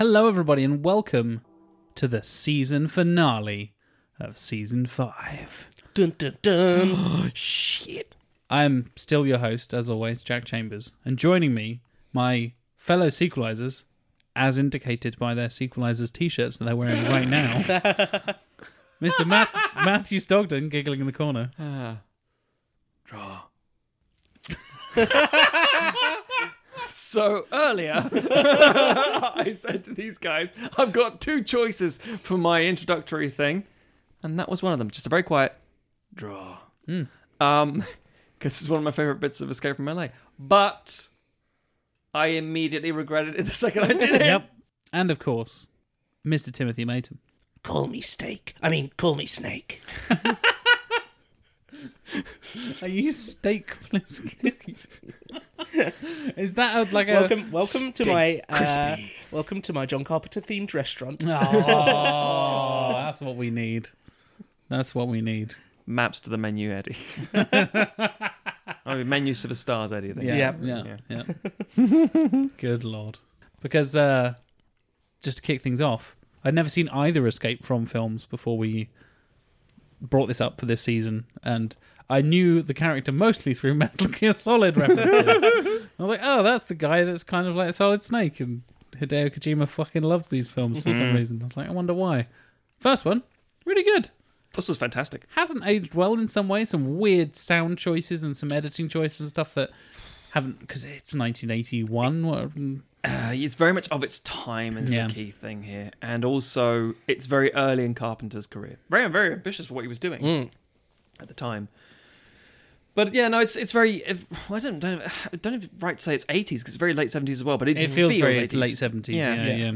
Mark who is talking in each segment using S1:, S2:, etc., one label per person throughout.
S1: everybody, and welcome to the season finale of season five.
S2: Dun, dun, dun.
S1: Shit. I'm still your host, as always, Jack Chambers, and joining me, my fellow sequelizers, as indicated by their sequelizers t shirts that they're wearing right now, Mr. Math- Matthew Stogden giggling in the corner.
S3: Draw. so earlier, I said to these guys, I've got two choices for my introductory thing, and that was one of them. Just a very quiet draw.
S1: Hmm.
S3: Um, because it's one of my favorite bits of Escape from LA. But I immediately regretted it the second I did it.
S1: Yep. And of course, Mr. Timothy Matum.
S2: call me Steak. I mean, call me Snake.
S1: Are you steak Bliskin? Is that a- like a
S2: Welcome, welcome to my uh,
S3: crispy.
S2: welcome to my John Carpenter themed restaurant.
S1: Oh, that's what we need. That's what we need.
S3: Maps to the menu, Eddie. I mean, menus to the stars, Eddie. I think.
S2: Yep.
S1: Yeah. Yeah. Good lord. Because uh just to kick things off, I'd never seen either Escape from films before we brought this up for this season and I knew the character mostly through Metal Gear Solid references. I was like, oh, that's the guy that's kind of like Solid Snake and Hideo Kojima fucking loves these films for some reason. I was like, I wonder why. First one, really good.
S3: This was fantastic.
S1: hasn't aged well in some ways. Some weird sound choices and some editing choices and stuff that haven't because it's 1981. what-
S3: Uh, it's very much of its time is
S1: Yeah.
S3: the key thing here, and also it's very early in Carpenter's career. Very, very ambitious for what he was doing
S1: Mm.
S3: at the time. But yeah, no, it's it's very. If, well, I don't don't I don't even right to say it's eighties because it's very late seventies as well. But it,
S1: It feels very
S3: 80s.
S1: late 70s. Yeah,
S3: Yeah.
S1: yeah.
S2: Yeah.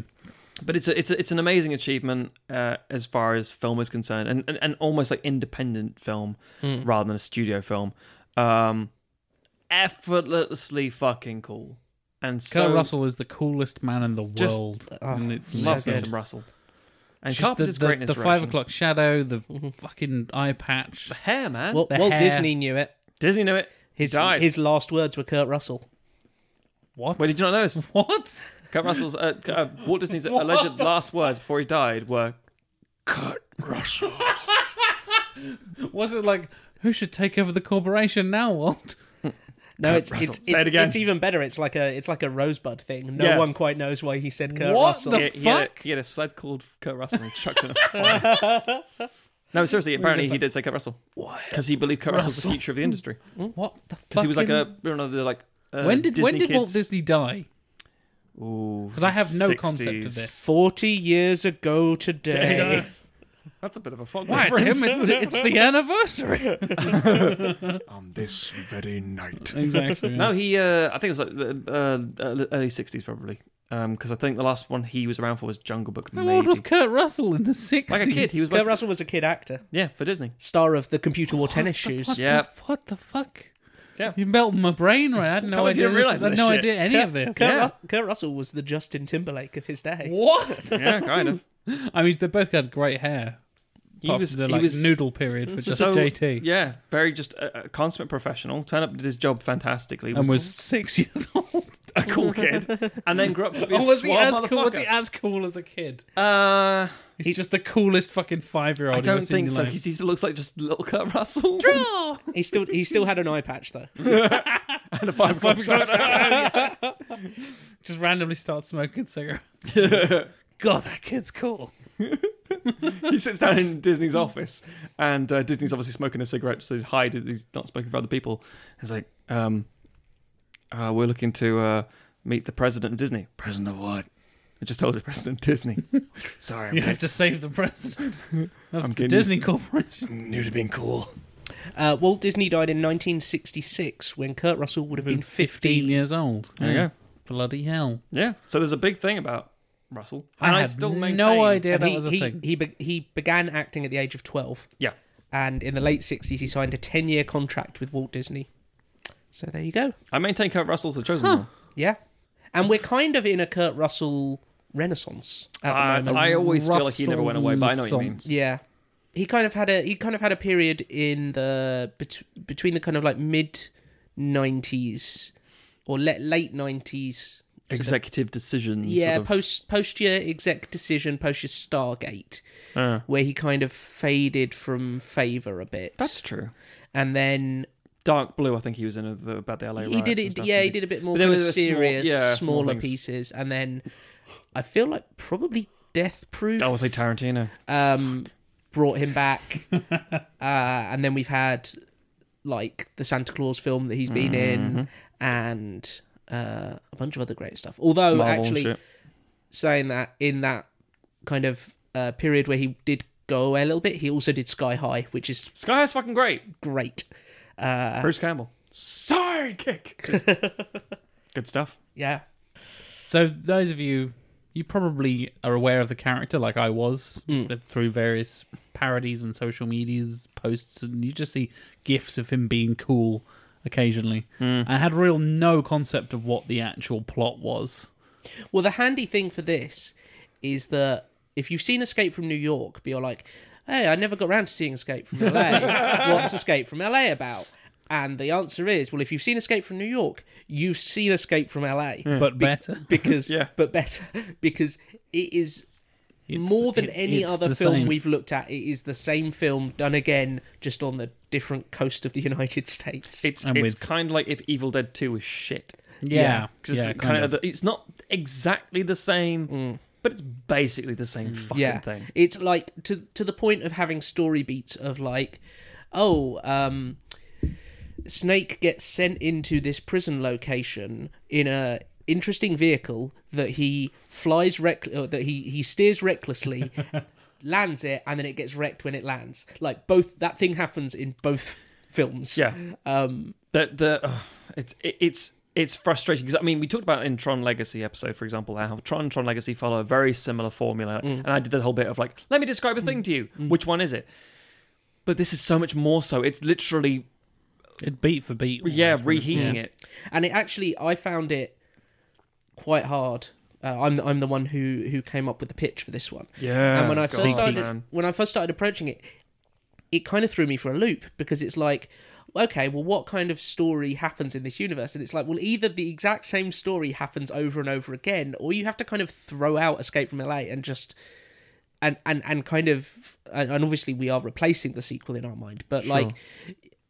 S3: But it's a, it's a, it's an amazing achievement uh, as far as film is concerned, and, and, and almost like independent film
S1: Mm.
S3: rather than a studio film. Um, effortlessly fucking cool, and so
S1: Kurt Russell is the coolest man in the
S3: Just- uh,
S1: world.
S2: oh,
S1: and it's
S3: Love me
S1: it's
S3: some Russell. And
S1: just the,
S3: Carpenter's
S1: the,
S3: greatness. Mm-hmm.
S1: the five
S3: direction.
S1: o'clock shadow, the fucking eye patch.
S3: hair, man.
S2: Walt,
S1: The
S2: Walt
S1: hair.
S2: Disney knew it.
S3: Disney knew it.
S2: His
S3: he died.
S2: his last words were Kurt Russell.
S1: What?
S3: Wait, did you not notice?
S1: What?
S3: Kurt Russell's uh, uh, Walt Disney's alleged last words before he died were Kurt Russell.
S1: Was it like who should take over the corporation now, Walt?
S2: No, it's
S3: Russell.
S2: it's
S3: Say it
S2: it's,
S3: again.
S2: it's even better. It's like a it's like a rosebud thing. No
S3: Yeah.
S2: one quite knows why he said Kurt
S1: What
S2: Russell.
S1: the-
S3: he, he had
S1: fuck?
S3: a, he had a sled called Kurt Russell and chucked it in a fire. No, seriously, apparently he did say Kurt Russell. Why? Because he believed Kurt Russell was the
S1: Russell.
S3: future of the industry.
S1: What the? Because
S3: Because Hmm? he was like a, you know, the like. Uh,
S1: When did
S3: Disney
S1: when did
S3: kids.
S1: Walt Disney die?
S3: Because
S1: I have no concept of this.
S2: Forty years ago today.
S1: Today.
S3: That's a bit of a fog.
S1: Why, Tim?
S3: reference.
S1: It's, it's the anniversary.
S4: on this very night.
S1: exactly.
S3: No, he. Uh, I think it was like uh, uh, early sixties, probably. Because I think the last one he was around for was Jungle Book.
S1: How
S3: maybe.
S1: old was Kurt Russell in the 60s?
S3: like a kid, he was.
S2: Kurt
S3: Like,
S2: Russell was a kid actor,
S3: yeah, for Disney.
S2: star of the computer wore tennis shoes.
S1: What
S3: Yeah.
S1: The, what the fuck?
S3: Yeah.
S1: You're melting my brain right I had no
S3: Can't believe
S1: idea.
S3: you didn't
S1: this-
S3: realise
S1: I had
S3: this
S1: no
S3: shit.
S1: idea any
S2: Kurt,
S1: of this.
S2: Kurt,
S3: Yeah.
S2: Rus- Kurt Russell was the Justin Timberlake of his day.
S1: What?
S3: Yeah, kind of.
S1: I mean, they both had great hair.
S3: He was.
S1: the
S3: he
S1: like,
S3: was
S1: noodle period for just
S3: so
S1: JT.
S3: Yeah, very just a, a consummate professional. Turned up did his job fantastically.
S1: And was six years old.
S3: a cool kid, and then grew up to be a
S1: Or Oh, was he, as
S3: suave
S1: cool, was he
S3: motherfucker.
S1: as cool as a kid?
S3: uh,
S1: He's just the coolest fucking five year old.
S3: I don't think so. He's, he still looks like just little Kurt Russell.
S2: He still he still had an eye patch though.
S3: and a five o'clock shadow.
S1: just randomly starts smoking cigarettes. God, that kid's cool.
S3: he sits down in Disney's office, and uh, Disney's obviously smoking a cigarette to hide that he's not smoking for other people. He's like, um, uh, "We're looking to uh, meet the president of Disney."
S4: President of what?
S3: I just told you, president of Disney.
S4: Sorry, I'm
S1: You have to save the president of
S3: I'm
S1: the
S3: getting
S1: Disney Corporation.
S4: new to being cool.
S2: Uh, Walt Disney died in 1966 when Kurt Russell would have been
S1: 15
S2: 15.
S1: years old.
S3: There you
S2: Mm.
S1: Yeah.
S3: go.
S1: Bloody hell.
S3: Yeah. So there's a big thing about Russell,
S1: I
S3: and I,
S1: had
S3: still
S1: no
S3: maintain
S1: idea. Yeah,
S2: And
S1: that
S2: he,
S1: was a
S2: he,
S1: thing.
S2: He, be- he began acting at the age of 12,
S3: Yeah.
S2: and in the late 60s he signed a 10-year contract with Walt Disney. So there you go.
S3: I maintain Kurt Russell's the chosen one.
S2: Yeah, and we're kind of in a Kurt Russell renaissance at the
S3: Uh,
S2: moment.
S3: I always feel like he never went away, but I know what you mean.
S1: Russell's-
S2: Yeah, he kind of had a he kind of had a period in the bet- between the kind of like mid nineties or le- late nineties
S3: executive decisions.
S2: Yeah,
S3: sort of-
S2: post post your exec decision, post your Stargate,
S3: Uh,
S2: where he kind of faded from favor a bit.
S3: that's true.
S2: and then
S3: Dark Blue, I think he was in the, about the LA.
S2: he did
S3: riots and
S2: it.
S3: stuff,
S2: Yeah, he
S3: and
S2: did a bit more
S3: but there
S2: kind of
S3: was a small-
S2: serious,
S3: yeah, small
S2: smaller
S3: things.
S2: pieces, and then I feel like probably Death Proof.
S3: I would say Tarantino.
S2: um, brought him back, uh, and then we've had like the Santa Claus film that he's been
S3: Mm-hmm.
S2: in, and uh, a bunch of other great stuff. Although
S3: Marvel and
S2: actually,
S3: shit.
S2: saying that in that kind of uh, period where he did go away a little bit, he also did Sky High, which is
S3: Sky High's fucking great.
S2: great. Uh,
S3: Bruce Campbell. Sidekick. Good stuff.
S2: yeah,
S1: So those of you, you probably are aware of the character, like I was,
S3: Mm.
S1: th- through various parodies and social medias posts, and you just see gifs of him being cool occasionally.
S3: Mm.
S1: I had real no concept of what the actual plot was.
S2: Well, the handy thing for this is that if you've seen Escape from New York, but you're like, hey, I never got around to seeing Escape from LA. What's Escape from LA about? And the answer is, well, if you've seen Escape from New York, you've seen Escape from LA.
S3: Mm.
S1: But better,
S2: Because,
S3: Hmm. Yeah.
S2: but better, because it is
S1: It's
S2: more
S1: the-
S2: than
S1: it-
S2: any
S1: it's
S2: other
S1: the
S2: film
S1: same.
S2: we've looked at. It is the same film done again, just on the different coast of the United States.
S3: It's
S1: I'm
S3: it's
S1: with-
S3: kind of like if Evil Dead Two was shit.
S1: yeah,
S3: 'Cause
S1: yeah,
S3: it's kind of, the- it's not exactly the same, but it's basically the same fucking thing.
S2: It's like to to the point of having story beats of like, oh, um, Snake gets sent into this prison location in a interesting vehicle that he flies reck uh, that he he steers recklessly. lands it and then it gets wrecked when it lands like both that thing happens in both films
S3: Yeah,
S2: um
S3: the the ugh, it's it, it's it's frustrating because I mean we talked about in Tron Legacy episode for example how Tron and Tron Legacy follow a very similar formula, and I did the whole bit of like let me describe a thing to you. Which one is it? But this is so much more so. It's literally
S1: it beat for beat.
S3: yeah
S1: almost, wasn't it?
S3: reheating
S1: Yeah.
S3: it.
S2: and it actually I found it quite hard. Uh, I'm I'm the one who who came up with the pitch for this one.
S3: Yeah,
S2: and when I first
S3: God,
S2: started
S3: man.
S2: when I first started approaching it, it kind of threw me for a loop because it's like, okay, well, what kind of story happens in this universe? And it's like, well, either the exact same story happens over and over again, or you have to kind of throw out Escape from LA and just. And, and, and kind of and and obviously we are replacing the sequel in our mind but like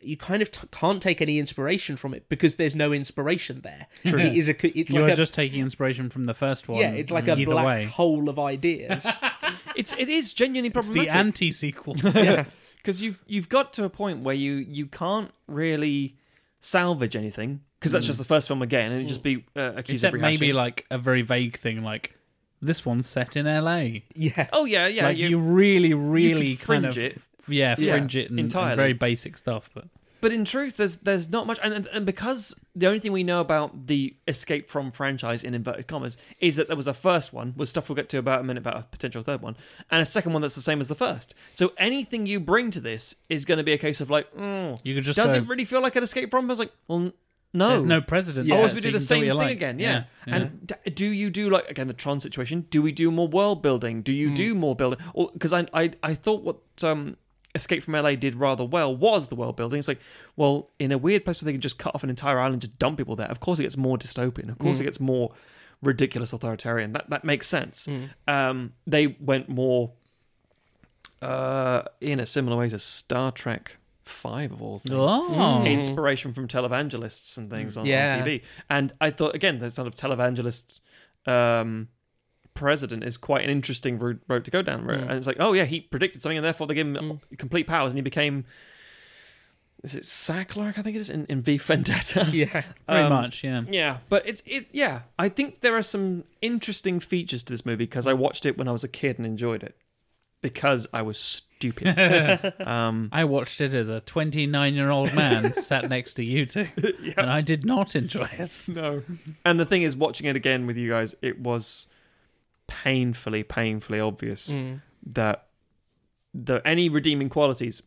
S2: you kind of t- can't take any inspiration from it because there's no inspiration there it is a co- it's
S1: You
S2: like
S1: are
S2: a
S1: just taking inspiration from the first one.
S2: yeah it's like a
S1: either
S2: black
S1: way.
S2: hole of ideas
S3: it's it is genuinely
S1: It's the
S3: problematic.
S1: anti sequel.
S3: because you've you've got to a point where you you can't really salvage anything because that's just the first film again, and it'd just be uh, accused
S1: Mm. Except
S3: of
S1: maybe
S3: rehashing.
S1: like a very vague thing like this one's set in LA.
S2: yeah
S3: oh yeah yeah
S1: like you,
S3: you-
S1: really, really
S3: fringe
S1: kind of
S3: it.
S1: yeah,
S3: Yeah,
S1: fringe it and, and
S3: entirely.
S1: very basic stuff. But
S3: But in truth, there's there's not much, and, and and because the only thing we know about the Escape from franchise in inverted commas is that there was a first one with stuff we'll get to about a minute about a potential third one, and a second one that's the same as the first. So anything you bring to this is going to be a case of like, mm,
S1: you could just
S3: does
S1: go,
S3: it really feel like an Escape from? I was like, well, n- no,
S1: there's no precedent.
S2: Yeah.
S1: set, so
S3: Always Oh. we
S1: you
S3: do the
S1: can what
S3: same
S1: you
S3: thing
S1: like.
S3: again, yeah.
S1: yeah.
S3: And d- do you do like again the Tron situation? Do we do more world building? Do
S1: Hmm.
S3: you do more building? Or because I, I I thought what um Escape from LA did rather well was the world building. It's like well in a weird place where they can just cut off an entire island, just dump people there. Of course it gets more dystopian. Of course
S1: Hmm.
S3: it gets more ridiculous authoritarian. That that makes sense.
S1: Hmm.
S3: Um, they went more uh in a similar way to Star Trek Five of all things Mm.
S1: Oh.
S3: inspiration from televangelists and things on, on
S2: Yeah.
S3: TV. And I thought again, the sort of televangelist um, president is quite an interesting route, road to go down. right? And it's like, oh yeah, he predicted something, and therefore they gave him complete powers, and he became. Is it Sacklark? I think it is in, in V Vendetta.
S2: yeah
S1: Pretty
S3: Um,
S1: much, yeah.
S3: Yeah, but it's it. Yeah, I think there are some interesting features to this movie because I watched it when I was a kid and enjoyed it because I was stupid.
S1: I watched it as a 29 year old man sat next to you two, and I did not enjoy it.
S3: no. And the thing is, watching it again with you guys, it was painfully, painfully obvious
S1: Mm.
S3: that the any redeeming qualities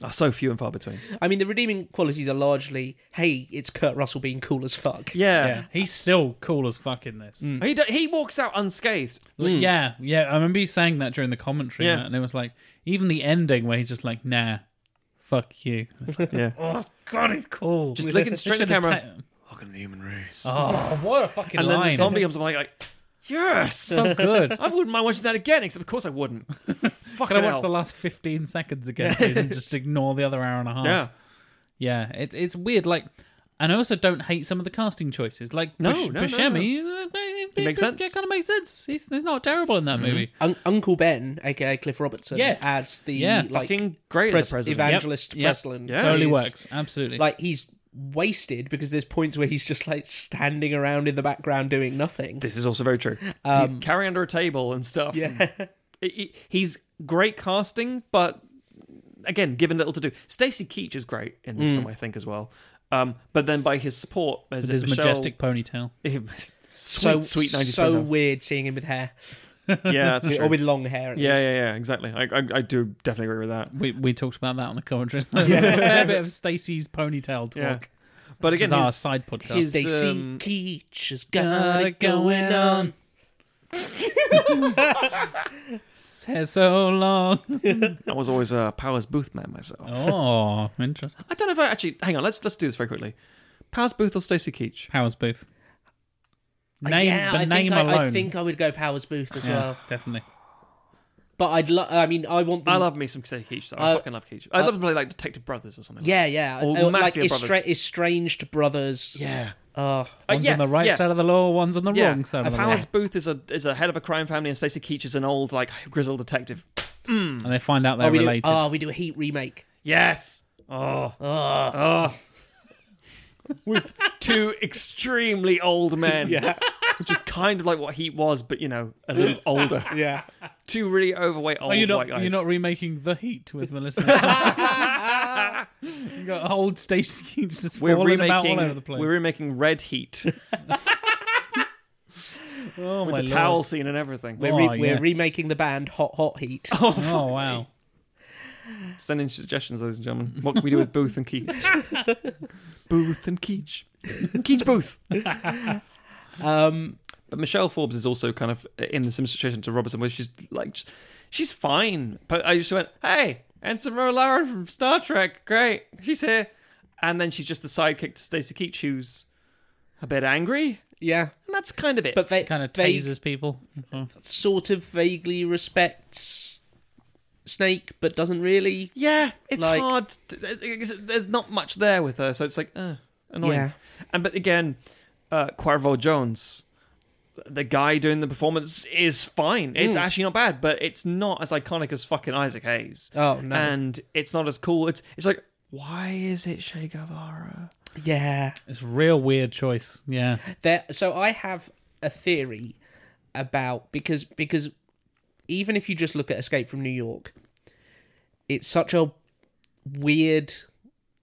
S3: are so few and far between.
S2: I mean, the redeeming qualities are largely, hey, it's Kurt Russell being cool as fuck.
S1: Yeah, he's still cool as fuck in this.
S3: He, d- he walks out unscathed.
S1: Like, Yeah, yeah. I remember you saying that during the commentary,
S3: Hmm. Yeah.
S1: Matt, and it was like even the ending where he's just like, "Nah, fuck you." It's like,
S3: Yeah.
S1: oh God, he's cool.
S3: Just looking straight at the
S1: Should've
S3: camera.
S1: ta-
S4: Welcome to the human race.
S1: Oh, what a fucking
S3: and then
S1: line!
S3: the zombie comes. I'm like, like yes.
S1: so good.
S3: I wouldn't mind watching that again, except of course I wouldn't. Fucking
S1: Can I watch
S3: hell.
S1: the last 15 seconds again, please, and just ignore the other hour and a half?
S3: Yeah.
S1: Yeah, it, it's weird. Like, and I also don't hate some of the casting choices. Like,
S3: No,
S1: Bush,
S3: no, no,
S1: Buscemi, uh, it, it-
S3: makes
S1: it-
S3: sense. Mm-hmm.
S1: It kind of makes sense. He's, he's not terrible in that movie.
S2: Un- Uncle Ben, aka Cliff Robertson,
S1: Yes.
S2: as the
S1: Yeah.
S2: like
S3: fucking great
S2: pres-
S3: as a president.
S2: evangelist
S1: Yep. Yep.
S2: Preslin.
S3: Yeah.
S1: Totally
S2: He's-
S1: works. Absolutely.
S2: Like he's wasted because there's points where he's just like standing around in the background doing nothing.
S3: This is also very true.
S1: Um,
S3: He'd carry under a table and stuff.
S2: Yeah.
S3: He- he- he's great casting, but again, given little to do. Stacy Keach is great in this film, I think, as well. Um, but then by his support, as
S1: Mm. with his
S3: Michelle,
S1: majestic ponytail.
S3: sweet,
S2: so
S3: sweet nineties.
S2: so weird seeing him with hair
S3: yeah, that's true.
S2: or with long hair. At
S3: yeah,
S2: least.
S3: yeah, yeah, exactly. I, I, I do definitely agree with that.
S1: We, we talked about that on the commentary. There's a fair bit of Stacey's ponytail talk.
S3: Yeah, but
S1: This
S3: again,
S1: is our
S3: his-
S1: side podcast.
S3: his-
S2: Stacy
S3: um,
S2: Keach has got it going on. Uh,
S1: His hair so long.
S3: I was always a Powers Booth man myself.
S1: Oh, interesting.
S3: I don't know if I actually. Hang on, let's let's do this very quickly. Powers Booth or Stacy Keach?
S1: Powers Booth. Name,
S2: Uh, yeah,
S1: the
S2: I
S1: name
S2: think I,
S1: alone.
S2: I think I would go Powers Booth as
S1: yeah,
S2: well.
S1: definitely.
S2: But I'd love. I mean, I want. Them-
S3: I love me some Stacy Keach. Though. I
S2: Uh,
S3: fucking love Keach. I'd love to play like Detective Brothers or something.
S2: Yeah, yeah.
S3: Or
S2: Uh, like
S3: Mafia
S2: estra-
S3: Brothers.
S2: estranged brothers.
S3: yeah.
S2: Oh,
S3: Uh,
S1: One's
S3: yeah,
S1: on the right
S3: yeah,
S1: side of the law, one's on the
S3: yeah.
S1: wrong side
S3: Uh,
S1: of the law.
S3: Powers Booth is a is a head of a crime family, and Stacy Keach is an old like grizzled detective.
S1: And they find out they're
S2: oh, we do.
S1: related.
S2: Oh, we do a Heat remake.
S3: Yes. Oh. Oh. With two extremely old men. Yeah. Which is kind of like what he was, but you know, a little older.
S2: Yeah.
S3: Two really overweight old
S1: Are you not?
S3: white guys.
S1: Oh, You're not remaking the Heat with Melissa. you got old Stacey Keach just
S3: we're
S1: falling
S3: remaking.
S1: about all over the place.
S3: We're remaking Red Heat,
S1: oh my
S3: the
S1: lord.
S3: towel scene and everything.
S2: We're, re-
S1: Oh,
S2: we're
S1: yes.
S2: remaking the band Hot Hot Heat.
S1: Oh wow.
S3: Send in suggestions, ladies and gentlemen. What can we do with Booth and Keach? Booth and Keach. Keach Booth.
S2: Um,
S3: But Michelle Forbes is also kind of in the similar situation to Robertson, where she's like, just- she's fine. But I just went, hey, Ensign Rolara from Star Trek, great, she's here. And then she's just the sidekick to Stacey Keach, who's a bit angry,
S2: yeah,
S3: and that's kind of it.
S2: but they
S1: Kind of
S2: they
S1: tases people. Mhm.
S2: sort of vaguely respects Snake, but doesn't really.
S3: yeah, it's
S2: Like-
S3: hard. To, there's not much there with her, so it's like, uh, annoying.
S2: Yeah.
S3: And but again, uh, Cuervo Jones, the guy doing the performance is fine. It's
S2: Mm.
S3: actually not bad, but it's not as iconic as fucking Isaac Hayes.
S2: Oh no.
S3: and it's not as cool. It's it's like why is it Che Guevara?
S2: yeah.
S1: It's real weird choice. Yeah.
S2: There. So I have a theory about because because even if you just look at Escape from New York, it's such a weird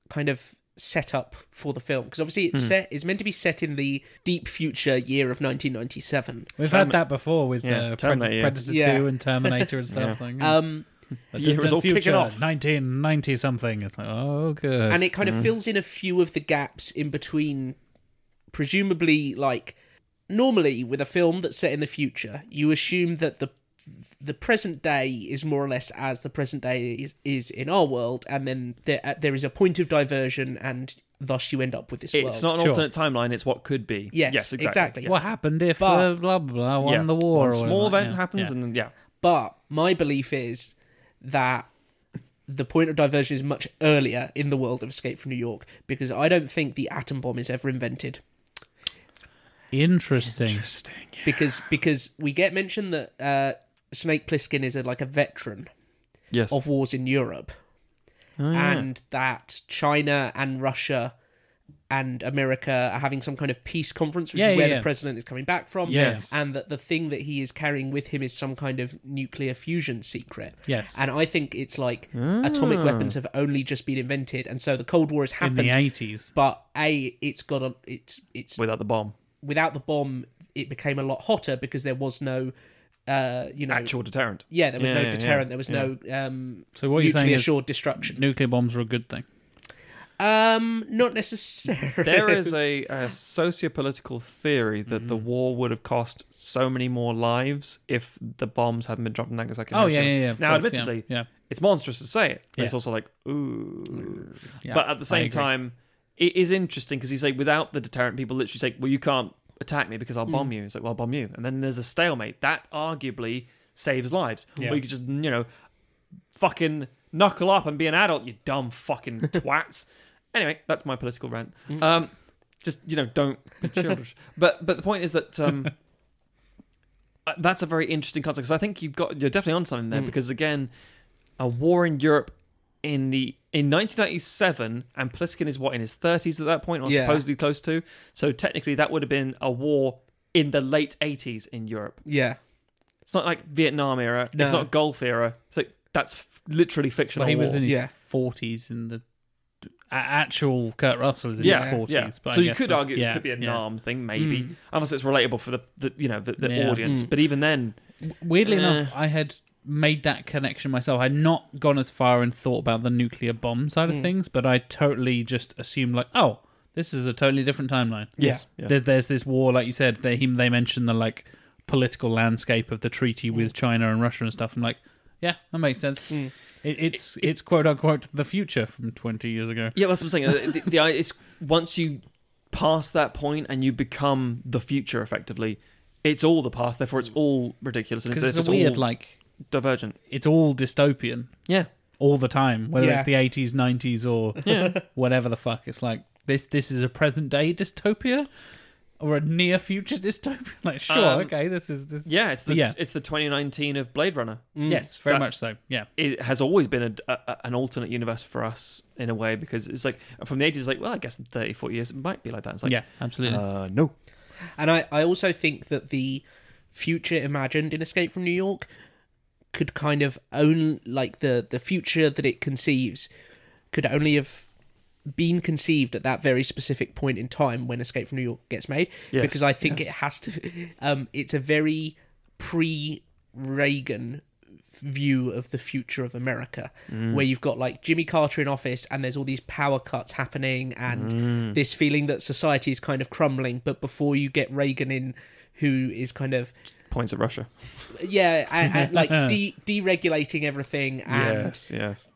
S2: kind of setup for the film because obviously it's set it's meant to be set in the deep future year of 1997
S1: We've
S3: Termi-
S1: had that before with
S3: Yeah,
S1: uh, Pred-
S3: Terminator, yeah.
S1: Predator
S2: Yeah.
S1: Two and Terminator and stuff. like, yeah.
S2: um
S1: The
S3: year was
S1: distant
S3: all kicking
S1: future,
S3: off.
S1: 1990 something. It's like, oh good.
S2: and it kind of fills in a few of the gaps in between presumably like normally with a film that's set in the future you assume that the the present day is more or less as the present day is, is in our world and then there, uh, there is a point of diversion and thus you end up with this world
S3: It's not an
S1: Sure.
S3: alternate timeline. It's what could be.
S2: Yes, exactly.
S3: Yeah.
S1: what happened if
S2: But-
S1: uh, blah blah blah won
S3: Yeah.
S1: the war?
S3: One
S1: or
S3: small
S1: whatever,
S3: event
S1: yeah.
S3: happens,
S1: Yeah.
S3: and then, yeah,
S2: but my belief is that the point of diversion is much earlier in the world of escape from new york because i don't think the atom bomb is ever invented
S1: interesting.
S4: Interesting.
S2: because because we get mentioned that uh, Snake Plissken is a, like a veteran
S3: yes,
S1: Oh,
S2: of wars in Europe, and that China and Russia and America are having some kind of peace conference, which
S1: Yeah,
S2: is where
S1: yeah,
S2: the
S1: yeah.
S2: president is coming back from.
S1: Yes.
S2: and that the thing that he is carrying with him is some kind of nuclear fusion secret.
S1: Yes. Ah.
S2: and I think it's like atomic weapons have only just been invented, and so the Cold War has
S1: In the
S2: happened.
S1: 80s.
S2: but a, it's got a, it's it's
S3: without the bomb,
S2: without the bomb, it became a lot hotter because there was no, uh, you know,
S3: actual deterrent.
S2: yeah, there was
S3: Yeah,
S2: no
S3: yeah,
S2: deterrent.
S3: yeah,
S2: There was no um,
S1: So what you're saying
S2: mutually
S1: is
S2: assured destruction.
S1: nuclear bombs are a good thing.
S2: Um, not necessarily.
S3: There is a, a sociopolitical theory that the
S1: Mm-hmm.
S3: war would have cost so many more lives if the bombs hadn't been dropped in Nagasaki. and
S1: Oh yeah,
S3: Hiroshima.
S1: yeah, yeah. of
S3: Now,
S1: course, yeah,
S3: admittedly,
S1: yeah.
S3: it's monstrous to say it. but It's
S1: Yes.
S3: also like ooh,
S1: Yeah,
S3: but at the
S1: I agree.
S3: same time, it is interesting because he's like, without the deterrent, people literally say, well, you can't attack me because I'll bomb
S1: Mm.
S3: you. It's like, well, I'll bomb you. And then there's a stalemate. That arguably saves lives.
S1: Yeah.
S3: Or you could just, you know, fucking knuckle up and be an adult, you dumb fucking twats. Anyway, that's my political rant.
S1: Mm.
S3: Um, just, you know, don't be childish. but, but the point is that. Um, uh, that's a very interesting concept because I think you've got you're definitely on something
S1: Hmm.
S3: there because again, a war in Europe in the in 1997 and Pliskin is what in his 30s at that point or
S2: Yeah.
S3: supposedly close to. So technically that would have been a war in the late 80s in Europe.
S2: Yeah.
S3: It's not like Vietnam era. It's
S2: No.
S3: not Gulf era. It's like that's f- literally fictional.
S1: Well, he was
S3: war.
S1: in his
S2: Yeah.
S1: 40s in the a- actual Kurt Russell is in
S3: yeah,
S1: his 40s.
S3: yeah.
S1: But I
S3: so you
S1: guess
S3: could
S1: that's-
S3: argue
S1: yeah,
S3: it could be a
S1: yeah. Hmm.
S3: Nam thing, maybe. Unless it's relatable for the, the you know the, the
S1: Yeah. Hmm.
S3: audience. But even then,
S1: Weirdly
S3: Uh.
S1: enough, I had made that connection myself. I had not gone as far and thought about the nuclear bomb side of things, but I totally just assumed like, oh, this is a totally different timeline.
S3: yes, yeah.
S1: There, there's this war, like you said. They him they mentioned the like political landscape of the treaty with China and Russia and stuff. I'm like, yeah, that makes sense. It, it's it's quote unquote the future from 20 years ago.
S3: Yeah, that's what I'm saying. Uh, the, the, it's once you pass that point and you become the future, effectively, it's all the past. Therefore, it's all ridiculous and
S1: Because it's,
S3: it's,
S1: a weird
S3: all
S1: like
S3: divergent.
S1: it's all dystopian
S3: Yeah,
S1: all the time, whether
S2: Yeah.
S1: it's the 80s, 90s, or whatever the fuck. It's like this this is a present day dystopia or a near future dystopia. Like sure,
S3: Um,
S1: okay, this is this.
S3: yeah. It's the
S1: Yeah.
S3: it's the 2019 of Blade Runner.
S1: Yes, very
S3: That-
S1: much so. Yeah.
S3: It has always been a, a- an alternate universe for us in a way because it's like from the 80s, it's like well, I guess in 30, 40 years it might be like that. It's like
S1: yeah, absolutely.
S4: Uh, no.
S2: And I, I also think that the future imagined in Escape from New York could kind of own like the the future that it conceives could only have been conceived at that very specific point in time when Escape from New York gets made
S3: Yes,
S2: because I think
S3: yes.
S2: it has to um it's a very pre Reagan view of the future of America
S3: Mm.
S2: where you've got like Jimmy Carter in office and there's all these power cuts happening and
S3: Mm.
S2: this feeling that society is kind of crumbling but before you get Reagan in who is kind of
S3: points at Russia.
S2: yeah and, and like de- deregulating everything and
S3: yes, yes.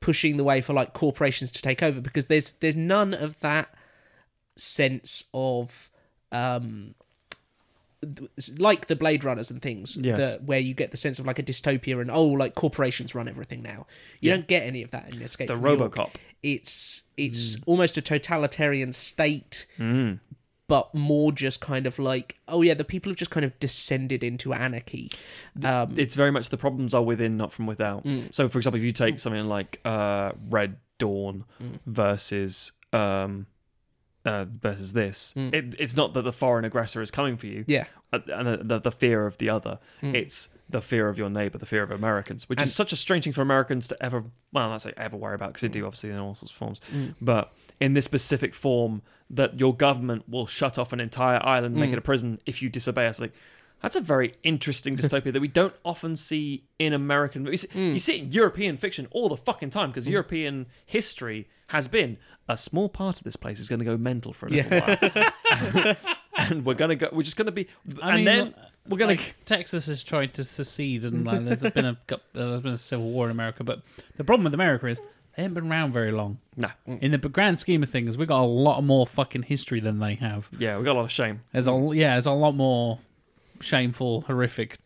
S2: pushing the way for like corporations to take over because there's there's none of that sense of um th- like the blade runners and things
S3: Yes.
S2: that, where you get the sense of like a dystopia and oh like corporations run everything now you don't get any of that in escape
S3: The
S2: from New York.
S3: RoboCop. Mm.
S2: it's it's almost a totalitarian state but more just kind of like oh yeah the people have just kind of descended into anarchy um
S3: it's very much the problems are within, not from without. So, for example, if you take something like uh, Red Dawn versus um, uh, versus this, it, it's not that the foreign aggressor is coming for you,
S2: yeah
S3: uh, and the, the, the fear of the other. It's the fear of your neighbor, the fear of Americans, which is such a strange thing for Americans to ever, well, not say ever worry about because they do obviously in all sorts of forms, but in this specific form that your government will shut off an entire island, and make it a prison if you disobey us. Like that's a very interesting dystopia that we don't often see in American movies. You see- You see it in European fiction all the fucking time because European history has been a small part of this place is going to go mental for a little while. and we're going to go, we're just going to be,
S1: I
S3: and
S1: mean,
S3: then we're going to,
S1: like, Texas has tried to secede, and like, there's been a got- there's been a civil war in America. But the problem with America is they haven't been around very long.
S3: no.
S1: In the grand scheme of things, we've got a lot more fucking history than they have.
S3: Yeah, we got a lot of shame.
S1: There's a
S3: Mm.
S1: yeah, there's a lot more shameful, horrific,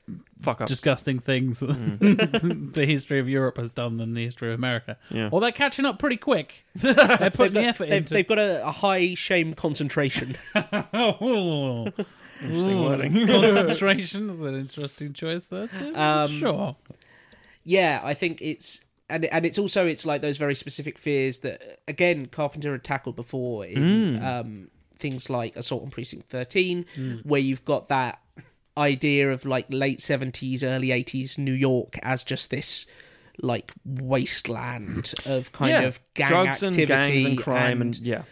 S3: Fuck up.
S1: disgusting things that
S2: Mm.
S1: the history of Europe has done than the history of America.
S3: Yeah.
S1: Well, they're catching up pretty quick. They're putting the effort
S2: they've,
S1: into.
S2: they've got a, a high shame concentration
S1: Oh,
S3: Interesting wording.
S1: concentration is an interesting choice. That's it.
S2: Um,
S1: sure.
S2: yeah i think it's and and it's also it's like those very specific fears that again carpenter had tackled before in um things like assault on precinct 13 where you've got that idea of like late 70s early 80s new york as just this like wasteland of kind
S3: yeah.
S2: of gang
S3: Drugs and
S2: activity
S3: gangs and crime and, yeah.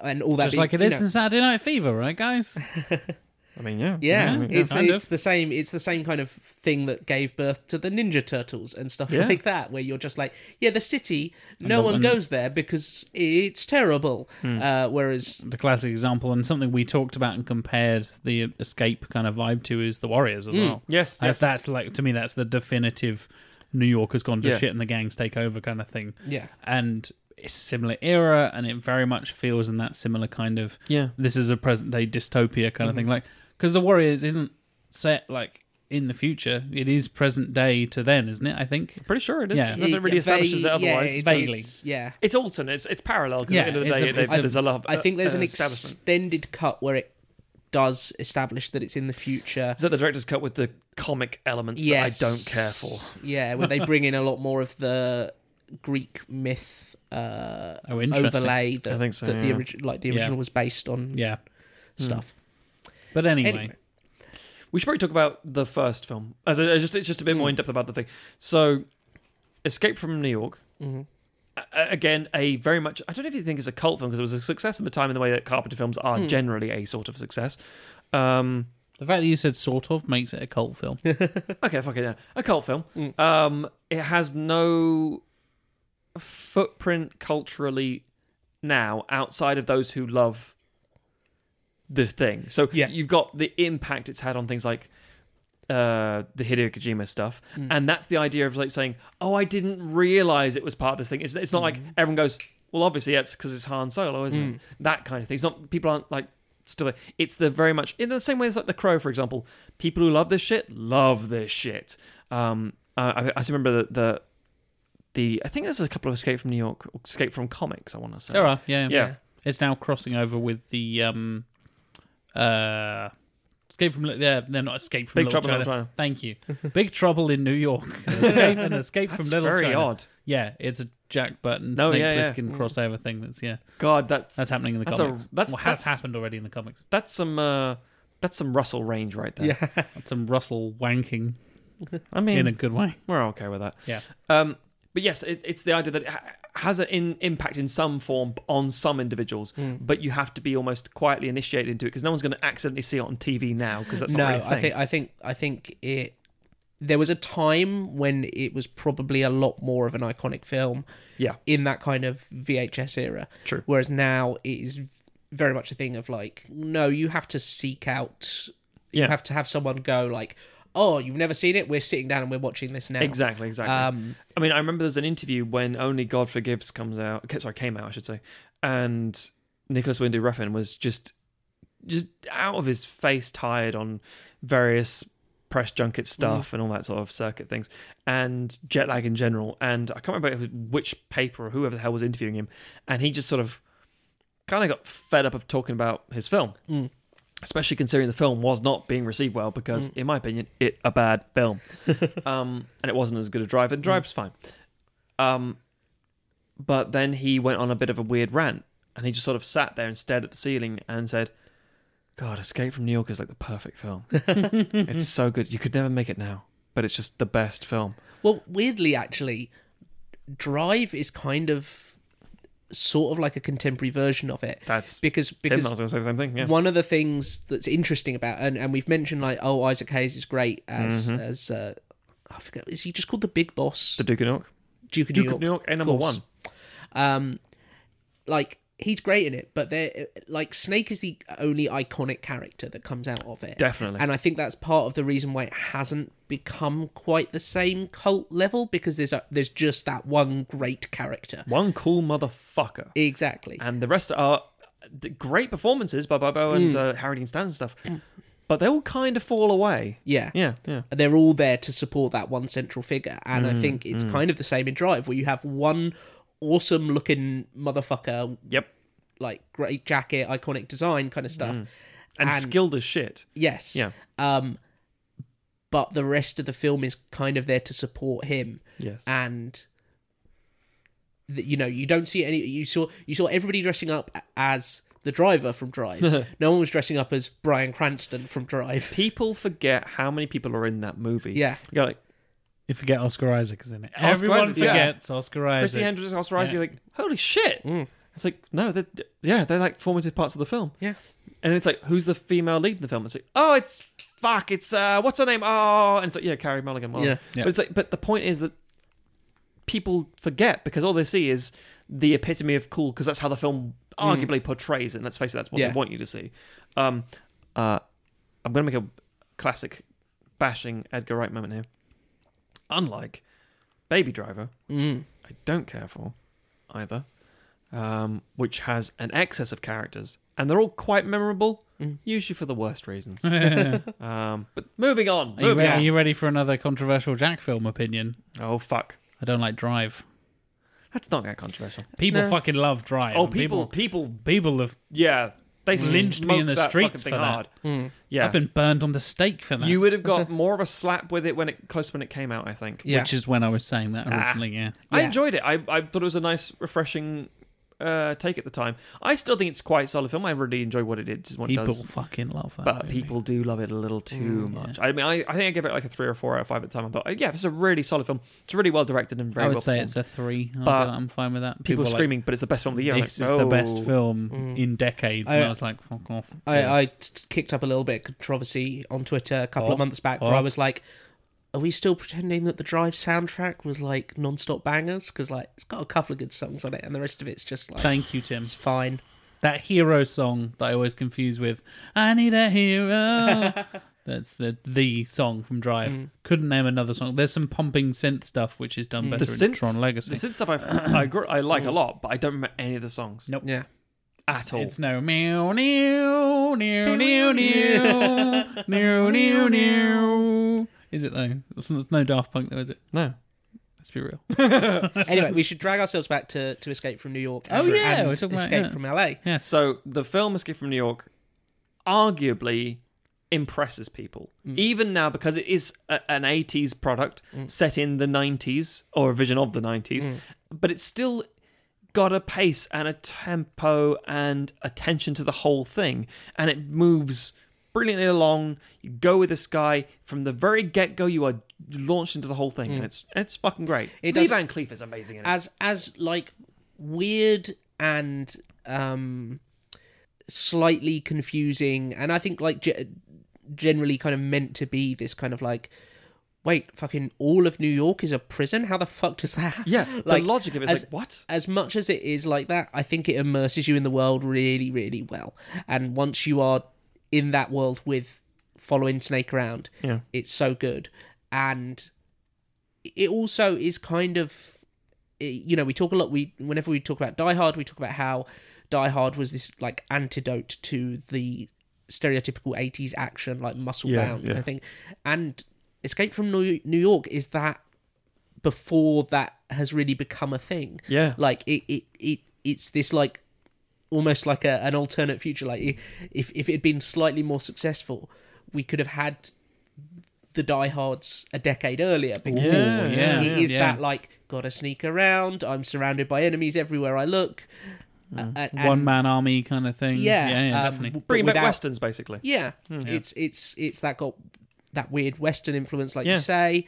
S2: and, all that
S1: Just
S2: being-
S1: like it
S2: you
S1: is
S2: know,
S1: in Saturday Night Fever, right, guys?
S3: I mean, yeah.
S2: Yeah,
S1: Yeah,
S2: it's
S1: kind of.
S2: it's the same. It's the same kind of thing that gave birth to the Ninja Turtles and stuff
S3: Yeah.
S2: like that, where you're just like, yeah, the city, no
S1: the-
S2: one
S1: and-
S2: goes there because it's terrible.
S3: Hmm.
S2: Uh, whereas,
S1: the classic example and something we talked about and compared the escape kind of vibe to is the Warriors
S2: Hmm.
S1: as well.
S3: Yes,
S1: As
S3: yes.
S1: that's like to me that's the definitive New York has gone to
S3: Yeah.
S1: shit and the gangs take over kind of thing.
S2: Yeah.
S1: and similar era, and it very much feels in that similar kind of
S3: Yeah. Mm-hmm.
S1: this is a present day dystopia kind of thing. Like because the Warriors isn't set like in the future; it is present day to then, isn't it? I think.
S3: Pretty sure it is.
S1: Yeah.
S3: Nothing really
S2: Yeah,
S3: establishes it
S2: vague- yeah,
S3: otherwise.
S2: it's-
S1: Vaguely.
S2: it's- Yeah.
S3: It's alternate. It's, it's parallel. 'cause
S1: Yeah,
S3: at the end of the
S1: it's
S3: day,
S1: a-
S3: they-
S1: it's a-
S3: there's a lot. Of,
S2: I think there's
S3: uh,
S2: an
S3: establishment.
S2: extended cut where it does establish that it's in the future.
S3: Is that the director's cut with the comic elements
S2: Yes.
S3: that I don't care for?
S2: Yeah, where they bring in a lot more of the Greek myth uh,
S1: Oh, interesting.
S2: overlay that,
S3: I think so,
S2: that the
S3: yeah. Hmm.
S2: origi- like the
S1: Yeah.
S2: original was based on
S1: Yeah,
S2: stuff.
S1: but anyway,
S2: Anyway.
S3: We should probably talk about the first film as a, as just it's just a bit more in depth about the thing. So, Escape from New York.
S2: Mhm.
S3: A- a- Again, a very much I don't know if you think it's a cult film because it was a success at the time in the way that Carpenter films are generally a sort of success. Um,
S1: the fact that you said sort of makes it a cult film.
S3: okay, fuck it then. A cult film. Um, it has no footprint culturally now outside of those who love the thing. So
S1: Yeah.
S3: you've got the impact it's had on things like uh, the Hideo Kojima stuff, and that's the idea of like saying, "Oh, I didn't realize it was part of this thing." It's, it's not like everyone goes, "Well, obviously, yeah, it's because it's Han Solo, isn't it?" That kind of thing. It's not people aren't like still. There. It's the very much in the same way as like The Crow, for example. People who love this shit love this shit. Um, I, I- I just remember the, the the I think there's a couple of Escape from New York, Escape from Comics. I want to say
S1: There are, yeah,
S3: yeah.
S1: It's now crossing over with the um, uh, escape from Li- yeah, they're not escape from
S3: Big
S1: Little
S3: Trouble in Little China.
S1: Thank you, Big Trouble in New York, An escape and escape from
S3: That's
S1: Little
S3: very
S1: China.
S3: odd.
S1: Yeah, it's a Jack Burton
S3: No,
S1: Snake
S3: yeah, yeah.
S1: Plissken crossover thing. That's yeah,
S3: God,
S1: that's
S3: that's that's,
S1: happening in the
S3: That's a-
S1: comics.
S3: that's-
S1: well, has
S3: that's-
S1: happened already in the comics.
S3: some uh, that's some Russell range right there.
S2: Yeah.
S1: That's some Russell wanking
S3: I mean,
S1: in a good way.
S3: we're okay with that.
S1: Yeah.
S3: Um, but yes, it, it's the idea that it ha- has an in- impact in some form on some individuals, but you have to be almost quietly initiated into it because no one's going to accidentally see it on TV now because that's
S2: no,
S3: not really a thing.
S2: I think I think I think it. There was a time when it was probably a lot more of an iconic film
S3: yeah,
S2: in that kind of VHS era.
S3: True.
S2: Whereas now it is very much a thing of like, no, you have to seek out. You
S3: Yeah.
S2: have to have someone go like, oh, you've never seen it. We're sitting down and we're watching this now.
S3: exactly, exactly.
S2: Um,
S3: I mean, I remember there's an interview when Only God Forgives comes out. ca- Sorry, came out, I should say. And Nicholas Windy Refn was just just out of his face, tired on various press junket stuff and all that sort of circuit things, and jet lag in general. And I can't remember if it was which paper or whoever the hell was interviewing him, and he just sort of kind of got fed up of talking about his film. Especially considering the film was not being received well, because in my opinion, it a bad film, um, and it wasn't as good a drive. And drive's fine, um, but then he went on a bit of a weird rant, and he just sort of sat there and stared at the ceiling and said, "God, Escape from New York is like the perfect film. it's so good. You could never make it now, but it's just the best film."
S2: Well, weirdly, actually, Drive is kind of sort of like a contemporary version of it.
S3: That's
S2: because
S3: Tim.
S2: because
S3: I was going to say the same thing. Yeah.
S2: one of the things that's interesting about and, and we've mentioned like oh Isaac Hayes is great as as uh, I forget is he just called the big boss
S3: Mm-hmm. the Duke of New York.
S2: Duke of
S3: Duke
S2: New York
S3: of New York, and number
S2: course.
S3: one.
S2: um like he's great in it but they're like Snake is the only iconic character that comes out of it
S3: Definitely.
S2: and I think that's part of the reason why it hasn't become quite the same cult level because there's a, there's just that one great character
S3: One cool motherfucker.
S2: exactly
S3: and the rest are the great performances by Bobo and uh, Harry Dean Stanton and stuff, but they all kind of fall away.
S2: yeah
S3: Yeah, yeah,
S2: they're all there to support that one central figure. And I think it's kind of the same in Drive, where you have one awesome looking motherfucker,
S3: yep.
S2: like great jacket, iconic design kind of stuff.
S3: And,
S2: And-
S3: skilled as shit.
S2: Yes.
S3: Yeah.
S2: Um, but the rest of the film is kind of there to support him.
S3: Yes.
S2: And th- you know, you don't see any. You saw you saw everybody dressing up a- as the driver from Drive. no one was dressing up as Brian Cranston from Drive.
S3: people forget how many people are in that movie.
S2: Yeah.
S3: You're like,
S1: You forget Oscar Isaac is in it. Everyone
S3: Isaac's- yeah.
S1: forgets Oscar
S3: Christy
S1: Isaac.
S3: Andrews, Oscar Isaac,
S1: Yeah.
S3: you're like, holy shit. It's like, no, they're, yeah, they're like formative parts of the film.
S2: Yeah.
S3: And it's like, who's the female lead in the film? It's like, oh, it's fuck, it's uh, what's her name? Oh, and it's like, yeah, Carrie Mulligan. well.
S2: Yeah.
S1: Yeah.
S3: But it's like, but the point is that people forget because all they see is the epitome of cool because that's how the film arguably portrays it. And let's face it, that's what
S2: Mm. Yeah.
S3: they want you to see. Um, uh, I'm gonna make a classic bashing Edgar Wright moment here.
S2: Mm,
S3: Unlike Baby Driver, I don't care for either. um, which has an excess of characters, and they're all quite memorable,
S1: Mm.
S3: usually for the worst reasons. um, but moving on.
S1: Are you,
S3: moving
S1: re- are
S3: on.
S1: you ready for another controversial Jack film opinion?
S3: Oh fuck,
S1: I don't like Drive.
S3: that's not that controversial.
S1: People
S2: No.
S1: fucking love Drive.
S3: Oh,
S1: and
S3: people, people,
S1: people have.
S3: yeah, they
S1: Lynched me
S3: smoked
S1: in the
S3: that
S1: streets
S3: fucking
S1: for
S3: thing
S1: that.
S3: hard.
S2: mm,
S3: Yeah,
S1: I've been burned on the stake for that.
S3: you would have got more of a slap with it when it close when it came out. I think.
S2: Yeah.
S1: Which is when I was saying
S3: Ah.
S1: that originally. Yeah.
S3: I
S2: Yeah.
S3: enjoyed it. I, I thought it was a nice, refreshing uh, take at the time. I still think it's quite a solid film. I really enjoy what it did. What it
S1: People
S3: does.
S1: fucking love that.
S3: But
S1: movie.
S3: people do love it a
S1: Mm,
S3: little too much. I mean, I, I think I gave it like a three or four out of five at the time. I thought, oh, yeah, it's a really solid film. It's really well directed and very
S1: I would
S3: well
S1: say
S3: performed.
S1: it's a three. I'll
S3: But
S1: go- I'm fine with that. are
S3: People,
S1: like,
S3: screaming, but it's the best film of the year. I'm
S1: This
S3: like, "Oh." Mm.
S1: is the best
S3: "No."
S1: film in decades. and
S2: I-
S1: I was like, fuck off.
S2: I, I t- kicked up a little bit of controversy on Twitter a couple
S1: Oh,
S2: of months back
S1: oh.
S2: where I was like, are we still pretending that the Drive soundtrack was like non-stop bangers? Because like it's got a couple of good songs on it, and the rest of it's just like
S1: Thank you, Tim.
S2: it's fine.
S1: That hero song that I always confuse with "I Need a Hero." That's the the song from Drive.
S3: Mm.
S1: Couldn't name another song. There's some pumping synth stuff which is done better
S3: The
S1: in
S3: synth,
S1: Tron Legacy. Mm.
S3: The synth stuff I, I, gr- I like a lot, but I don't remember any of the songs
S1: Nope.
S2: Yeah,
S3: at all.
S1: It's no meow meow meow meow meow meow meow meow. Is it though? It's- It's no Daft Punk though, is it?
S3: no.
S1: Let's be real.
S2: anyway, we should drag ourselves back to, to Escape from New York.
S1: Oh, yeah,
S2: and
S1: we're talking about-
S2: Escape
S1: yeah.
S2: from LA.
S1: Yes.
S3: So the film Escape from New York arguably impresses people
S2: Hmm.
S3: even now because it is a, an 80s product set in the 90s or a vision of the 90s
S2: Hmm.
S3: but it's still got a pace and a tempo and attention to the whole thing and it moves brilliantly along you go with this guy from the very get-go you are launched into the whole thing and it's it's fucking great
S2: Hmm. It
S3: Lee
S2: does-
S3: Van Cleef is amazing in it.
S2: as as like weird and um slightly confusing and i think like ge- generally kind of meant to be this kind of like wait fucking all of new york is a prison how the fuck does that happen?
S3: yeah
S2: like,
S3: the logic of it is
S2: as-
S3: like what
S2: as much as it is like that i think it immerses you in the world really really well and once you are in that world with following snake around
S3: yeah
S2: it's so good and it also is kind of you know we talk a lot we whenever we talk about die hard we talk about how die hard was this like antidote to the stereotypical 80s action like muscle
S3: Yeah,
S2: bound
S3: yeah.
S2: kind of thing and escape from new New york is that before that has really become a thing
S3: yeah
S2: like it, it, it it's this like almost like a, an alternate future like i- if, if it had been slightly more successful we could have had the diehards a decade earlier because it's,
S1: yeah,
S2: it is
S1: yeah.
S2: that like gotta sneak around i'm surrounded by enemies everywhere i look A- a-
S1: One
S2: and-
S1: man army kind of thing.
S2: yeah
S1: Yeah, yeah,
S2: um,
S1: definitely.
S2: but
S3: bringing back
S2: without-
S3: westerns basically
S2: yeah,
S1: Hmm.
S2: it's it's it's that got that weird western influence like
S3: Yeah.
S2: you say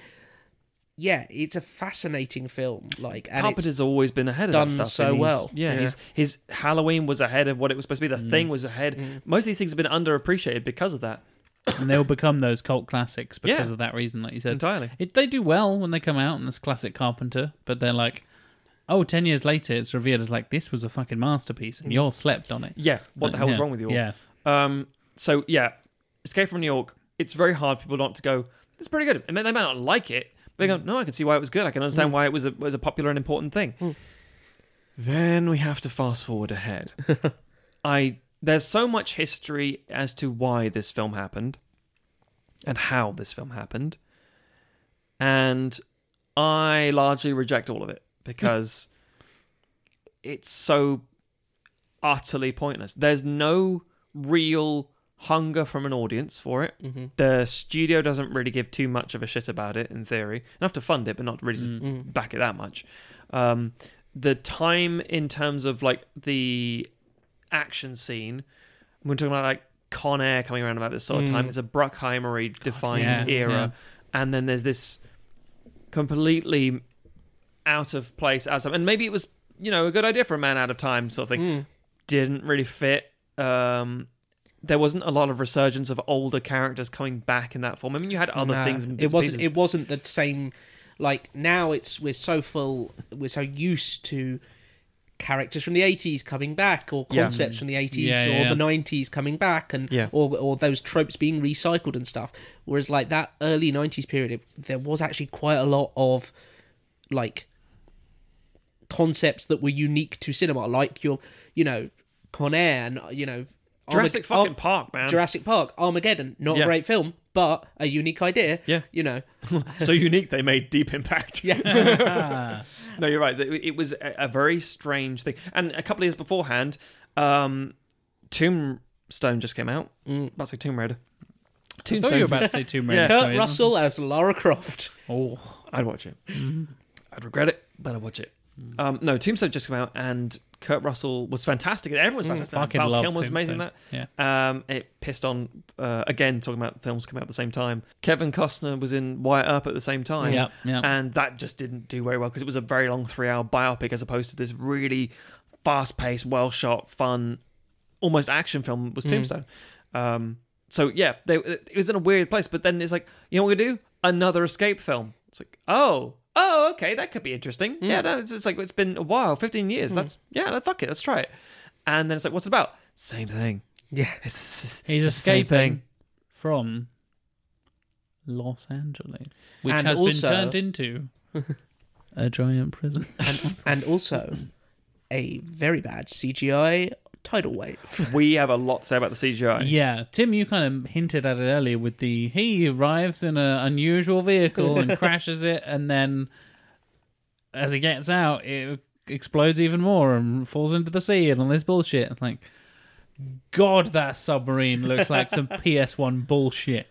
S2: yeah it's a fascinating film like and it's-
S3: Carpenter's always been ahead of
S2: done
S3: that stuff.
S2: so
S3: and he's-
S2: well.
S3: Yeah,
S2: Yeah. Mm.
S3: His, his Halloween was ahead of what it was supposed to be. The Thing was ahead. Most of these things have been underappreciated because of that
S1: and they'll become those cult classics because
S3: Yeah.
S1: of that reason, like you said.
S3: entirely.
S1: It, they do well when they come out and it's classic Carpenter, but they're like, oh, 10 years later, it's revealed as like, this was a fucking masterpiece and you all slept on it.
S3: Yeah, what the hell
S1: yeah.
S3: was wrong with you all?
S1: Yeah.
S3: Um, so yeah, Escape from New York. It's very hard for people not to go. That's pretty good. I mean, they might not like it. But they go, no, I can see why it was good. I can understand why it was a was a popular and important thing. Then we have to fast forward ahead. I there's so much history as to why this film happened and how this film happened, and I largely reject all of it because it's so utterly pointless. There's no real hunger from an audience for it.
S1: Mm-hmm.
S3: The studio doesn't really give too much of a shit about it in theory. Enough to fund it, but not really to
S1: Mm-hmm.
S3: back it that much. Um, the time in terms of like the action scene, we're talking about like Con Air coming around about this sort of time. It's a Bruckheimery defined
S1: Mm. yeah,
S3: era, and then there's this completely out of place, out of time. And maybe it was, you know, a good idea for a man out of time sort of thing.
S2: Hmm.
S3: Didn't really fit. Um, there wasn't a lot of resurgence of older characters coming back in that form. I mean, you had other
S2: Nah,
S3: things. and bits
S2: It
S3: and
S2: wasn't.
S3: pieces.
S2: It wasn't the same. Like now, it's we're so full. We're so used to characters from the 80s coming back or
S3: Yeah.
S2: concepts from the 80s
S1: Yeah, yeah,
S2: or
S1: yeah.
S2: the 90s coming back and
S3: Yeah.
S2: or or those tropes being recycled and stuff whereas like that early 90s period it, there was actually quite a lot of like concepts that were unique to cinema, like your, you know, Con Air, and, you know,
S3: Jurassic
S2: Armag-
S3: fucking
S2: Ar-
S3: Park, man.
S2: Jurassic Park, Armageddon, not
S3: Yeah.
S2: a great film, but a unique idea.
S3: Yeah.
S2: you know,
S3: so unique they made deep impact.
S2: yeah,
S1: Ah.
S3: No, you're right. It it was a a very strange thing. And a couple of years beforehand, um, Tombstone just came out.
S2: Hmm.
S3: Mm. About to say Tomb Raider.
S1: I thought
S3: Tombstone.
S1: you were about to say Tomb Raider.
S3: Yeah.
S1: sorry,
S2: Kurt
S1: isn't it?
S2: Russell as Lara Croft.
S1: Oh,
S3: I'd watch it. Mm-hmm. I'd regret it, but I'd watch it. Um, no, Tombstone just came out, and Kurt Russell was fantastic. Everyone's fantastic.
S1: fucking
S3: Val
S1: love
S3: Kilmer was amazing. in
S1: Tombstone.
S3: That
S1: yeah.
S3: um, it pissed on uh, again talking about films coming out at the same time. Kevin Costner was in Wyatt Up at the same time,
S1: Yep, yep.
S3: and that just didn't do very well because it was a very long three-hour biopic as opposed to this really fast-paced, well-shot, fun, almost action film was Tombstone. Um, so yeah, they, it was in a weird place. But then it's like, you know what we are gonna do? Another escape film. It's like, oh. Oh, okay, that could be interesting. Yeah, no, it's, it's like it's been a while, fifteen years. That's yeah, no, fuck it, let's try it. And then it's like, what's it about? Same thing.
S2: Yeah,
S3: It's,
S1: He's
S3: the same
S1: escaping from Los Angeles, which
S2: And
S1: has
S2: also-
S1: been turned into a giant prison.
S2: and, and also a very bad CGI tidal wave.
S3: thing. We have a lot to say about the CGI.
S1: yeah, Tim, you kind of hinted at it earlier with the he arrives in an unusual vehicle and crashes it, and then as he gets out, it explodes even more and falls into the sea and all this bullshit. Like, God, that submarine looks like some PS1 bullshit.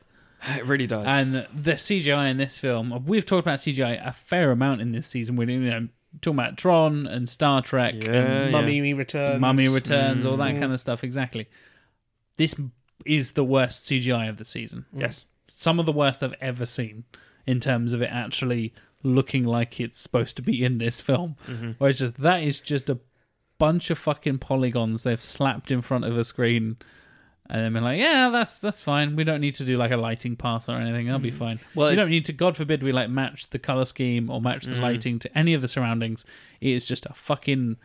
S3: It really does.
S1: And the CGI in this film, we've talked about CGI a fair amount in this season. We're you know, talking about Tron and Star Trek
S3: yeah, yeah.
S2: Mummy returns.
S1: and Mummy Returns, all that kind of stuff. Exactly. This is the worst CGI of the season.
S3: Yes.
S1: Some of the worst I've ever seen in terms of it actually looking like it's supposed to be in this film.
S3: Mm-hmm.
S1: Whereas just that is just a bunch of fucking polygons they've slapped in front of a screen. And then been like, yeah, that's that's fine. We don't need to do like a lighting pass or anything. That'll be fine.
S3: Mm. Well,
S1: Well, we
S3: it's- Mm.
S1: don't need to. God forbid we like match the color scheme or match the lighting to any of the surroundings. It is just a fucking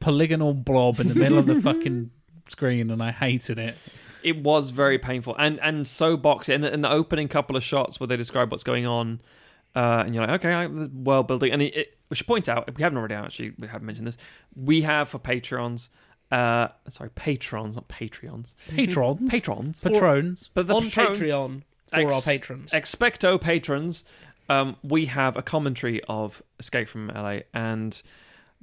S1: polygonal blob in the middle of the fucking screen, and I hated it.
S3: It was very painful and and so boxy. And the, and the opening couple of shots where they describe what's going on, uh, and you're like, okay, I, this world building. And it, it, we should point out if we haven't already actually we haven't mentioned this. We have for patrons, uh, sorry, patrons, not patreons,
S1: Patrons,
S3: patrons,
S1: patrons.
S3: but
S2: on
S3: patrons-
S2: Patreon for
S3: Ex-
S2: our patrons.
S3: Expecto patrons, um, we have a commentary of Escape from LA and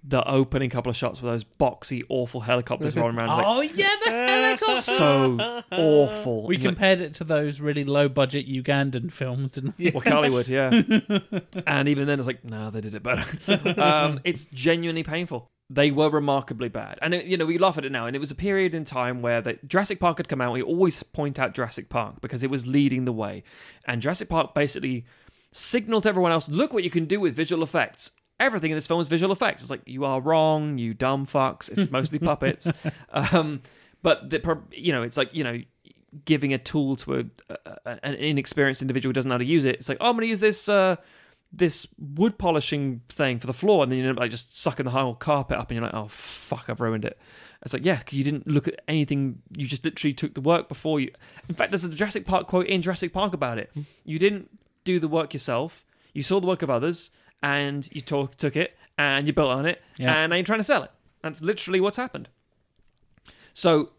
S3: the opening couple of shots with those boxy, awful helicopters rolling around. Like,
S1: Oh yeah, the helicopter.
S3: so awful.
S1: We
S3: And you're like,
S1: compared it to those really low budget Ugandan films, didn't we?
S3: well, Hollywood, yeah. and even then, it's like, nah, they did it better. um, it's genuinely painful. They were remarkably bad, and it, you know we laugh at it now. And it was a period in time where the Jurassic Park had come out. We always point out Jurassic Park because it was leading the way, and Jurassic Park basically signaled to everyone else, "Look what you can do with visual effects." Everything in this film is visual effects. It's like you are wrong, you dumb fucks. It's mostly puppets, um, but the pro- you know it's like you know giving a tool to a, a, an inexperienced individual who doesn't know how to use it. It's like, oh, I'm going to use this uh, this wood polishing thing for the floor, and then you end up like just sucking the whole carpet up, and you're like, oh fuck, I've ruined it. It's like, yeah, 'cause you didn't look at anything. You just literally took the work before you. In fact, there's a Jurassic Park quote in Jurassic Park about it. You didn't do the work yourself. You saw the work of others, and you talk, took it, and you built on it,
S1: Yeah.
S3: and now you're trying to sell it. That's literally what's happened. So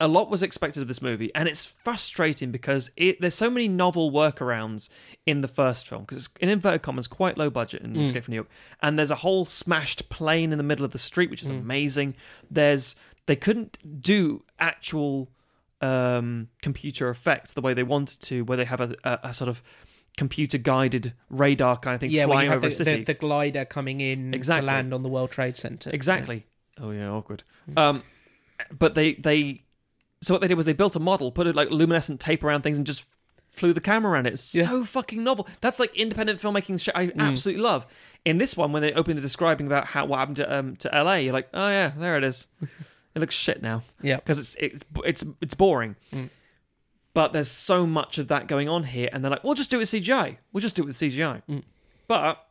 S3: a lot was expected of this movie, and it's frustrating because it, there's so many novel workarounds in the first film because it's in inverted commas quite low budget
S2: Mm.
S3: in Escape from New York, and there's a whole smashed plane in the middle of the street, which is
S2: Mm.
S3: amazing. There's they couldn't do actual um, computer effects the way they wanted to, where they have a, a, a sort of computer guided radar kind of thing
S2: yeah, when
S3: flying
S2: you have
S3: over
S2: the,
S3: a city.
S2: the, the glider coming in
S3: Exactly.
S2: to land on the World Trade Center.
S3: Exactly. Oh yeah, awkward.
S2: Mm.
S3: Um, but they they so what they did was they built a model, put it like luminescent tape around things, and just flew the camera around it. It's
S2: Yeah. Mm.
S3: so fucking novel. That's like independent filmmaking shit I absolutely love. In this one, when they opened the describing about how what happened to um to LA, you're like, oh yeah, there it is. It looks shit now
S2: Yeah. Mm.
S3: because it's it's it's it's boring. But there's so much of that going on here, and they're like, "We'll just do it with CGI. We'll just do it with CGI."
S2: Mm.
S3: But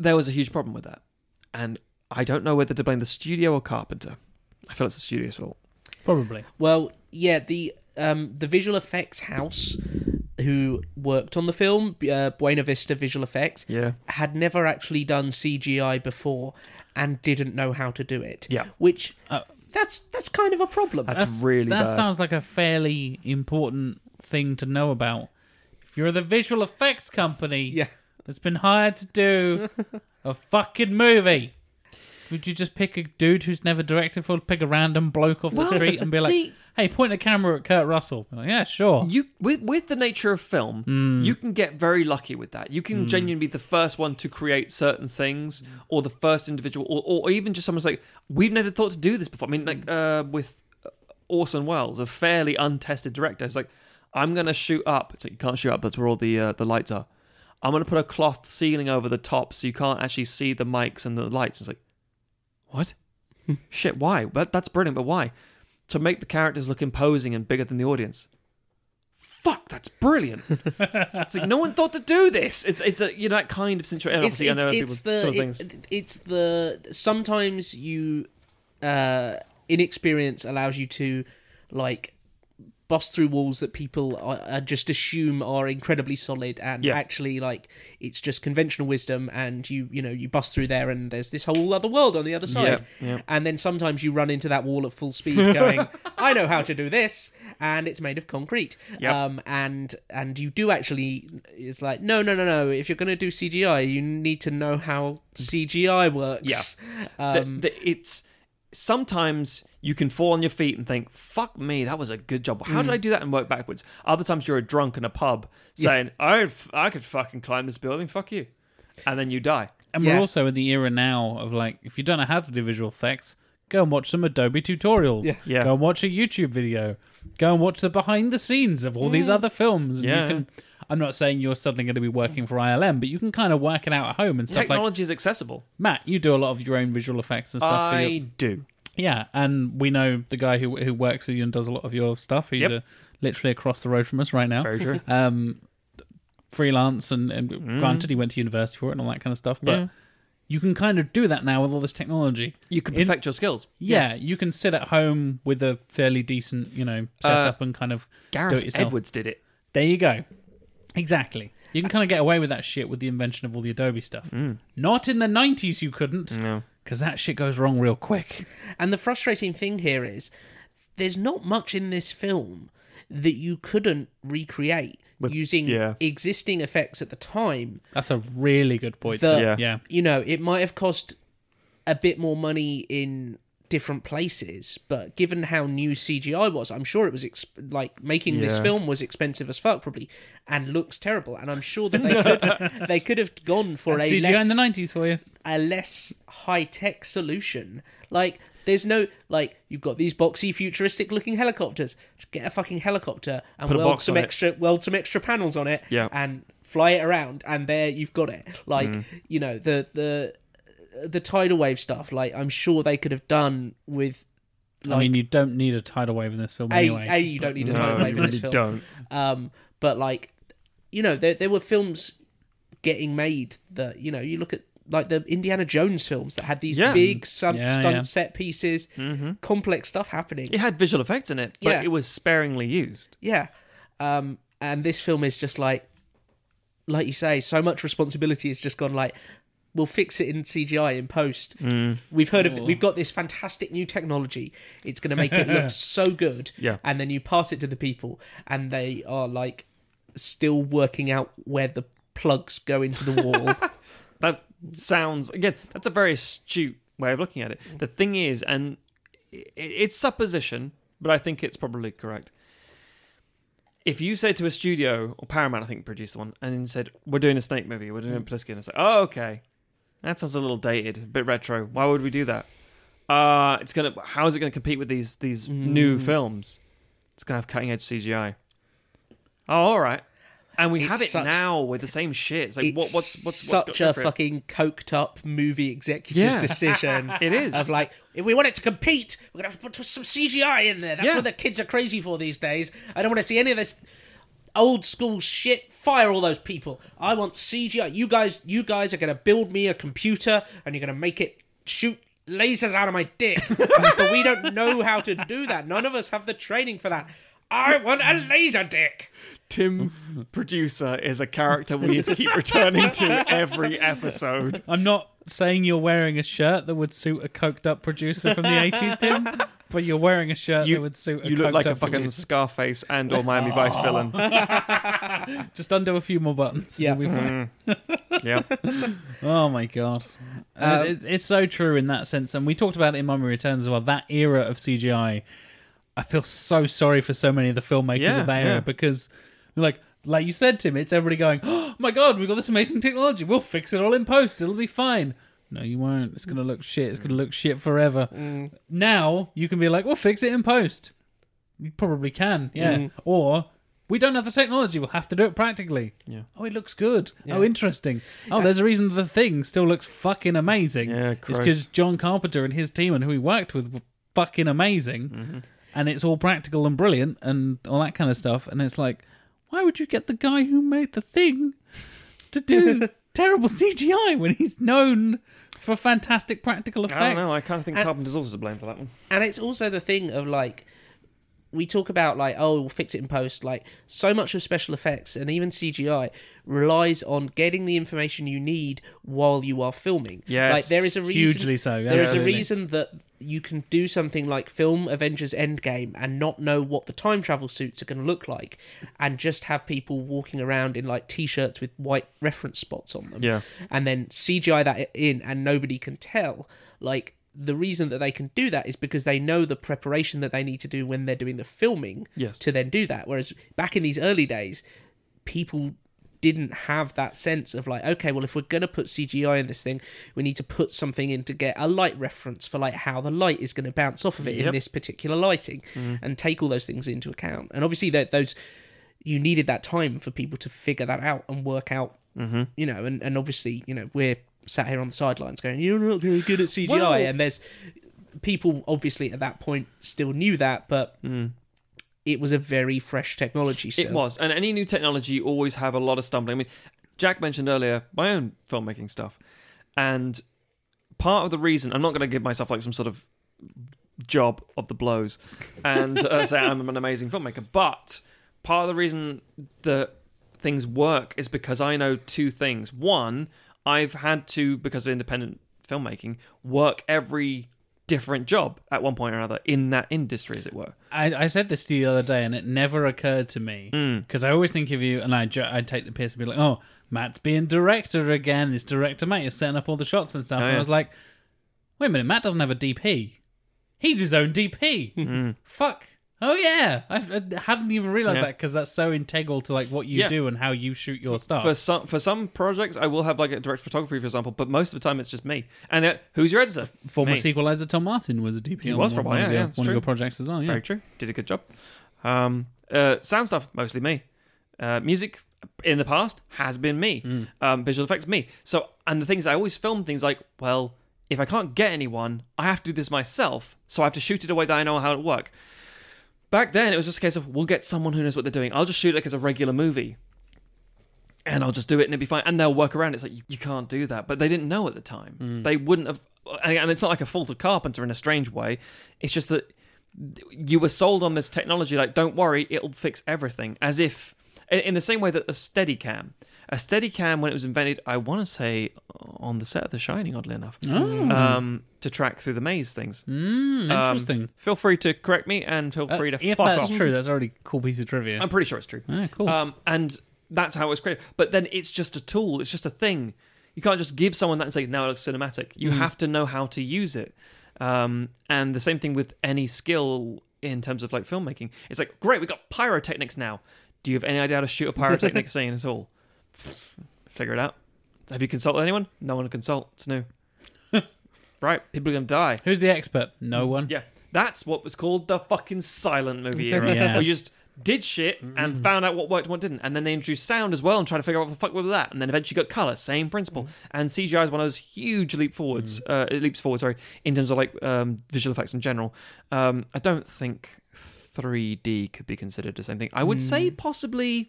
S3: there was a huge problem with that, and I don't know whether to blame the studio or Carpenter. I feel it's the studio's fault.
S1: Probably.
S2: Well, yeah, the um the visual effects house who worked on the film, uh, Buena Vista Visual Effects,
S3: Yeah.
S2: had never actually done CGI before and didn't know how to do it.
S3: Yeah.
S2: Which
S1: Uh,
S2: that's that's kind of a problem. Uh,
S3: That's, really
S1: that
S3: bad.
S1: sounds like a fairly important thing to know about. If you're the visual effects company
S2: yeah.
S1: that's been hired to do a fucking movie, would you just pick a dude who's never directed or pick a random bloke off the street and be like,
S3: see-
S1: hey, point a camera at Kurt Russell? Like, yeah, sure.
S3: you with with the nature of film,
S1: Hmm.
S3: you can get very lucky with that. You can genuinely be the first one to create certain things, or the first individual, or, or even just someone's like, we've never thought to do this before. I mean,
S1: Hmm.
S3: like uh, with Orson Welles, a fairly untested director, it's like, I'm gonna shoot up. It's like you can't shoot up. That's where all the uh, the lights are. I'm gonna put a cloth ceiling over the top so you can't actually see the mics and the lights. It's like, what? Shit, why? But that's brilliant. But why? To make the characters look imposing and bigger than the audience fuck, that's brilliant. it's like no one thought to do this. It's it's a you know that kind of situation.
S2: It's,
S3: Obviously,
S2: it's,
S3: I know
S2: it's
S3: people sort
S2: the
S3: of things.
S2: it, it's the sometimes you uh inexperience allows you to like bust through walls that people are, are just assume are incredibly solid and
S3: Yeah.
S2: actually like it's just conventional wisdom and you you know you bust through there and there's this whole other world on the other side
S3: yeah.
S2: and then sometimes you run into that wall at full speed going i know how to do this and it's made of concrete
S3: Yep.
S2: um and and you do actually it's like no no no no if you're going to do cgi you need to know how cgi works yeah
S3: The-
S2: um,
S3: the- it's sometimes you can fall on your feet and think, "Fuck me, that was a good job. How
S2: Mm.
S3: did I do that?" and work backwards. Other times you're a drunk in a pub saying, "I f- I could fucking climb this building. Fuck you," and then you die.
S1: And
S2: Yeah.
S1: we're also in the era now of like, if you don't know how to do visual effects, go and watch some Adobe tutorials.
S2: Yeah.
S3: Yeah.
S1: Go and watch a YouTube video. Go and watch the behind the scenes of all these other films. And
S3: Yeah.
S1: you can, I'm not saying you're suddenly going to be working for ILM, but you can kind of work it out at home and stuff like
S3: Technology is accessible.
S1: Matt, you do a lot of your own visual effects and stuff. for your,
S3: I do.
S1: yeah, and we know the guy who who works with you and does a lot of your stuff. He's
S3: Yep.
S1: uh, literally across the road from us right now.
S3: Very true.
S1: Um, freelance and, and
S2: Mm.
S1: granted, he went to university for it and all that kind of stuff. But
S3: Yeah.
S1: you can kind of do that now with all this technology.
S3: You can
S1: In-
S3: perfect your skills.
S1: Yeah, you can sit at home with a fairly decent, you know, setup
S2: Uh,
S1: and kind of do it
S3: Gareth
S1: yourself.
S3: Edwards did it.
S1: There you go. Exactly. You can kind of get away with that shit with the invention of all the Adobe stuff.
S2: Mm.
S1: Not in the 90s, you couldn't. Because that shit goes wrong real quick.
S2: and the frustrating thing here is there's not much in this film that you couldn't recreate using
S3: yeah.
S2: existing effects at the time
S1: That's a really good point.
S2: The-
S1: yeah.
S3: Yeah.
S2: you know, it might have cost a bit more money in different places, but given how new CGI was, I'm sure it was exp- like making this
S3: Yeah.
S2: film was expensive as fuck, probably, and looks terrible. And I'm sure that they could they could have gone for a
S1: CGI in
S2: less
S1: the 90s for you.
S2: a less high tech solution. Like there's no like you've got these boxy futuristic looking helicopters. Just get a fucking helicopter and
S3: Put a
S2: weld
S3: box
S2: some
S3: on it.
S2: extra weld some extra panels on it
S3: Yeah.
S2: and fly it around and there you've got it. Like you know the the the tidal wave stuff like I'm sure they could have done with
S1: I
S2: Like-
S1: mean, you don't need a tidal wave in this film
S2: A-
S1: anyway.
S2: A, you don't need a
S1: No,
S2: tidal
S1: you
S2: wave in this
S3: really
S2: film.
S3: don't.
S2: Um, but like, you know, there there were films getting made that you know you look at like the Indiana Jones films that had these
S3: Yeah.
S2: big stunt,
S1: Yeah,
S2: stunt
S1: yeah.
S2: set pieces, complex stuff happening.
S3: It had visual effects in it, but
S2: Yeah.
S3: it was sparingly used.
S2: Yeah. Um, and this film is just like, like you say, so much responsibility has just gone like, we'll fix it in CGI in post. We've heard of it. We've got this fantastic new technology. It's going to make it look so good.
S3: Yeah.
S2: And then you pass it to the people, and they are like, still working out where the plugs go into the wall.
S3: That sounds again. That's a very astute way of looking at it. The thing is, and i- it's supposition, but I think it's probably correct. If you say to a studio or Paramount, I think produced the one, and then said, "We're doing a Snake movie. We're doing
S2: Hmm.
S3: a Plissken," and I say, "Oh, okay, that sounds a little dated, a bit retro. Why would we do that? Uh, it's gonna. How is it gonna compete with these these new
S2: Hmm.
S3: films? It's gonna have cutting edge CGI. Oh, all right." And we
S2: It's
S3: have it
S2: such-
S3: now with the same shit. It's like
S2: it's
S3: what, what's what's what's
S2: such
S3: got
S2: a
S3: different?
S2: fucking coked up movie executive
S3: Yeah.
S2: decision.
S3: It is.
S2: of like, if we want it to compete, we're gonna have to put some CGI in there. That's
S3: Yeah.
S2: what the kids are crazy for these days. I don't want to see any of this old school shit. Fire all those people. I want CGI. You guys, you guys are gonna build me a computer and you're gonna make it shoot lasers out of my dick. but we don't know how to do that. None of us have the training for that. I want a laser dick.
S3: Tim Producer is a character we just keep returning to every episode.
S1: I'm not saying you're wearing a shirt that would suit a coked up producer from the 80s, Tim, but you're wearing a shirt that
S3: You,
S1: would suit a
S3: you
S1: coked
S3: look like
S1: up
S3: a fucking
S1: producer.
S3: Scarface and or Miami Vice villain.
S1: Just undo a few more buttons.
S2: Yeah.
S1: and
S3: Mm-hmm.
S1: we'll be fine.
S3: Yeah.
S1: Oh my god, Uh,
S3: Um,
S1: it- it's so true in that sense, and we talked about it in Mummy Returns as well. That era of CGI, I feel so sorry for so many of the filmmakers
S3: Yeah,
S1: of that era
S3: yeah.
S1: because, like, like you said, Tim, it's everybody going, "Oh my god, we've got this amazing technology. We'll fix it all in post. It'll be fine." No, you won't. It's gonna look shit. It's gonna look shit forever.
S3: Mm.
S1: Now you can be like, "We'll fix it in post." You probably can, yeah.
S3: Mm.
S1: Or we don't have the technology. We'll have to do it practically. Yeah. Oh, it looks good. Oh, interesting. Oh, there's a reason the thing still looks fucking amazing.
S3: Uh, Yeah,
S1: it's
S3: Christ.
S1: because John Carpenter and his team and who he worked with were fucking amazing,
S3: Mm-hmm.
S1: and it's all practical and brilliant and all that kind of stuff. And it's like, why would you get the guy who made the thing to do terrible CGI when he's known for fantastic practical effects?
S3: I don't know. I kind of think
S2: And-
S3: Carpenter's also to blame for that one.
S2: And it's also the thing of like we talk about like oh we'll fix it in post like so much of special effects and even CGI relies on getting the information you need while you are filming.
S3: Yes,
S2: like there is a reason
S1: Hugely so.
S2: There is a
S1: absolutely.
S2: reason that you can do something like film Avengers Endgame and not know what the time travel suits are going to look like and just have people walking around in like t shirts with white reference spots on them.
S3: Yeah.
S2: And then CGI that in and nobody can tell. Like, the reason that they can do that is because they know the preparation that they need to do when they're doing the filming
S3: Yes.
S2: to then do that. Whereas back in these early days, people didn't have that sense of like, okay, well, if we're going to put CGI in this thing, we need to put something in to get a light reference for like how the light is going to bounce off of it in
S3: Yep. Mm.
S2: this particular lighting and take all those things into account. And obviously, that those you needed that time for people to figure that out and work out,
S3: Mm-hmm.
S2: you know, and, and obviously, you know, we're sat here on the sidelines going, you're not very good at CGI.
S3: Well-
S2: and there's people obviously at that point still knew that, but it was a very fresh technology still.
S3: Mm. It was, and any new technology you always have a lot of stumbling. I mean, Jack mentioned earlier my own filmmaking stuff, and part of the reason I'm not going to give myself like some sort of job of the blows and uh, say I'm an amazing filmmaker, but part of the reason that things work is because I know two things. One, I've had to because of independent filmmaking work every different job at one point or another in that industry, as it were.
S1: I, I said this to you the other day, and it never occurred to me
S3: Hmm.
S1: because I always think of you, and I jo- I take the piss and be like, "Oh, Matt's being director again. This director Matt is setting up all the shots and stuff." and I
S3: Oh, yeah.
S1: was like, "Wait a minute, Matt doesn't have a DP. He's his own DP. Fuck. Oh yeah, I, I hadn't even realized
S3: Hmm. Yeah.
S1: that 'cause that because that's so integral to like what you
S3: Yeah.
S1: do and how you shoot your stuff."
S3: for some for some projects I will have like a direct photography for example but most of the time it's just me and uh, who's your editor
S1: Former
S3: Me.
S1: sequelizer Tom Martin was a DP. on one,
S3: was for a while,
S1: one of
S3: yeah,
S1: your,
S3: yeah, it's
S1: one of
S3: true.
S1: your projects as well. Yeah,
S3: very true did a good job um uh sound stuff mostly me uh music in the past has been me um visual effects me so and the things I always film things like well if I can't get anyone I have to do this myself so I have to shoot it a way that I know how to work back then it was just a case of we'll get someone who knows what they're doing I'll just shoot it like it's a regular movie and I'll just do it and it'll be fine. And they'll work around. it. It's like, you, you can't do that. But they didn't know at the time. They wouldn't have. And and it's not like a fault of Carpenter in a strange way. It's just that you were sold on this technology. Like, don't worry, it'll fix everything. As if, in- in the same way that a Steadicam, a Steadicam when it was invented, I want to say on the set of The Shining, oddly enough, um, to track through the maze things.
S1: Oh. Mm,
S3: Um,
S1: interesting.
S3: Feel free to correct me and feel
S1: Uh,
S3: free to
S1: if
S3: fuck
S1: that's
S3: off.
S1: true, that's already a cool piece of trivia.
S3: I'm pretty sure it's true.
S1: Ah, cool.
S3: Um, and that's how it was created. But then it's just a tool. It's just a thing. You can't just give someone that and say, "Now it looks cinematic." You have to know how to use it. Um, and the same thing with any skill in terms of like filmmaking. It's like, great, we got pyrotechnics now. Do you have any idea how to shoot a pyrotechnic scene at all? Figure it out. Have you consulted anyone? No one to consult. It's new. right, people are gonna die.
S1: Who's the expert? No one.
S3: Yeah, that's what was called the fucking silent movie era,
S1: Yeah. Mm-hmm.
S3: where you just did shit and found out what worked and what didn't, and then they introduced sound as well and tried to figure out what the fuck was that, and then eventually got color, same principle.
S1: Mm-hmm.
S3: And CGI is one of those huge leap forwards, uh, it leaps forward, sorry, in terms of like um, visual effects in general. Um, I don't think 3D could be considered the same thing. I would say
S1: Mm.
S3: possibly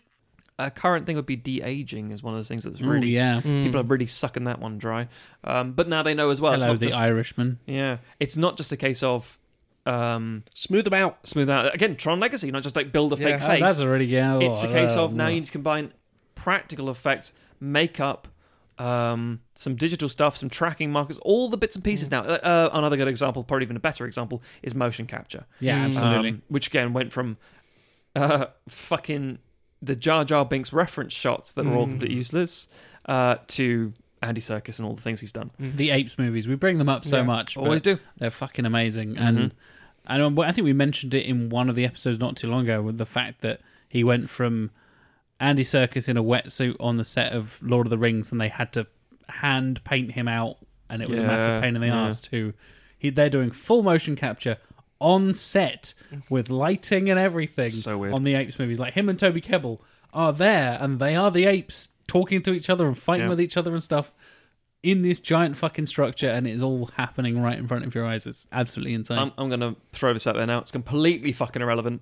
S3: a current thing would be de aging is one of those things that's
S1: Ooh,
S3: really
S1: yeah. Mm.
S3: people are really sucking that one dry. Um, but now they know as well. it's
S1: Hello,
S3: not
S1: the
S3: just-
S1: Irishman.
S3: yeah, it's not just a case of um,
S2: Smooth them out.
S3: smooth out again Tron Legacy, not just like build a
S2: Yeah.
S3: fake
S1: Oh,
S3: face.
S1: that's already yeah. oh,
S3: it's a case
S1: uh,
S3: of now you need to combine practical effects, makeup, um, some digital stuff, some tracking markers, all the bits and
S1: Mm.
S3: pieces. Now, uh, uh, another good example, probably even a better example, is motion capture.
S1: Yeah,
S2: Mm.
S1: absolutely.
S3: Um, which again went from uh, fucking the Jar Jar Binks reference shots that were all completely
S1: Mm.
S3: useless uh, to Andy Circus and all the things he's done.
S1: the Apes movies, we bring them up so
S2: Yeah.
S1: much. but
S3: Always do. Mm-hmm.
S1: They're fucking amazing. And and um, I think we mentioned it in one of the episodes not too long ago with the fact that he went from Andy Circus in a wetsuit on the set of Lord of the Rings, and they had to hand paint him out, and it was a
S3: Yeah,
S1: massive pain in the
S3: yeah.
S1: ass. To he, they're doing full motion capture on set with lighting and everything
S3: So weird.
S1: on the Apes movies. Like him and Toby Kebbell are there, and they are the apes talking to each other and fighting
S3: Yeah.
S1: with each other and stuff in this giant fucking structure and it's all happening right in front of your eyes. It's absolutely insane.
S3: I'm, I'm going to throw this out there now. It's completely fucking irrelevant.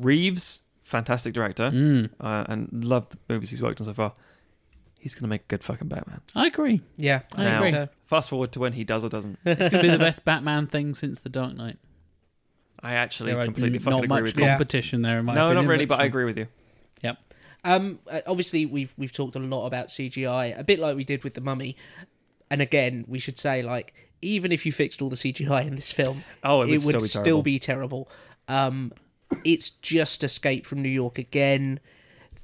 S3: Reeves, fantastic director,
S2: Mm.
S1: Hmm.
S3: uh, and love the movies he's worked on so far. He's going to make a good fucking Batman.
S1: I agree.
S2: Yeah, I
S1: Now.
S2: agree. So,
S3: Fast forward to when he does or doesn't.
S1: It's going to be the best Batman thing since The Dark Knight.
S3: I actually
S1: There are
S3: completely
S1: n- not
S3: fucking agree
S1: much
S3: with
S2: com-
S3: you.
S2: Yeah.
S1: competition there in my
S3: No,
S1: opinion.
S3: not really, but I agree with you.
S2: um, uh, obviously we've we've talked a lot about CGI, a bit like we did with the Mummy. And again, we should say like even if you fixed all the CGI in this film,
S3: Oh, it
S2: it
S3: would,
S2: would
S3: still be
S2: still
S3: terrible.
S2: be terrible. Um, it's just Escape from New York again.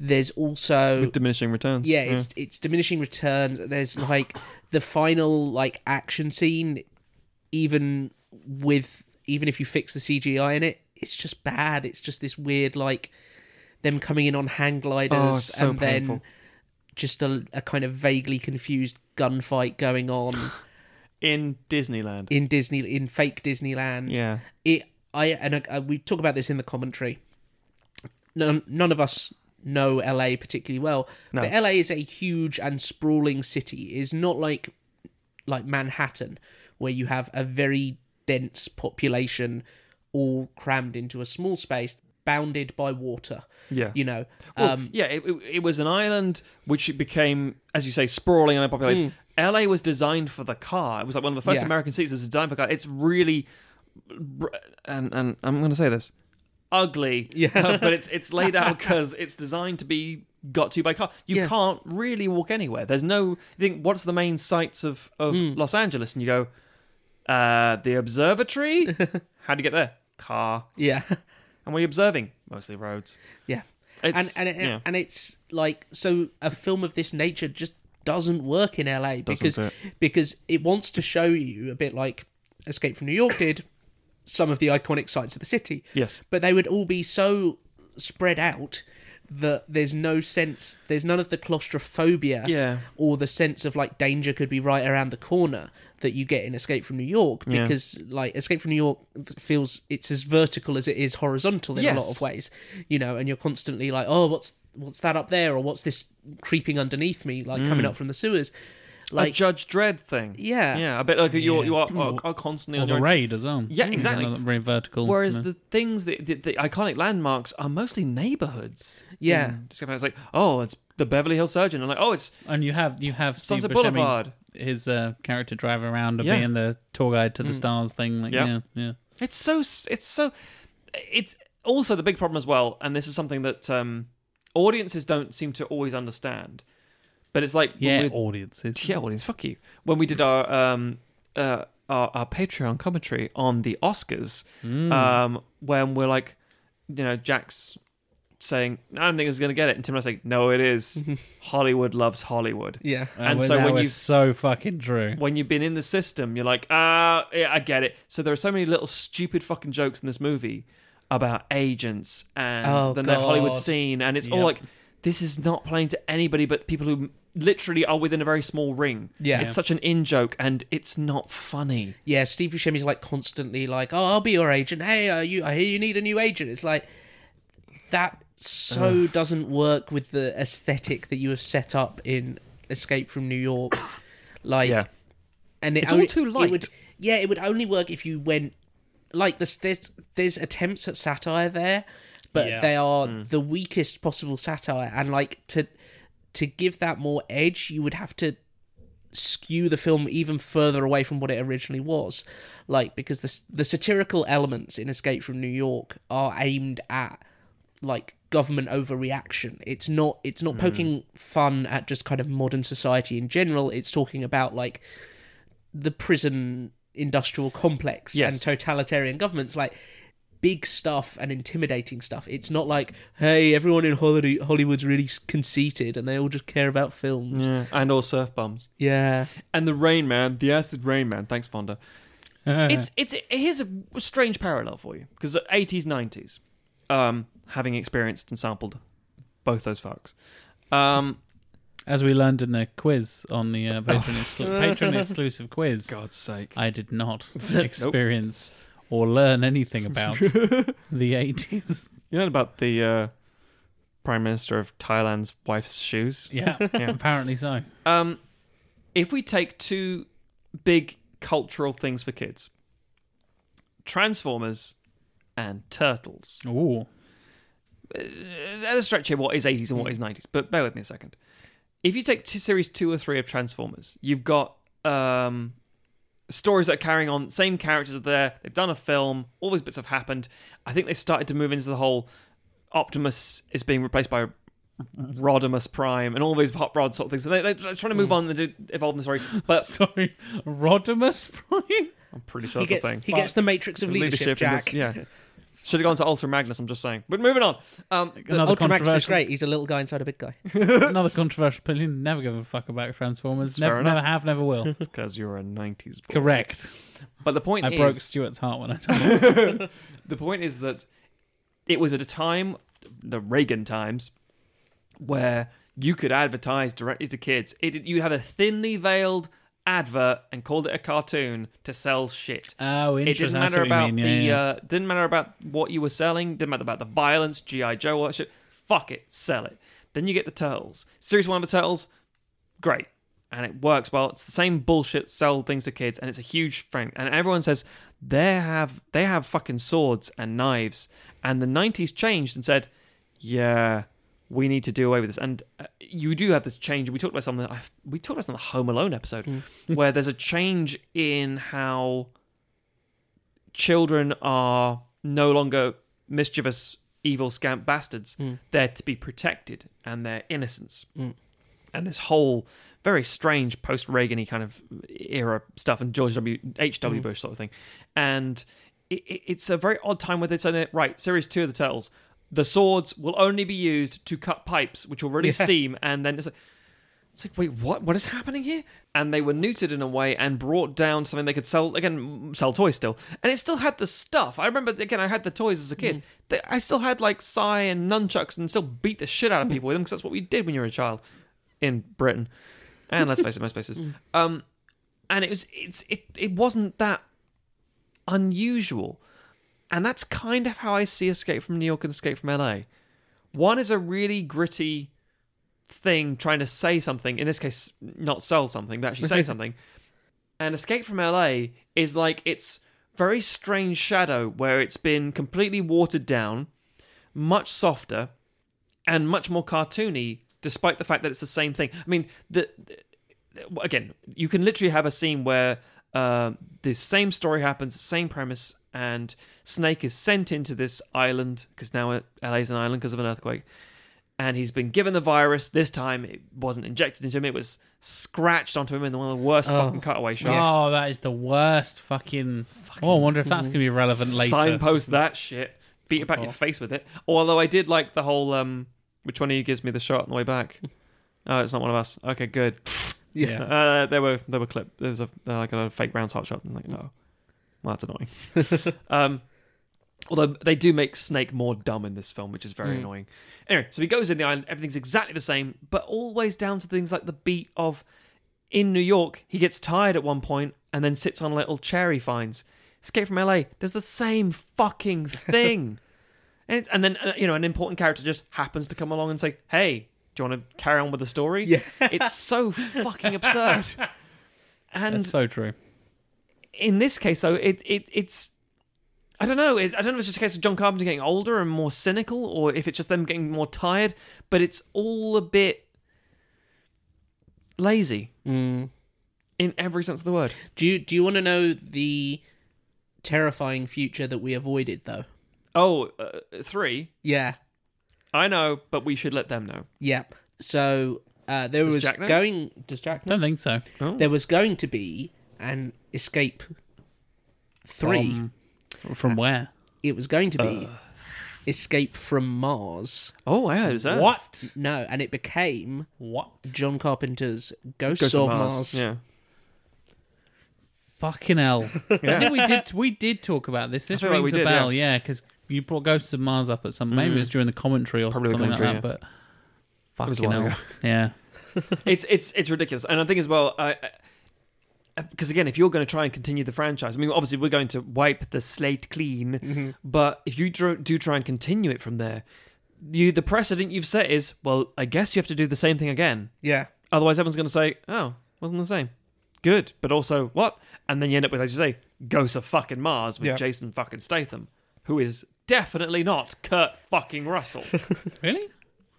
S2: There's also
S3: with diminishing returns.
S2: yeah, it's it's diminishing returns. There's like the final like action scene, even with even if you fix the CGI in it, it's just bad. It's just this weird like them coming in on hang gliders
S3: Oh, it's so
S2: and
S3: painful.
S2: then just a, a kind of vaguely confused gunfight going on
S3: in Disneyland.
S2: in Disney in fake Disneyland
S3: yeah.
S2: it i and uh, we talk about this in the commentary none, none of us know la particularly well
S3: No.
S2: but la is a huge and sprawling city it's not like like manhattan where you have a very dense population all crammed into a small space bounded by water
S3: Yeah.
S2: you know
S3: Well,
S2: um
S3: Oh, yeah, it, it, it was an island which it became, as you say, sprawling and unpopulated. LA was designed for the car. It was like one of the first
S2: Mm. Yeah.
S3: American cities that was designed for car. It's really, br- and and I'm going to say this, ugly. um,
S2: Yeah.
S3: but it's it's laid out because it's designed to be got to by car. You
S2: Yeah.
S3: can't really walk anywhere. There's no. You think what's the main sites of of
S2: Mm.
S3: Los Angeles, and you go, uh, the observatory. How do you get there? Car.
S2: yeah
S3: And what are you observing? Mostly roads.
S2: yeah
S3: It's-
S2: and and, it,
S3: yeah.
S2: and it's like so a film of this nature just doesn't work in LA because
S3: do it.
S2: because it wants to show you a bit like Escape from New York did some of the iconic sites of the city.
S3: Yes.
S2: But they would all be so spread out that there's no sense there's none of the claustrophobia
S3: Yeah.
S2: or the sense of like danger could be right around the corner that you get in Escape from New York
S3: Yeah.
S2: because like Escape from New York feels it's as vertical as it is horizontal in a lot
S3: Yes.
S2: of ways you know and you're constantly like oh what's what's that up there or what's this creeping underneath me like coming up from the sewers
S3: Mm. a
S2: like
S3: Judge Dredd thing.
S2: Yeah.
S3: yeah. I bet like you're, you are, are, are constantly
S1: Or
S3: on
S1: the
S3: your.
S1: raid as well. Mm,
S3: Yeah, exactly.
S1: Another Very vertical. you
S3: Whereas
S1: know.
S3: the things that the, the iconic landmarks are mostly neighborhoods.
S2: Yeah.
S3: in Discovery Island. it's like oh, it's the Beverly Hills Surgeon, and like oh, it's
S1: and you have you have Steve
S3: Sunset
S1: Buscemi,
S3: Boulevard.
S1: his uh, character driving around and
S3: Yeah. Mm.
S1: being the tour guide to the stars thing. Like,
S3: Yeah.
S1: yeah, yeah.
S3: It's so it's so it's also the big problem as well, and this is something that um, audiences don't seem to always understand. But it's like when
S1: Yeah,
S3: we're-
S1: audiences. Uh,
S3: yeah, audience, fuck you. When we did our um uh our, our Patreon commentary on the Oscars, um, when we're like, you know, Jack's saying, I don't think it's gonna get it, and Tim and I say, No, it is. Hollywood loves Hollywood.
S2: yeah
S3: And
S1: Well,
S3: so
S1: Uh, that
S3: when
S1: was
S3: you
S1: so fucking true.
S3: when you've been in the system, you're like, ah, yeah, I get it. So there are so many little stupid fucking jokes in this movie about agents and
S2: Oh,
S3: the no- Hollywood
S2: God.
S3: scene, and it's all
S1: Yep.
S3: like, this is not playing to anybody but people who literally are within a very small ring.
S2: Yeah.
S3: it's such an in joke, and it's not funny.
S2: yeah Steve Buscemi's like constantly like oh I'll be your agent hey uh, you I hear you need a new agent it's like that so doesn't work with the aesthetic that you have set up in Escape from New York like
S3: Yeah.
S2: and it
S3: It's all
S2: only-
S3: too
S2: It would,
S3: light.
S2: yeah, it would only work if you went like this. There's there's attempts at satire there, but
S1: Yeah.
S2: they are
S3: Hmm.
S2: the weakest possible satire. And like to to give that more edge, you would have to skew the film even further away from what it originally was like because the the satirical elements in Escape from New York are aimed at like government overreaction it's not it's
S3: Hmm.
S2: not poking fun at just kind of modern society in general it's talking about like the prison industrial complex
S3: Yes.
S2: and totalitarian governments like big stuff and intimidating stuff it's not like hey everyone in Hollywood Hollywood's really conceited and they all just care about films
S3: Yeah. And all surf bums.
S2: yeah.
S3: And the Rain Man, the acid Rain Man. Thanks, Fonda. it's it's here's a strange parallel for you because eighties nineties, um, having experienced and sampled both those fucks, um,
S1: As we learned in the quiz on the
S3: Oh.
S1: uh, patron, exclu- patron exclusive quiz,
S3: God's sake,
S1: I did not experience or learn anything about the 80s.
S3: you know about the uh, prime minister of Thailand's wife's shoes?
S1: Yeah, apparently so.
S3: Um, if we take two big cultural things for kids, Transformers and Turtles.
S1: Ooh.
S3: at a stretch here what is 80s
S2: Hmm.
S3: and what is 90s but bear with me a second if you take two, series two or three of transformers you've got um, stories that are carrying on same characters are there they've done a film all these bits have happened i think they started to move into the whole optimus is being replaced by rodimus prime and all these hot rod sort of things and they, they're trying to
S2: Hmm.
S3: move on and evolve the story but
S1: Sorry, Rodimus Prime?
S3: i'm pretty sure
S2: he
S3: that's
S2: gets,
S3: a thing
S2: he gets the matrix of leadership,
S3: and
S2: Jack.
S3: just- yeah should have gone to ultra magnus i'm just saying but moving on um, but-
S1: Another
S2: Ultra Magnus is
S1: controversial,
S2: great. He's a little guy inside a big guy.
S1: another controversial opinion. Never give a fuck about Transformers.
S3: fair
S1: Never,
S3: enough.
S1: never have, never will.
S3: because you're a 90s boy.
S1: Correct.
S3: But the point
S1: I
S3: is,
S1: broke Stuart's heart when I told him.
S3: the point is that it was at a time, the Reagan times, where you could advertise directly to kids. It you have a thinly veiled advert and called it a cartoon to sell shit.
S1: Oh,
S3: It didn't
S1: interesting. I see
S3: matter
S1: what you
S3: about
S1: mean.
S3: the
S1: Yeah, yeah.
S3: Uh, didn't matter about what you were selling. Didn't matter about the violence, GI Joe, all that shit. Fuck it, sell it. Then you get the turtles. Series one of the turtles, great, and it works well. It's the same bullshit. Sell things to kids, and it's a huge thing. And everyone says they have they have fucking swords and knives. And the '90s changed and said, yeah. We need to do away with this, and uh, you do have this change. We talked about something. I, we talked about this on the Home Alone episode,
S1: Mm.
S3: where there's a change in how children are no longer mischievous, evil, scamp bastards. They're to be protected and their innocence. And this whole very strange post Reagan y kind of era stuff and George W. H.W. Bush sort of thing. And it, it- it's a very odd time where they said, right, series two of the Turtles, the swords will only be used to cut pipes, which will release steam. And then it's like, it's like, wait, what? What is happening here? And they were neutered in a way and brought down something they could sell again, sell toys still, and it still had the stuff. I remember again, I had the toys as a kid. They, I still had like sai and nunchucks and still beat the shit out of people with them because that's what we did when you were a child in Britain, and let's face it, most places. Um, and it was it's it it wasn't that unusual, and that's kind of how I see Escape from New York and Escape from L.A. One is a really gritty thing trying to say something in this case not sell something but actually say something and escape from la is like its very strange shadow where it's been completely watered down much softer and much more cartoony despite the fact that it's the same thing i mean the, the- again you can literally have a scene where uh, the same story happens the same premise and snake is sent into this island because now la is an island because of an earthquake and he's been given the virus. This time it wasn't injected into him, it was scratched onto him in one of the worst fucking cutaway shots.
S1: Oh, that is the worst fucking. oh, I wonder if that's going to be relevant later.
S3: Mm-hmm. Signpost that shit. Beat about your face with it. Although I did like the whole um which one of you gives me the shot on the way back? Oh, it's not one of us. Okay, good.
S1: Yeah.
S3: Uh, there were there were clip. There was a uh, like a fake round hot shot. And like, oh, well, that's annoying. um, although they do make Snake more dumb in this film, which is
S1: Mm.
S3: very annoying. Anyway, so he goes in the island. Everything's exactly the same, but always down to things like the beat of in New York. He gets tired at one point and then sits on a little chair he finds. Escape from L.A. does the same fucking thing. And, it's, and then uh, you know an important character just happens to come along and say, "Hey, do you want to carry on with the story?" Yeah, it's so fucking absurd. And
S1: That's so true.
S3: in this case, though, it, it it's I don't know. It, I don't know if it's just a case of John Carpenter getting older and more cynical, or if it's just them getting more tired. But it's all a bit lazy. in every sense of the word.
S2: Do you do you want to know the terrifying future that we avoided though?
S3: Oh, uh, three.
S2: Yeah.
S3: I know, but we should let them know.
S2: Yeah. So uh, there
S3: Does
S2: was
S3: Jack know?
S2: going does Jack know?
S1: Don't think so.
S2: There was going to be an escape three.
S1: From, from
S3: Uh,
S1: where?
S2: It was going to be Escape from Mars.
S3: Oh, yeah, is that
S1: What?
S2: No, and it became
S1: What?
S2: John Carpenter's Ghosts,
S3: Ghost
S2: of,
S3: of
S2: Mars.
S3: Yeah.
S1: Fucking hell! I think we did. We did talk about this. This
S3: feel like
S1: rings
S3: we
S1: a
S3: did, Mm.
S1: bell, yeah, because you brought Ghosts of Mars up at some. Maybe it was during the commentary or
S3: Probably the
S1: something like
S3: commentary,
S1: that. But
S3: was a
S1: fucking
S3: while
S1: hell, yeah.
S3: it's it's it's ridiculous, and I think as well, because again, if you're going to try and continue the franchise, I mean, obviously we're going to wipe the slate clean,
S2: Mm-hmm.
S3: but if you dro- do try and continue it from there, you the precedent you've set is well, I guess you have to do the same thing again.
S2: Yeah.
S3: Otherwise, everyone's going to say, "Oh, wasn't the same." Good, but also what? And then you end up with, as you say, Ghosts of fucking Mars with
S2: Yeah.
S3: Jason fucking Statham, who is definitely not Kurt fucking Russell.
S1: Really?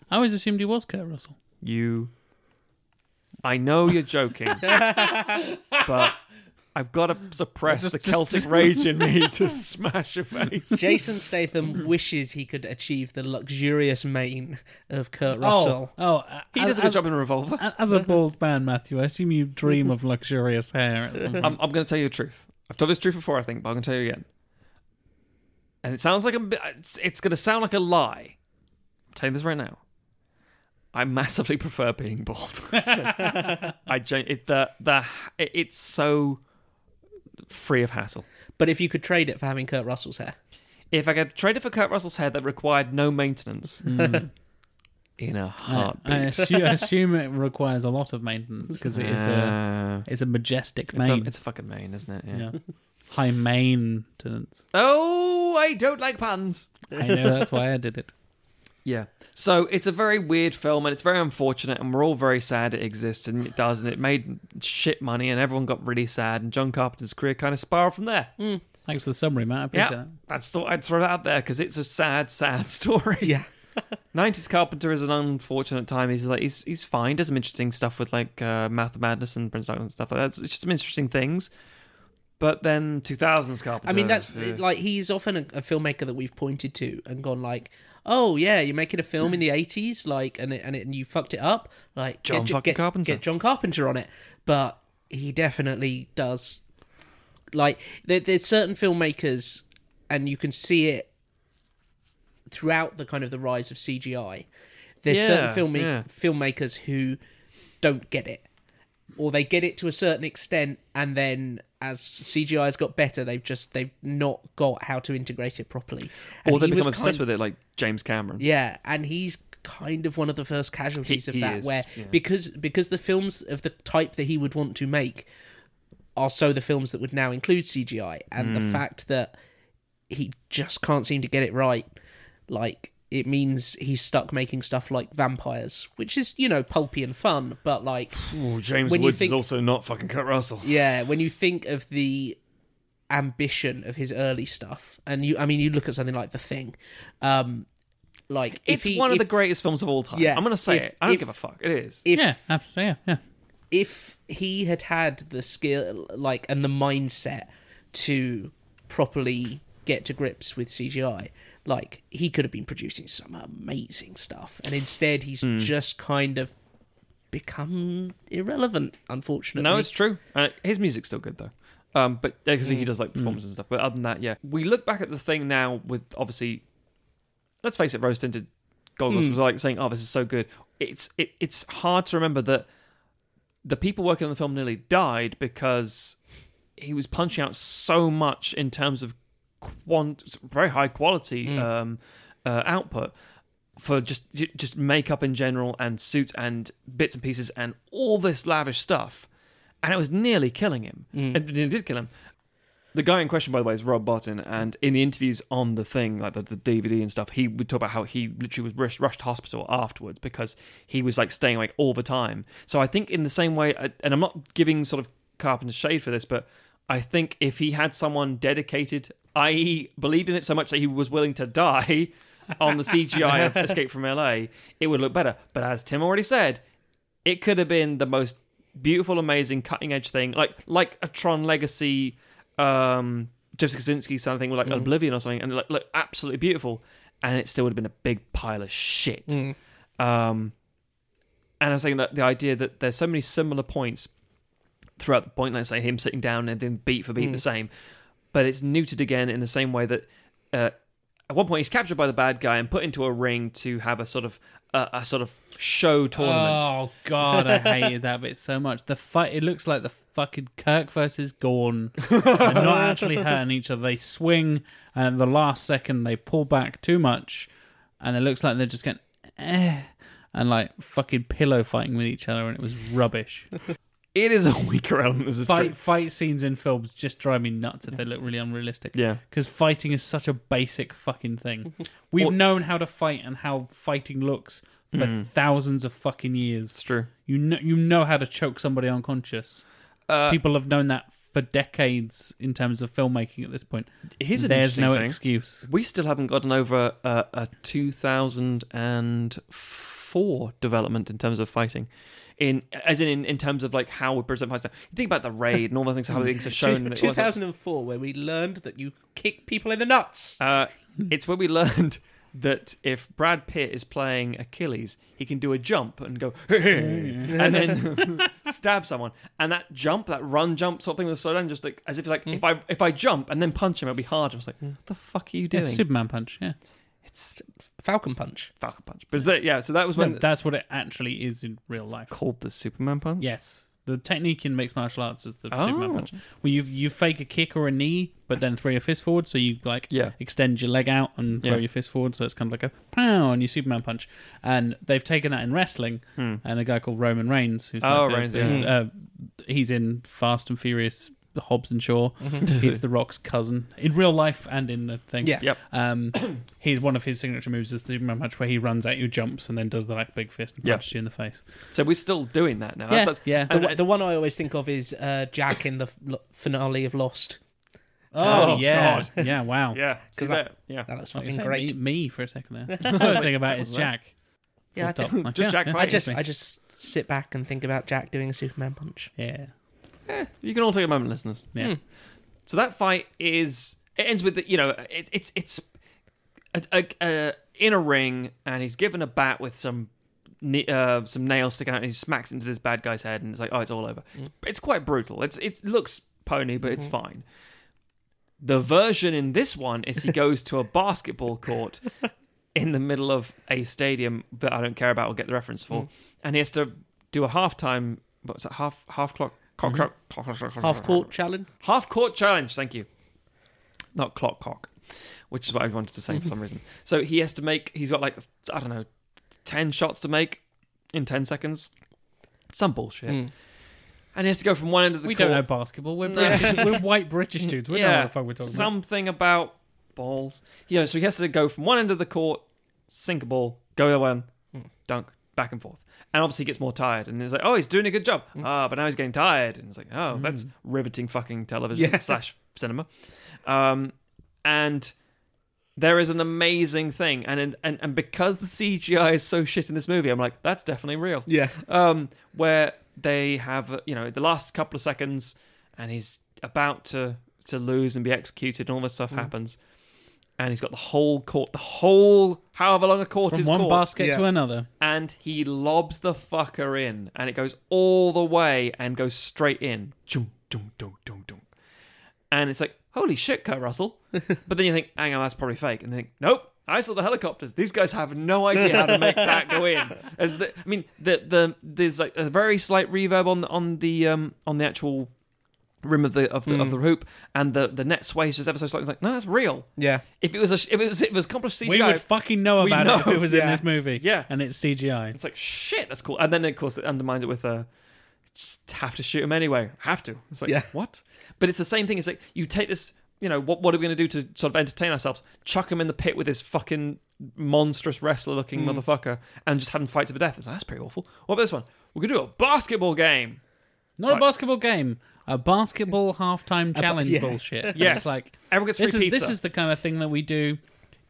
S1: I always assumed he was Kurt Russell.
S3: you I know you're joking, but I've got to suppress the Celtic rage in me to smash your face.
S2: Jason Statham wishes he could achieve the luxurious mane of Kurt
S1: Oh,
S2: Russell.
S1: oh, uh,
S3: He
S1: as,
S3: does a good job in a revolver.
S1: As, as a bald man, Matthew, I assume you dream of luxurious hair. At some point.
S3: I'm, I'm going to tell you the truth. I've told this truth before, I think, but I'm going to tell you again. And it sounds like a bit, it's, it's going to sound like a lie. I'm telling you this right now. I massively prefer being bald. I gen- it, the the it, it's so free of hassle.
S2: But if you could trade it for having Kurt Russell's hair.
S3: If I could trade it for Kurt Russell's hair that required no maintenance in a heartbeat.
S1: I assume, I assume it requires a lot of maintenance because it is a
S3: Uh,
S1: it's a majestic
S3: it's, a,
S1: mane.
S3: it's a fucking mane, isn't it? Yeah.
S1: yeah. High maintenance.
S3: Oh, I don't like puns.
S1: I know that's why I did it.
S3: Yeah. So it's a very weird film and it's very unfortunate and we're all very sad it exists and it does and it made shit money and everyone got really sad and John Carpenter's career kind of spiraled from there.
S2: Mm.
S1: Thanks for the summary, Matt. I appreciate
S3: Yeah. That's thought I'd throw that out there because it's a sad, sad story.
S2: Yeah.
S3: 90s Carpenter is an unfortunate time. He's like he's he's fine. Does some interesting stuff with like uh, Math of Madness and Prince Darkness and stuff like that. It's just some interesting things. But then 2000s Carpenter.
S2: I mean, that's
S3: uh,
S2: like he's often a, a filmmaker that we've pointed to and gone like, "Oh yeah, you're making a film in the '80s, like, and it, and, it, and you fucked it up, like,
S3: John
S2: J-
S3: fucking
S2: get,
S3: Carpenter.
S2: get John Carpenter on it." But he definitely does. Like, there, there's certain filmmakers, and you can see it throughout the kind of the rise of CGI. There's
S3: Yeah,
S2: certain filmi-
S3: yeah.
S2: filmmakers who don't get it or they get it to a certain extent and then as CGI has got better they've just they've not got how to integrate it properly and
S3: or they
S2: he was
S3: become obsessed
S2: kind-
S3: with it, like James Cameron.
S2: yeah and he's kind of one of the first casualties
S3: He-
S2: of
S3: he
S2: that
S3: is,
S2: where
S3: yeah.
S2: because because the films of the type that he would want to make are so the films that would now include CGI and
S3: Hmm.
S2: the fact that he just can't seem to get it right like it means he's stuck making stuff like vampires which is you know pulpy and fun but like
S3: Ooh, James
S2: When you
S3: Woods is
S2: think-
S3: also not fucking Kurt Russell.
S2: yeah when you think of the ambition of his early stuff and you i mean you look at something like the thing um like if
S3: It's
S2: he-
S3: one of
S2: if-
S3: the greatest films of all time.
S2: Yeah,
S3: I'm gonna say
S2: if-
S3: it. I don't
S2: if-
S3: give a fuck. It is.
S1: that.
S2: if
S1: Yeah, absolutely. Yeah,
S2: if he had had the skill like and the mindset to properly get to grips with CGI like he could have been producing some amazing stuff and instead he's
S3: Hmm.
S2: just kind of become irrelevant unfortunately
S3: No, it's true. Uh, his music's still good though. Um, but because he does like performances and stuff. But other than that, yeah, we look back at the thing now with obviously, let's face it, rose tinted goggles was like saying, "Oh, this is so good." It's it, it's hard to remember that the people working on the film nearly died because he was punching out so much in terms of quant very high quality um, uh, output for just ju- just makeup in general and suits and bits and pieces and all this lavish stuff, and it was nearly killing him. And it did kill him. The guy in question, by the way, is Rob Bottin, and in the interviews on the thing, like the, the DVD and stuff, he would talk about how he literally was rushed, rushed to hospital afterwards because he was like staying awake all the time. So I think in the same way, I- and I'm not giving sort of Carpenter shade for this, but I think if he had someone dedicated, i.e., believed in it so much that he was willing to die on the CGI of Escape from LA, it would look better. But as Tim already said, it could have been the most beautiful, amazing, cutting edge thing, like like a Tron Legacy, um, Jessica Kaczynski something, like Oblivion or something, and like look absolutely beautiful, and it still would have been a big pile of shit. Um, and I was saying that the idea that there's so many similar points throughout the point, let's say him sitting down and then beat for beat the same, but it's neutered again in the same way that uh, at one point he's captured by the bad guy and put into a ring to have a sort of a a sort of show tournament.
S1: Oh god, I hated that bit so much. The fight it looks like the fucking Kirk versus Gorn. They're not actually hurting each other. They swing and at the last second they pull back too much and it looks like they're just going eh and like fucking pillow fighting with each other and it was rubbish.
S3: It is a weaker element. This is true.
S1: fight fight scenes in films just drive me nuts if they look really unrealistic.
S3: Yeah.
S1: Because fighting is such a basic fucking thing. We've known how to fight and how fighting looks for
S3: Hmm.
S1: thousands of fucking years.
S3: It's true.
S1: You know, you know how to choke somebody unconscious.
S3: Uh,
S1: People have known that for decades in terms of filmmaking at this point.
S3: Here's an
S1: There's
S3: interesting
S1: no
S3: thing.
S1: excuse.
S3: We still haven't gotten over uh, a 2004 development in terms of fighting. In as in, in in terms of like how we present fights. now. You think about the raid and all the things how things are shown. and it was like-
S2: 2004, where we learned that you kick people in the nuts.
S3: Uh, it's when we learned that if Brad Pitt is playing Achilles, he can do a jump and go and then stab someone. And that jump, that run jump sort of thing with a slow down, just like as if like if I if I jump and then punch him, it'll be hard. I was like, what the fuck are you
S1: Yeah,
S3: doing?
S1: Superman punch. Yeah,
S3: it's
S2: Falcon Punch.
S3: Falcon Punch. But is that, yeah, so that was when
S1: No, that's what it actually is in real life.
S3: called the Superman Punch.
S1: Yes, the technique in mixed martial arts is the
S3: Oh.
S1: Superman punch, where you you fake a kick or a knee, but then throw your fist forward. So you like
S3: Yeah.
S1: extend your leg out and throw
S3: Yeah.
S1: your fist forward. So it's kind of like a pow and your Superman punch. And they've taken that in wrestling. And a guy called Roman Reigns, who's
S3: Hmm. Oh,
S1: like the-
S3: Reigns, yeah.
S1: who's, uh, he's in Fast and Furious, Hobbs and Shaw.
S3: Mm-hmm.
S1: He's The Rock's cousin in real life and in the thing.
S2: Yeah.
S3: Yep.
S1: Um, he's one of his signature moves is the Superman punch, where he runs at you, jumps, and then does the like big fist and
S3: Yeah.
S1: punches you in the face.
S3: So we're still doing that now.
S1: Yeah,
S3: That's-
S1: yeah.
S2: The,
S3: and-
S2: one- the one I always think of is uh, Jack in the f- lo- finale of Lost.
S1: Oh,
S3: Oh,
S1: yeah, yeah, wow.
S3: yeah. See
S2: 'Cause that-
S3: that- yeah.
S2: That looks
S1: Like Oh, you
S2: fucking
S1: said,
S2: great.
S1: Me, me for a second there. The first thing about is
S3: was that?
S1: Jack.
S2: Yeah, I
S1: Full
S2: think-
S1: stop. Like,
S3: Just
S1: yeah,
S3: Jack
S1: yeah,
S3: Fight.
S2: I just,
S1: interesting.
S2: I just sit back and think about Jack doing a Superman punch.
S1: yeah,
S3: You can all take a moment, listeners.
S1: yeah.
S3: So that fight is it ends with the, you know it, it's it's a, a, a, in a ring and he's given a bat with some ni- uh, some nails sticking out and he smacks into this bad guy's head and it's like oh it's all over.
S2: Mm.
S3: It's, it's quite brutal. It's it looks pony but it's
S2: Mm-hmm.
S3: fine. The version in this one is he goes to a basketball court in the middle of a stadium that I don't care about or get the reference for,
S2: Mm.
S3: and he has to do a halftime. What's that? Half half clock. Cock, clock, clock, clock, clock,
S2: Mm-hmm. Half
S3: clock,
S2: court challenge.
S3: Half court challenge, thank you. Not clock cock, which is what I wanted to say for some reason. So he has to make, he's got like, I don't know, 10 shots to make in 10 seconds. Some bullshit.
S2: Mm.
S3: And he has to go from one end of the
S1: We
S3: court.
S1: don't know basketball. We're
S3: Yeah.
S1: British. we're white British dudes. We don't know what the fuck we're talking about.
S3: something about, balls. Yeah, so he has to go from one end of the court, sink a ball, go the other one,
S1: Hmm.
S3: dunk, back and forth. And obviously he gets more tired. And it's like, oh, he's doing a good job.
S1: Hmm.
S3: Ah, but now he's getting tired. And it's like, oh, that's riveting fucking television slash cinema. Um, and there is an amazing thing. And, and and because the CGI is so shit in this movie, I'm like, that's definitely real
S2: Yeah.
S3: um, where they have uh, you know the last couple of seconds, and he's about to to lose and be executed, and all this
S1: Mm.
S3: stuff happens, and he's got the whole court, the whole however long a court
S1: From
S3: is
S1: one
S3: court,
S1: basket to
S2: Yeah.
S1: another.
S3: and he lobs the fucker in, and it goes all the way and goes straight in,
S4: Chung, chung, chung, chung, chung.
S3: and it's like holy shit, Kurt Russell. but then you think, hang on, that's probably fake, and then nope. I saw the helicopters. These guys have no idea how to make that go in. As the, I mean, the the there's like a very slight reverb on the on the um on the actual rim of the of the,
S1: Hmm.
S3: of the hoop, and the the net sways just ever so slightly. It's like, no, that's real.
S2: Yeah.
S3: If it was a sh- if it was if it was accomplished CGI,
S1: We would fucking know
S3: We
S1: about it if
S3: know,
S1: it was in
S2: yeah.
S1: this movie.
S3: Yeah.
S1: and it's CGI.
S3: it's like shit, that's cool. And then of course it undermines it with a just have to shoot him anyway. Have to. It's like
S2: Yeah.
S3: what? But it's the same thing. It's like you take this. You know what? What are we going to do to sort of entertain ourselves? Chuck him in the pit with this fucking monstrous wrestler-looking
S1: Hmm.
S3: motherfucker and just have him fight to the death. It's like, that's pretty awful. What about this one? We're going to do a basketball game.
S1: Not a basketball game. A basketball halftime challenge
S2: yeah.
S1: bullshit. And
S3: Yes,
S1: it's like
S3: everyone gets free
S1: this is
S3: pizza.
S1: this is the kind of thing that we do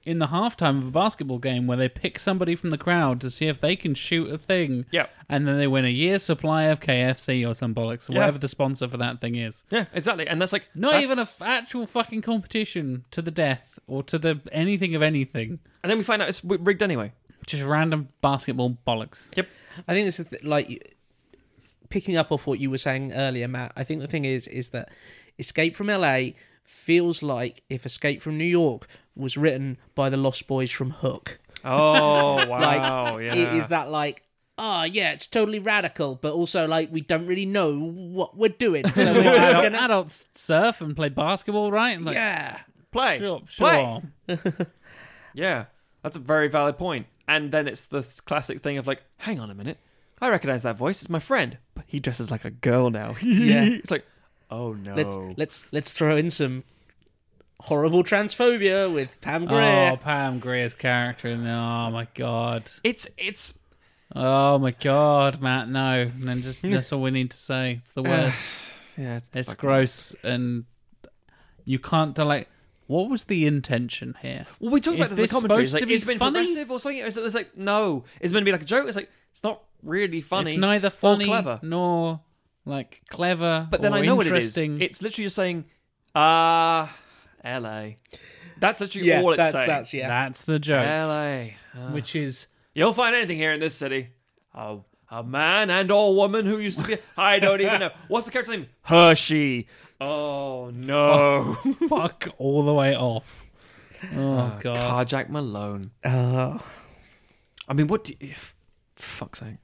S1: in the halftime of a basketball game where they pick somebody from the crowd to see if they can shoot a thing.
S3: Yep.
S1: And then they win a year's supply of KFC or some bollocks, or
S3: Yeah.
S1: whatever the sponsor for that thing is.
S3: Yeah, exactly. And that's like
S1: Not even a
S3: that's-
S1: f- actual fucking competition to the death or to the anything of anything.
S3: And then we find out it's w- rigged anyway.
S1: Just random basketball bollocks.
S2: I think it's a th- like you- picking up off what you were saying earlier, Matt. I think the thing is, is that Escape from LA feels like if Escape from New York was written by the Lost Boys from Hook.
S3: Oh
S2: Like
S3: wow! yeah,
S2: it is that like. Oh yeah, it's totally radical, but also like we don't really know what we're doing. So we're just
S1: Adult-
S2: gonna,
S1: Adults surf and play basketball, right? And like,
S2: yeah,
S3: play.
S1: Sure,
S3: Play.
S1: sure.
S3: Yeah, that's a very valid point. And then it's this classic thing of like, hang on a minute, I recognize that voice. It's my friend, but he dresses like a girl now.
S2: Yeah.
S3: it's like, oh no.
S2: let's let's let's throw in some horrible transphobia with Pam Grier.
S1: Oh, Pam Grier's character. in there. Oh my god.
S3: it's it's
S1: Oh my god, Matt. No, and then just that's all we need to say. It's the worst.
S3: yeah, it's,
S1: it's
S3: fucking-
S1: gross, and you can't tell. Like, what was the intention here?
S3: Well, we talked about
S1: Is
S3: this, in the
S1: this
S3: commentary. It's
S1: supposed
S3: like,
S1: to be
S3: it's been
S1: funny?
S3: progressive or something. It's, it's like no, it's meant to be like a joke. It's like it's not really funny.
S1: It's neither funny
S3: clever.
S1: nor like clever.
S3: But then
S1: or
S3: I know what it is.
S1: interesting.
S3: It's literally just saying, ah, L.A. That's literally
S2: yeah,
S3: all it's
S2: that's
S3: saying.
S2: that's yeah.
S1: That's the joke,
S3: L.A. Ah.
S1: which is
S3: You'll find anything here in this city. A, a man and or woman who used to be. I don't even know. What's the character name? Hershey. Oh, no.
S1: fuck all the way off. Oh
S3: Ah,
S1: god.
S3: Carjack Malone.
S2: Oh.
S3: I mean, what do you. Fuck's sake.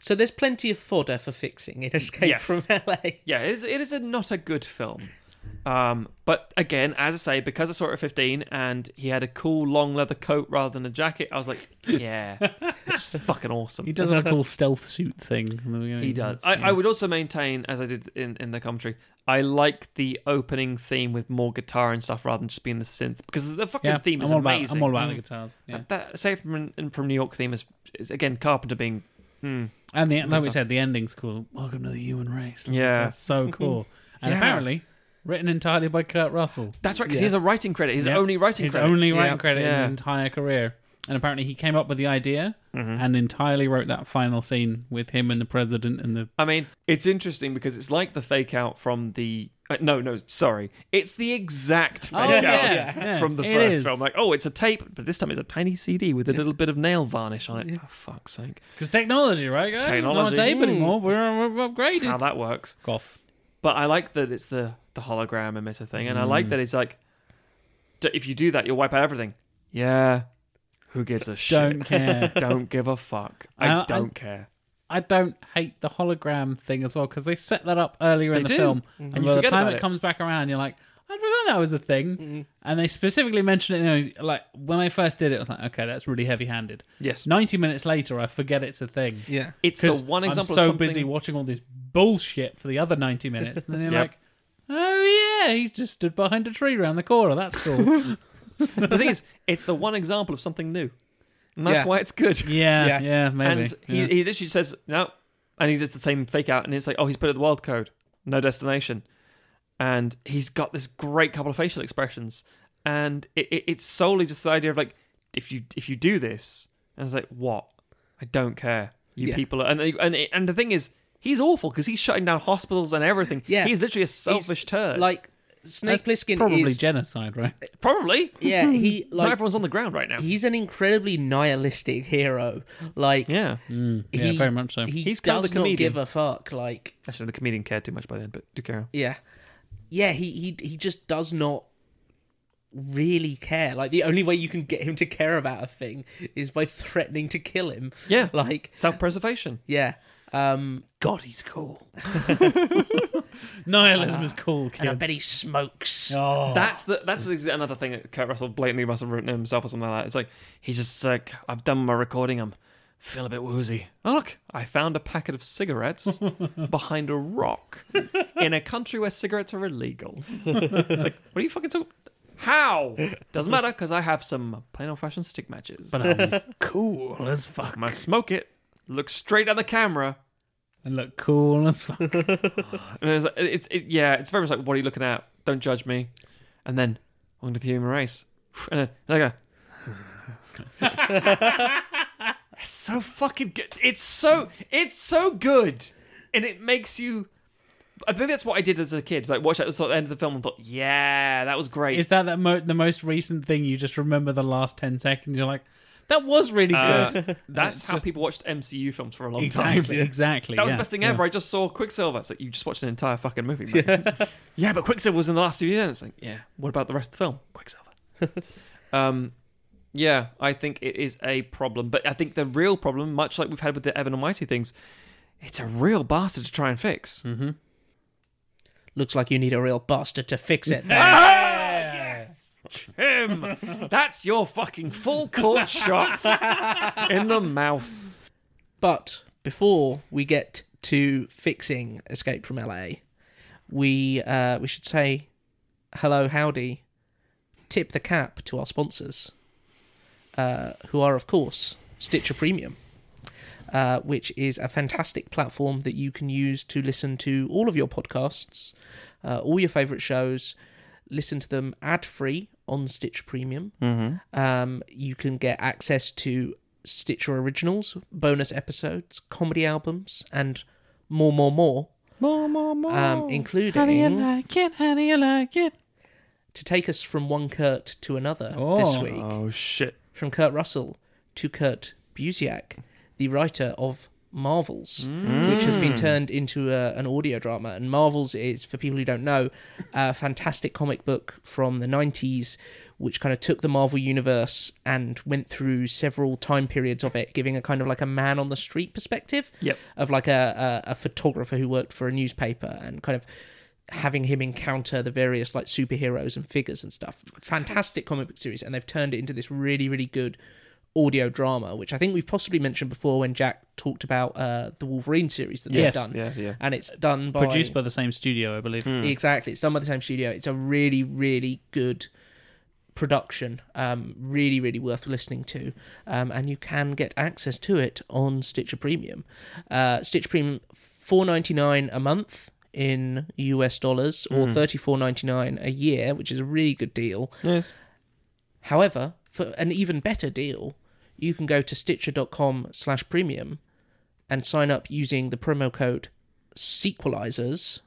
S2: So there's plenty of fodder for fixing in Escape
S3: Yes.
S2: from LA.
S3: Yeah, it is, it is a, not a good film. Um, but again, as I say, because I saw it at 15 and he had a cool long leather coat rather than a jacket, I was like, yeah, it's fucking awesome.
S1: He does have a cool stealth suit thing. in the beginning.
S3: He does. I, I would also maintain, as I did in, in the commentary, I like the opening theme with more guitar and stuff rather than just being the synth because the fucking
S1: yeah,
S3: theme is
S1: I'm all about.
S3: amazing. Mm.
S1: I'm all about the guitars. Yeah.
S3: And That Save from from New York theme is, is again Carpenter being. Mm,
S1: And the, like we
S3: Awesome.
S1: said, the ending's cool. Welcome to the human race. Like,
S3: Yeah.
S1: that's so cool. And
S3: Yeah.
S1: apparently, written entirely by Kurt Russell.
S3: that's right,
S2: Yeah.
S3: because he has a writing credit, his
S1: Yep.
S3: only writing
S1: His
S3: credit.
S1: only
S2: Yeah.
S1: writing credit in
S3: Yeah.
S1: his entire career. And apparently, he came up with the idea
S3: Mm-hmm.
S1: and entirely wrote that final scene with him and the president and the.
S3: I mean, it's interesting because it's like the fake out from the. Uh, no, no, sorry. It's the exact fake
S1: Oh,
S3: out
S1: yeah, yeah.
S3: from the
S1: It
S3: first
S1: is.
S3: film. Like, oh, it's a tape, but this time it's a tiny CD with a little bit of nail varnish on it. For fuck's sake.
S1: Because technology, right, guys?
S3: Technology.
S1: It's not a tape
S3: Mm.
S1: anymore. We're, we're
S3: That's
S1: upgraded.
S3: how that works.
S1: Cough.
S3: But I like that it's the the hologram emitter thing, and I
S1: Mm.
S3: like that it's like, d- if you do that, you'll wipe out everything. Yeah, who gives a shit?
S1: Don't care.
S3: Don't give a fuck. I
S1: Uh,
S3: don't care.
S1: I don't hate the hologram thing as well because they set that up earlier in the
S3: They do. Mm-hmm.
S1: film, and
S3: you
S1: by the
S3: forget
S1: time
S3: about
S1: it,
S3: it. Mm-hmm.
S1: comes back around, you're like, I forgot that was a thing. And they specifically mention it. You know, like when I first did it, I was like, okay, that's really heavy-handed.
S3: Yes,
S1: Ninety minutes later, I forget it's a thing.
S2: Yeah.
S3: it's the
S1: Because
S3: one example.
S1: I'm so
S3: of something...
S1: busy watching all this bullshit for the other ninety minutes, and then you're
S3: Yep.
S1: like, oh yeah, he's just stood behind a tree around the corner. That's cool.
S3: the thing is, it's the one example of something new, and that's
S2: Yeah.
S3: why it's good.
S1: yeah,
S2: Yeah.
S1: yeah, maybe.
S3: and
S1: yeah.
S3: he, he literally says no, and he does the same fake out, and it's like, oh, he's put it the wild code, no destination, and he's got this great couple of facial expressions, and it, it, it's solely just the idea of like, if you if you do this, and it's like, what? I don't care. You
S2: Yeah.
S3: people, are, and they- and and the thing is, he's awful because he's shutting down hospitals and everything.
S2: Yeah.
S3: he's literally a selfish turd.
S2: Like Snake
S1: That's
S2: Plissken
S1: probably
S2: is
S1: genocide, right?
S3: probably.
S2: yeah he
S3: Not
S2: like
S3: everyone's on the ground right now.
S2: he's an incredibly nihilistic hero. Like
S3: yeah.
S1: Yeah,
S2: he,
S1: very much so.
S2: He
S3: He's kind of
S2: does
S3: the
S2: not
S3: comedian.
S2: give a fuck. Like
S3: Actually, the comedian cared too much by then, but do carry on.
S2: yeah, yeah. He he he just does not really care. Like the only way you can get him to care about a thing is by threatening to kill him.
S3: Yeah.
S2: Like
S3: Self-preservation.
S2: yeah. Um,
S1: God, he's cool.
S3: Uh,
S1: Nihilism is cool, kids.
S2: and I bet he smokes.
S1: Oh,
S3: That's the that's ex- another thing that Kurt Russell blatantly Russell written himself or something like that. It's like he's just like I've done my recording. I'm feeling a bit woozy. Oh, look, I found a packet of cigarettes behind a rock in a country where cigarettes are illegal. it's like what are you fucking talking? How? Doesn't matter because I have some plain old-fashioned stick matches. But
S1: but I'm cool as fuck.
S3: I smoke it. Look straight at the camera.
S1: And look cool as fuck.
S3: And it's, it's it, yeah, it's very much like, what are you looking at? Don't judge me. And then, on to the human race. And then, and I go, It's so fucking good. It's so it's so good, and it makes you. I think that's what I did as a kid. Like watch that sort of end of the film and thought, yeah, that was great.
S1: Is that that mo- the most recent thing you just remember the last 10 seconds? You're like, that was really
S3: Uh,
S1: good.
S3: that's how people watched MCU films for a long time.
S1: Exactly, exactly.
S3: That was
S1: yeah,
S3: the best thing
S1: yeah.
S3: ever. I just saw Quicksilver. It's like you just watched an entire fucking movie. mate. Yeah. but Quicksilver was in the last two years. It's like, yeah. What about the rest of the film? Quicksilver. um, yeah, I think it is a problem, but I think the real problem, much like we've had with the Evan Almighty things, it's a real bastard to try and fix.
S2: Looks like you need a real bastard to fix it. Then.
S3: Oh, Him. That's your fucking full court shot in the mouth.
S2: But before we get to fixing Escape from LA, we uh, we should say hello, howdy, tip the cap to our sponsors, uh, who are of course Stitcher Premium, uh, which is a fantastic platform that you can use to listen to all of your podcasts, uh, all your favorite shows, listen to them ad free on Stitcher Premium. Um, you can get access to Stitcher Originals, bonus episodes, comedy albums, and more, more, more.
S3: More, more, more.
S2: Um, including
S1: like it? How do you like it?
S2: to take us from one Kurt to another
S1: Oh.
S2: this week,
S3: oh shit.
S2: from Kurt Russell to Kurt Busiak, the writer of Marvels, which has been turned into a, an audio drama. And Marvels is, for people who don't know, a fantastic comic book from the 90s, which kind of took the Marvel universe and went through several time periods of it, giving a kind of like a man on the street perspective
S3: Yep.
S2: of like a, a, a photographer who worked for a newspaper and kind of having him encounter the various like superheroes and figures and stuff. Fantastic comic book series, and they've turned it into this really, really good audio drama, which I think we've possibly mentioned before when Jack talked about uh, the Wolverine series that
S1: Yes,
S2: they've done.
S3: Yeah, yeah.
S2: And it's done by
S1: Produced by the same studio, I believe.
S3: Hmm.
S2: Exactly. It's done by the same studio. It's a really, really good production. Um, really, really worth listening to. Um, and you can get access to it on Stitcher Premium. Uh, Stitcher Premium, four ninety nine a month in US dollars, or thirty four ninety nine a year, which is a really good deal.
S3: Yes.
S2: However, for an even better deal, you can go to stitcher.com slash premium and sign up using the promo code sequelizers,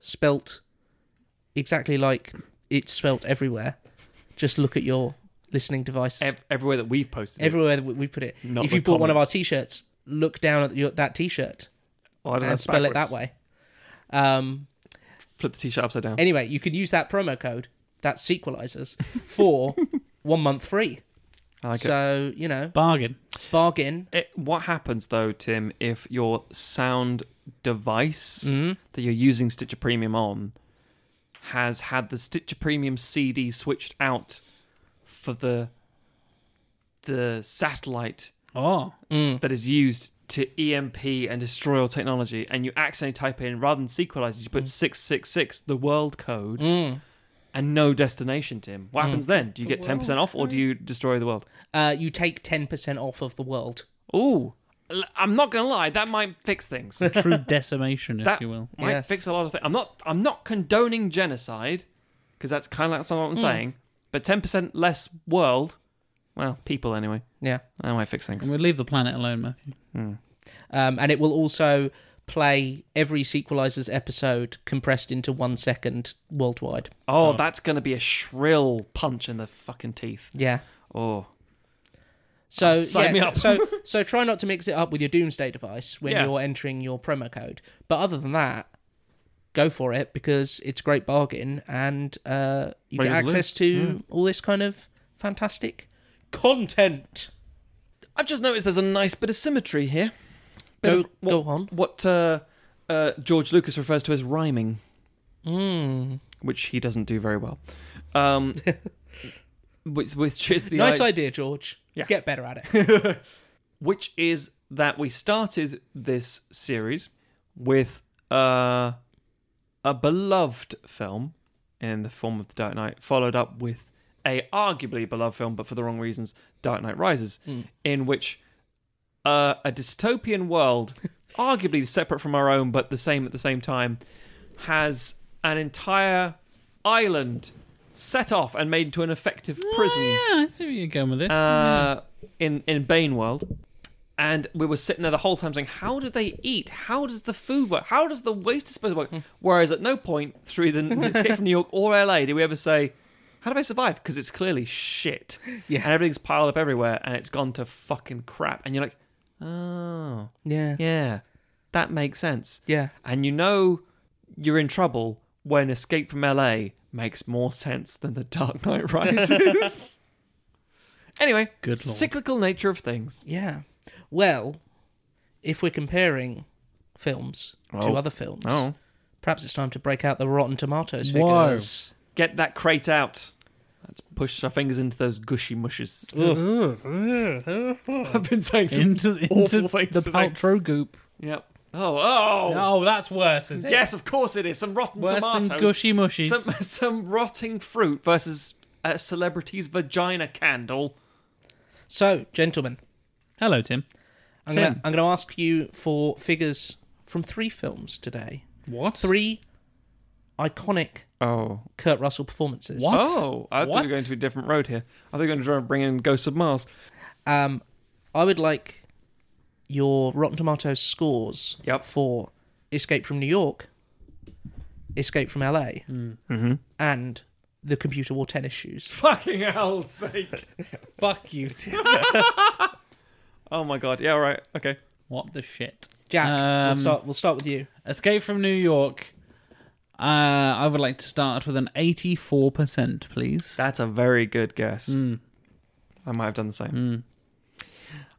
S2: spelt exactly like it's spelt everywhere. Just look at your listening device.
S3: Ev- everywhere that we've posted. it.
S2: everywhere that we- we put it.
S3: Not
S2: if you
S3: with
S2: bought one of our
S3: comments.
S2: t-shirts, look down at your, that t-shirt
S3: Oh, I don't know,
S2: and
S3: that's
S2: spell it that way.
S3: backwards.
S2: Um,
S3: Flip the t-shirt upside down.
S2: Anyway, you can use that promo code, that sequelizers, for one month free.
S3: I like it.
S2: so, you know,
S1: Bargain.
S2: bargain.
S3: it, what happens though, Tim, if your sound device that you're using Stitcher Premium on has had the Stitcher Premium CD switched out for the the satellite
S1: Oh,
S3: that is used to EMP and destroy all technology, and you accidentally type in rather than sequelizers, you put six six six, the world code, and no destination, Tim. What happens then? Do you get ten percent off, or do you destroy the world?
S2: Uh, you take 10% off of the world.
S3: Ooh, l- I'm not gonna lie, that might fix things.
S1: true decimation, if
S3: that
S1: you will.
S3: might
S2: Yes.
S3: fix a lot of things. I'm not I'm not condoning genocide because that's kind of like some of what
S2: Mm.
S3: I'm saying. But 10% less world, well, people anyway.
S2: Yeah.
S3: That might fix things.
S1: And we leave the planet alone, Matthew.
S2: Um, and it will also play every sequelizers episode compressed into one second worldwide.
S3: Oh, that's gonna be a shrill punch in the fucking teeth.
S2: Yeah.
S3: Oh,
S2: So
S3: Sign
S2: yeah,
S3: me up.
S2: so so try not to mix it up with your doomsday device when
S3: Yeah.
S2: you're entering your promo code. But other than that, go for it because it's a great bargain and uh, you
S3: Bring
S2: get
S3: us loose.
S2: access to all this kind of fantastic content.
S3: I've just noticed there's a nice bit of symmetry here. Bit
S2: Go
S3: of what,
S2: go on.
S3: What uh, uh, George Lucas refers to as rhyming,
S2: Mm.
S3: which he doesn't do very well. Um, which, which is the
S2: Nice
S3: i-
S2: idea, George.
S3: Yeah.
S2: Get better at it.
S3: which is that we started this series with uh, a beloved film in the form of The Dark Knight, followed up with a arguably beloved film, but for the wrong reasons, Dark Knight Rises, in which uh, a dystopian world, arguably separate from our own but the same at the same time, has an entire island set off and made into an effective prison
S1: Yeah, I see where you're going with this.
S3: uh, in in Bane World, and we were sitting there the whole time saying, "How do they eat? How does the food work? How does the waste disposal work?" Whereas at no point through the the Escape from New York or LA do we ever say, "How do they survive?" Because it's clearly shit,
S2: Yeah.
S3: and everything's piled up everywhere, and it's gone to fucking crap, and you're like, "Oh,
S2: Yeah.
S3: yeah, that makes sense."
S2: Yeah.
S3: and you know you're in trouble when Escape from LA makes more sense than The Dark Knight Rises. anyway,
S1: Good lord.
S3: cyclical nature of things.
S2: Yeah. Well, if we're comparing films to
S3: Oh.
S2: other films,
S3: Oh,
S2: perhaps it's time to break out the Rotten Tomatoes
S1: Whoa.
S2: figures.
S3: get that crate out. Let's push our fingers into those gushy mushes. I've been saying some.
S1: into into
S3: awful things
S1: the
S3: tonight.
S1: paltro goop.
S3: yep. Oh, oh.
S1: Oh, that's worse, is it?
S3: Yes, of course it is. Some rotten
S1: Worse
S3: tomatoes.
S1: than gushy mushies.
S3: Some some rotting fruit versus a celebrity's vagina candle.
S2: So, gentlemen,
S1: Hello, Tim.
S2: I'm
S1: Tim.
S2: gonna, I'm going to ask you for figures from three films today.
S1: What?
S2: Three iconic
S3: Oh,
S2: Kurt Russell performances.
S1: What?
S3: Oh, I thought
S1: What?
S3: we were going to a different road here. I thought we were going to try and bring in Ghosts of Mars.
S2: Um, I would like your Rotten Tomatoes scores
S3: Yep.
S2: for Escape from New York, Escape from LA,
S1: Hmm.
S2: and The Computer Wore Tennis Shoes.
S3: Fucking hell's sake.
S1: Fuck you, Tim.
S3: Oh my god. Yeah, all right. Okay.
S1: what the shit?
S2: Jack, we'll
S1: Um,
S2: start. We'll start with you.
S1: Escape from New York. Uh, I would like to start with an 84%, please.
S3: That's a very good guess.
S1: Hmm.
S3: I might have done the same.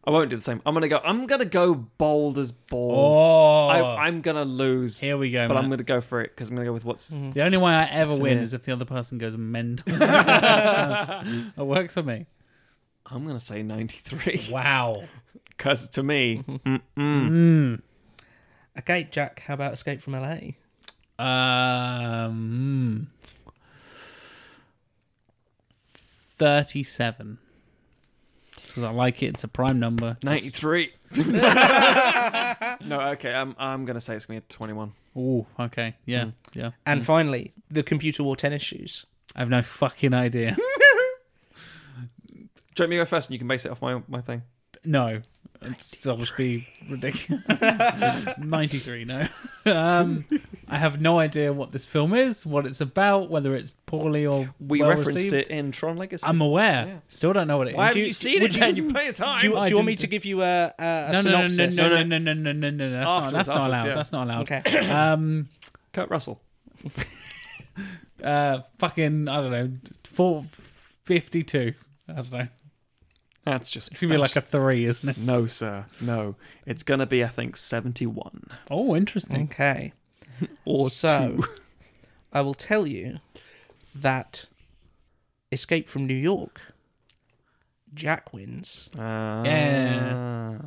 S3: I won't do the same. I'm gonna go. I'm gonna go bold as balls.
S1: Oh,
S3: I, I'm gonna lose.
S1: Here we go,
S3: But I'm
S1: Matt.
S3: gonna go for it because I'm gonna go with what's.
S1: the only way I ever
S3: an
S1: win
S3: ear.
S1: is if the other person goes mental. it works for me.
S3: I'm gonna say 93
S1: Wow.
S3: because to me,
S2: Okay, Jack. How about Escape from LA?
S1: Um, hmm. 37. Because I like it. It's a prime number.
S3: 93. no, okay. I'm. I'm gonna say it's gonna be a 21.
S1: Oh, okay. Yeah.
S3: Hmm.
S1: Yeah.
S2: And finally, The Computer Wore Tennis Shoes.
S1: I have no fucking idea.
S3: Do you want me to go first, and you can base it off my my thing?
S1: No. That'll just be ridiculous. 93, no. Um, I have no idea what this film is, what it's about, whether it's poorly or
S3: We
S1: well
S3: referenced
S1: received. Um,
S3: it in Tron Legacy.
S1: I'm aware.
S3: Yeah.
S1: Still don't know what it is.
S3: Why haven't
S2: you-
S3: you seen
S2: would
S3: it?
S2: you-
S3: Then you play a time.
S2: Do you,
S1: I
S2: do you want me
S1: didn't-
S2: to give you a, a,
S1: no, no,
S2: a
S1: no, no,
S2: synopsis?
S1: no, no, no, no, no, no, no, That's not,
S3: Afterwards,
S1: that's not
S3: afterwards,
S1: allowed.
S3: yeah.
S1: That's not allowed.
S2: Okay.
S1: Um,
S3: Kurt Russell.
S1: uh, fucking, I don't know, four fifty-two. I don't know.
S3: That's just.
S1: It's gonna be like a three, isn't it?
S3: No, sir. No. It's gonna be, I think, seventy-one
S1: Oh, interesting.
S2: Okay.
S3: or
S2: so,
S3: two.
S2: I will tell you that Escape from New York, Jack wins
S1: uh, Yeah.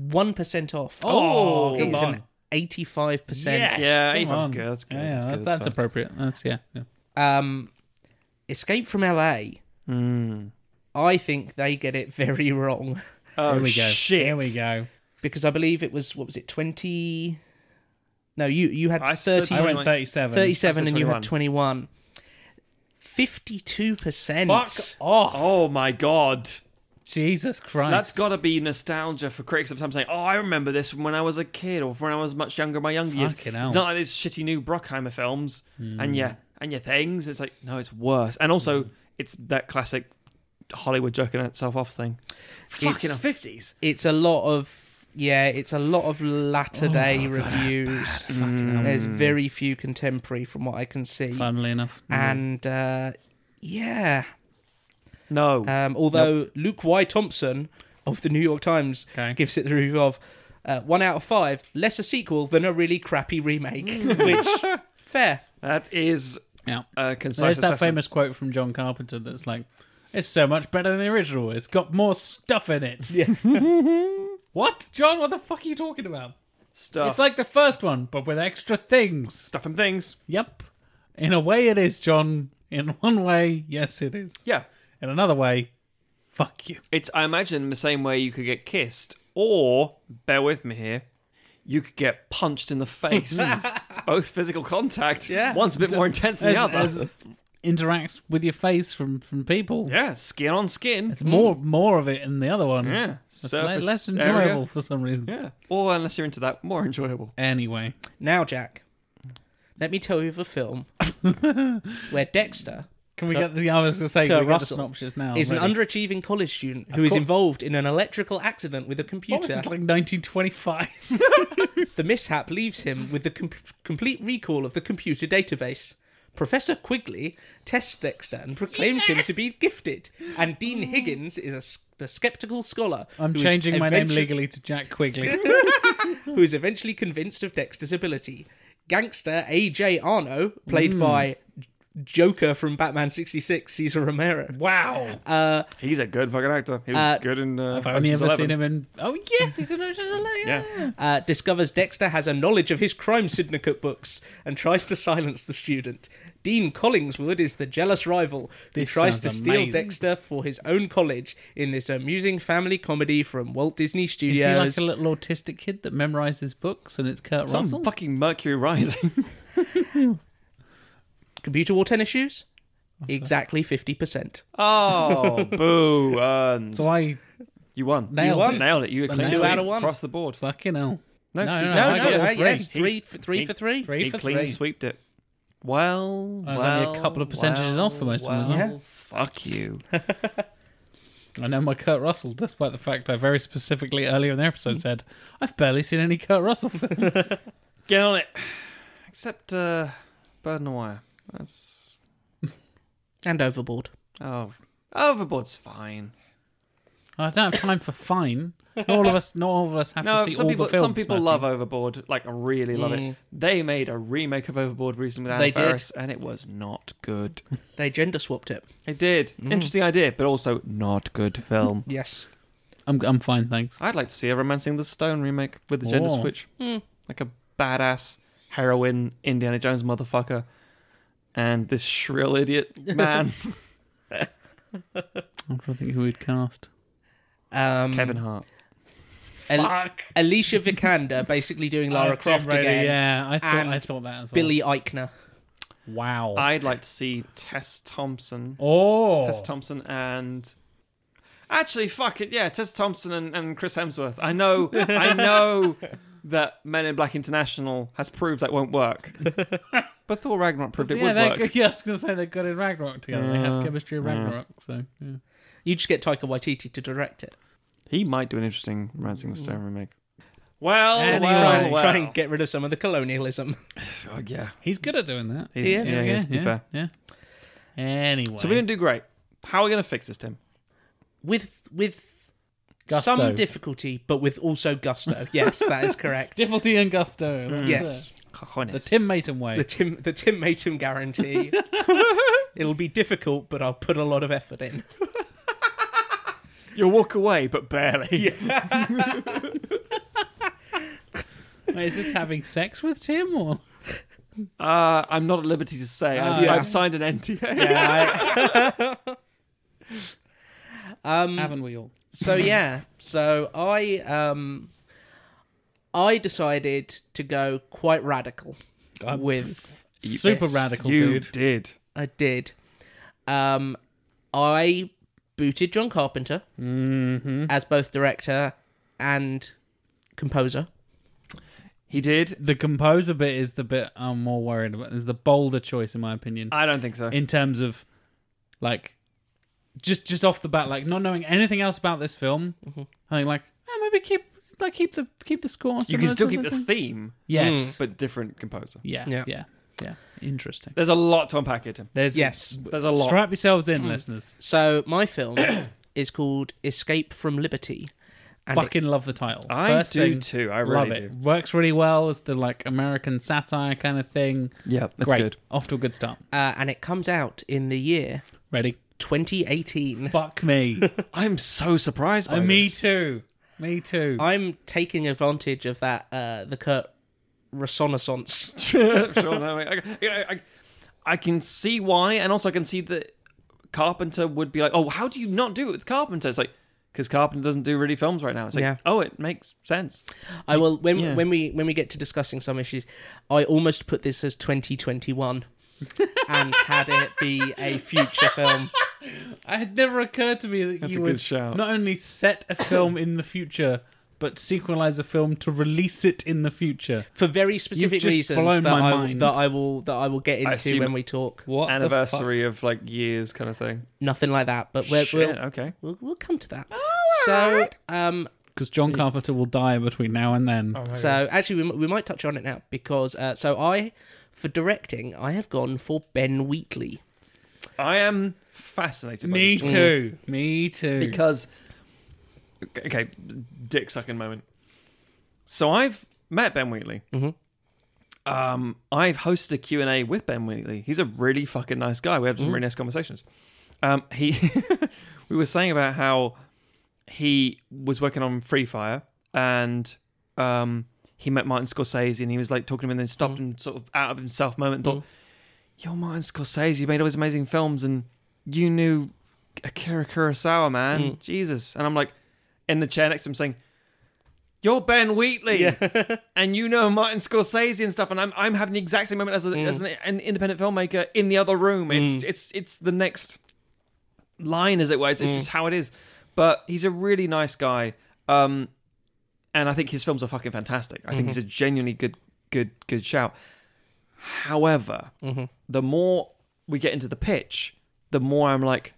S2: 1% off.
S1: Oh,
S2: It
S1: come
S2: is
S1: on.
S2: an 85%.
S1: Yes,
S3: Yeah,
S1: come
S3: 85 's
S1: on.
S3: good, that's good,
S1: Yeah,
S3: that's
S1: that's,
S3: good,
S1: that's,
S3: that's fine.
S1: appropriate. That's yeah. yeah.
S2: Um, Escape from LA,
S1: Hmm.
S3: Mm.
S2: I think they get it very wrong
S3: Oh
S1: Here we go.
S3: shit!
S1: Here we go.
S2: because I believe it was, what was it, 20. No, you, you had
S3: I said
S2: 30,
S1: I went
S3: 21.
S1: thirty-seven.
S2: 37
S3: I said
S2: and you had 21. 52%.
S1: Fuck off,
S3: Oh my god!
S1: Jesus Christ!
S3: That's got to be nostalgia for critics of time saying, "Oh, I remember this from when I was a kid, or from when I was much younger, in my younger years."
S1: Fucking hell. Hmm.
S3: It's not like these shitty new Brockheimer films and yeah, and your things. It's like no, it's worse. And also, it's that classic Hollywood jerking itself off thing. Fucking
S2: It's-
S3: fifties.
S2: it's a lot of yeah, it's a lot of latter day reviews.
S1: Mm.
S2: There's very few contemporary from what I can see,
S1: Funnily enough,
S2: and uh, yeah.
S3: No,
S2: Um, although Luke Y Thompson of the New York Times
S1: Mm-hmm. Okay.
S2: gives it the review of uh, one out of five, less a sequel than a really crappy remake,
S3: Mm.
S2: which fair.
S3: that is
S1: yeah.
S3: a concise.
S1: There's that
S3: assessment.
S1: famous quote from John Carpenter that's like, "It's so much better than the original. It's got more stuff in it."
S2: Yeah.
S1: what, John? What the fuck are you talking about?
S3: stuff.
S1: It's like the first one, but with extra things.
S3: stuff and things.
S1: Yep. In a way, it is, John. In one way, yes, it is.
S3: Yeah,
S1: In another way, fuck you.
S3: it's. I imagine the same way you could get kissed, or bear with me here. You could get punched in the face. it's both physical contact.
S2: Yeah.
S3: One's a bit more intense than the
S1: As-
S3: other.
S1: as- interacts with your face from from people.
S3: Yeah, skin on skin.
S1: It's more more of it in the other one.
S3: Yeah,
S1: It's le-
S3: surface
S1: less
S3: area.
S1: enjoyable for some reason.
S3: Yeah, or unless you're into that, more enjoyable.
S1: Anyway,
S2: Now, Jack, let me tell you of a film where Dexter
S1: can we get the? I was going to say, can
S2: Kurt
S1: we get the
S2: Russell
S1: synopsis now.
S2: is an
S1: already?
S2: underachieving college student who is
S1: course.
S2: involved in an electrical accident with a
S1: What was
S2: computer.
S1: this, like 1925?
S2: The mishap leaves him with the com- complete recall of the computer database. Professor Quigley tests Dexter and proclaims him to be gifted, and Dean Higgins is a, s- the skeptical scholar.
S1: I'm
S2: who is
S1: changing my name
S2: eventu-
S1: legally to Jack Quigley.
S2: who is eventually convinced of Dexter's ability. Gangster AJ Arno, played
S1: Hmm.
S2: by J- Joker from Batman 66, Cesar Romero.
S1: wow.
S3: Uh, He's a good fucking actor. He was
S2: Uh,
S3: good in. Uh,
S1: I've only
S3: Ocean's
S1: ever
S3: Eleven.
S1: seen him in. Oh yes, he's in Ocean's Eleven.
S3: Yeah,
S2: uh, discovers Dexter has a knowledge of his crime syndicate books and tries to silence the student. Dean Collingswood is the jealous rival who
S1: This
S2: tries to
S1: sounds
S2: steal
S1: amazing.
S2: Dexter for his own college in this amusing family comedy from Walt Disney
S1: Is
S2: Studios.
S1: he like a little autistic kid that memorizes books and it's Kurt
S3: some
S1: Russell?
S3: fucking Mercury Rising.
S2: Computer wore tennis shoes? Exactly 50%.
S3: oh, boo! earns.
S1: so I
S3: you won.
S1: Nailed
S3: you won.
S1: it.
S3: Nailed it. You were
S1: Nailed
S3: clean
S1: it.
S2: Two
S3: sweep
S2: out of one.
S3: across the board.
S1: fucking hell.
S3: No,
S1: No,
S3: no,
S1: no,
S2: No,
S1: I
S2: no,
S1: got all
S2: uh, yes,
S1: three.
S2: three, for, three
S3: He-
S2: for three.
S1: Three
S3: he
S1: for
S3: clean
S1: three.
S3: sweeped it. Well,
S1: I was
S3: well,
S1: only a couple of percentages
S3: well,
S1: off for most of
S3: well,
S1: them.
S2: Yeah.
S3: Fuck you.
S1: I know my Kurt Russell, despite the fact I very specifically earlier in the episode said I've barely seen any Kurt Russell films.
S3: Get on it. Except uh, Bird and the Wire. That's
S2: And overboard.
S3: oh, Overboard's fine.
S1: I don't have time for fine. Not all of us, not all of us have
S3: No,
S1: to see
S3: some
S1: all
S3: people
S1: the films.
S3: some people
S1: Matthew. Mm.
S3: love Overboard, like really love it. They made a remake of Overboard recently with Anna
S2: They did.
S3: Faris, and it was not good.
S2: They gender swapped it.
S3: It did.
S1: Mm.
S3: Interesting idea, but also not good film.
S2: Yes.
S1: I'm, I'm fine, thanks.
S3: I'd like to see a Romancing the Stone remake with the gender
S1: Oh.
S3: switch, like a badass heroine Indiana Jones motherfucker, and this shrill idiot man
S1: I'm trying to think who we'd cast.
S2: Um,
S1: Hmm.
S3: Kevin Hart.
S2: Al- Alicia Vikander basically doing Lara
S1: Oh, Tim
S2: Croft
S1: Brady,
S2: again.
S1: Yeah, I thought
S2: and
S1: I thought that as well.
S2: Billy Eichner.
S1: Wow.
S3: I'd like to see Tess Thompson.
S1: oh,
S3: Tess Thompson and actually, fuck it, yeah, Tess Thompson and, and Chris Hemsworth. I know, I know that Men in Black International has proved that won't work, but Thor Ragnarok proved it
S1: yeah,
S3: would
S1: they-
S3: work.
S1: yeah, I was gonna say they're good in Ragnarok together. they
S3: Uh,
S1: have chemistry in Ragnarok, so yeah.
S2: You just get Taika Waititi to direct it.
S3: He might do an interesting Romancing the Stone remake. Well,
S1: Anyway.
S2: try,
S3: well,
S2: and,
S3: well.
S2: try and get rid of some of the colonialism.
S3: Oh, yeah.
S1: he's good at doing that.
S3: He's-
S2: He is.
S3: yeah, he
S1: yeah,
S3: is, to be
S1: yeah,
S3: fair.
S1: yeah. Anyway,
S3: So we didn't do great. How are we going to fix this, Tim?
S2: With with
S1: Gusto.
S2: some difficulty, but with also gusto. Yes, that is correct. Mm.
S1: difficulty and gusto. that's
S2: yes.
S1: it. the Tim Maton way.
S2: The Tim the Tim Matum guarantee. It'll be difficult, but I'll put a lot of effort in.
S3: You'll walk away, but barely.
S1: Wait, is this having sex with Tim or?
S3: Uh, I'm not at liberty to say. I've,
S1: Ah.
S3: I've signed an NDA. Um,
S1: Haven't we all?
S2: So yeah. So I um I decided to go quite radical
S1: I'm
S2: with
S1: Super
S2: this.
S1: radical,
S3: you
S1: dude.
S3: did.
S2: I did. Um, I booted John Carpenter
S1: Mm-hmm. Hmm.
S2: as both director and composer.
S3: He did.
S1: The composer bit is the bit I'm more worried about. Is the bolder choice, in my opinion,
S3: I don't think so.
S1: in terms of like just just off the bat, like not knowing anything else about this film. I think like eh, maybe keep like keep the keep the score.
S3: Mm-hmm. you can
S1: similar
S3: still
S1: to
S3: keep the theme,
S1: yes,
S3: but different composer.
S1: yeah,
S2: Yeah.
S1: yeah, yeah, Interesting.
S3: There's a lot to unpack here, Tim.
S1: There's
S2: Yes.
S3: There's a lot. Mm.
S1: Strap yourselves in, listeners.
S2: So my film is called Escape from Liberty. And it-
S1: Fucking love the title.
S3: I
S1: First
S3: do
S1: thing,
S3: too. I really
S1: love it.
S3: do.
S1: Works really well as the like American satire kind of thing.
S3: Yeah, that's
S1: Great.
S3: good.
S1: Off to a good start.
S2: uh, and it comes out in the year
S1: Ready?
S2: 2018.
S1: Fuck me.
S3: I'm so surprised by
S1: Oh, me
S3: this.
S1: too. Me too.
S2: I'm taking advantage of that uh, the Kurt reconnaissance.
S3: sure, no, I, I, I, I can see why, and also I can see that Carpenter would be like, "Oh, how do you not do it with Carpenter?" It's like because Carpenter doesn't do really films right now. It's like,
S2: Yeah.
S3: oh, it makes sense.
S2: I will when
S3: Yeah.
S2: when we when we get to discussing some issues. I almost put this as 2021 and had it be a future film.
S1: It had never occurred to me that
S3: That's
S1: you
S3: a
S1: would
S3: good shout.
S1: not only set a film in the future, but sequelize a film to release it in the future.
S2: For very specific
S1: just
S2: reasons
S1: blown
S2: that
S1: my
S2: I,
S1: mind.
S2: that I will that I will get into
S3: assume-
S2: when we talk.
S1: What the
S3: Anniversary of like years kind of thing.
S2: Nothing like that, but we're,
S3: Shit,
S2: we'll,
S3: okay.
S2: we'll we'll come to that. so um
S1: Because John Carpenter will die between now and then.
S3: Oh,
S2: so actually we, m- we might touch on it now because uh, so I for directing I have gone for Ben Wheatley.
S3: I am fascinated by
S1: Me
S3: this choice.
S1: too. Me too.
S3: because okay, okay, dick sucking moment. So I've met Ben Wheatley.
S2: Mhm.
S3: Um, I've hosted a Q and A with Ben Wheatley. He's a really fucking nice guy. We had some really nice conversations. Um, he, we were saying about how he was working on Free Fire and um, he met Martin Scorsese and he was like talking to him and then stopped and sort of out of himself moment and thought, "Yo, Martin Scorsese, you made all these amazing films and you knew Akira Kurosawa, man, Jesus." And I'm like in the chair next to him saying, "You're Ben Wheatley, and you know Martin Scorsese and stuff." And I'm I'm having the exact same moment as, a, as an, an independent filmmaker in the other room. It's it's it's the next line, as it were. It's, it's just how it is. But he's a really nice guy, um, and I think his films are fucking fantastic. I think he's a genuinely good, good, good shout. However, the more we get into the pitch, the more I'm like,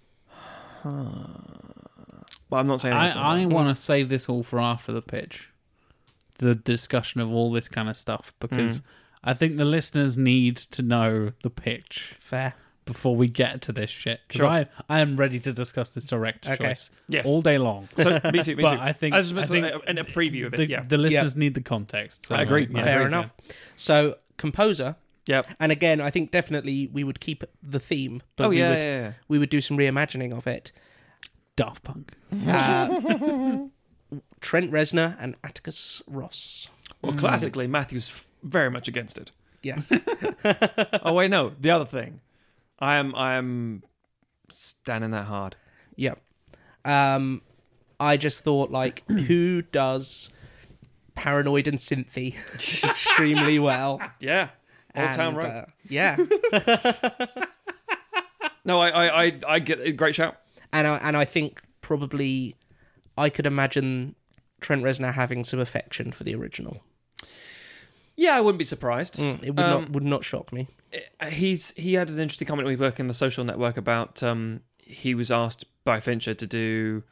S3: huh. but I'm not saying it's not
S1: I, I want to save this all for after the pitch, the discussion of all this kind of stuff, because I think the listeners need to know the pitch
S2: Fair.
S1: before we get to this shit. Because
S3: Sure.
S1: I, I am ready to discuss this direct choice
S3: Yes.
S1: all day long.
S3: So me too. Me
S1: But
S3: too.
S1: I think-
S3: I was just
S1: I think
S3: a, a preview of it.
S1: The,
S3: yeah.
S1: the listeners need the context. so,
S3: I agree.
S1: like, yeah.
S2: Fair
S3: yeah.
S2: enough. So composer
S3: yep.
S2: and again I think definitely we would keep the theme but
S3: Oh
S2: we
S3: yeah,
S2: would
S3: yeah, yeah.
S2: we would do some reimagining of it.
S1: Daft Punk.
S2: Uh, Trent Reznor and Atticus Ross.
S3: Well,
S1: Mm.
S3: classically, Matthew's f- very much against it.
S2: Yes.
S3: oh wait, no. The other thing, I am I am standing that hard.
S2: Yeah. Um, I just thought like, who does paranoid and synthy extremely well?
S3: Yeah. Old Town
S2: And,
S3: Road.
S2: uh, yeah,
S3: no, I, I I I get it. Great shout.
S2: and I, and I think probably I could imagine Trent Reznor having some affection for the original.
S3: Yeah, I wouldn't be surprised.
S1: Mm.
S3: Uh,
S2: It would not would not shock me.
S3: he's he had an interesting comment we work in the social network about um he was asked by Fincher to do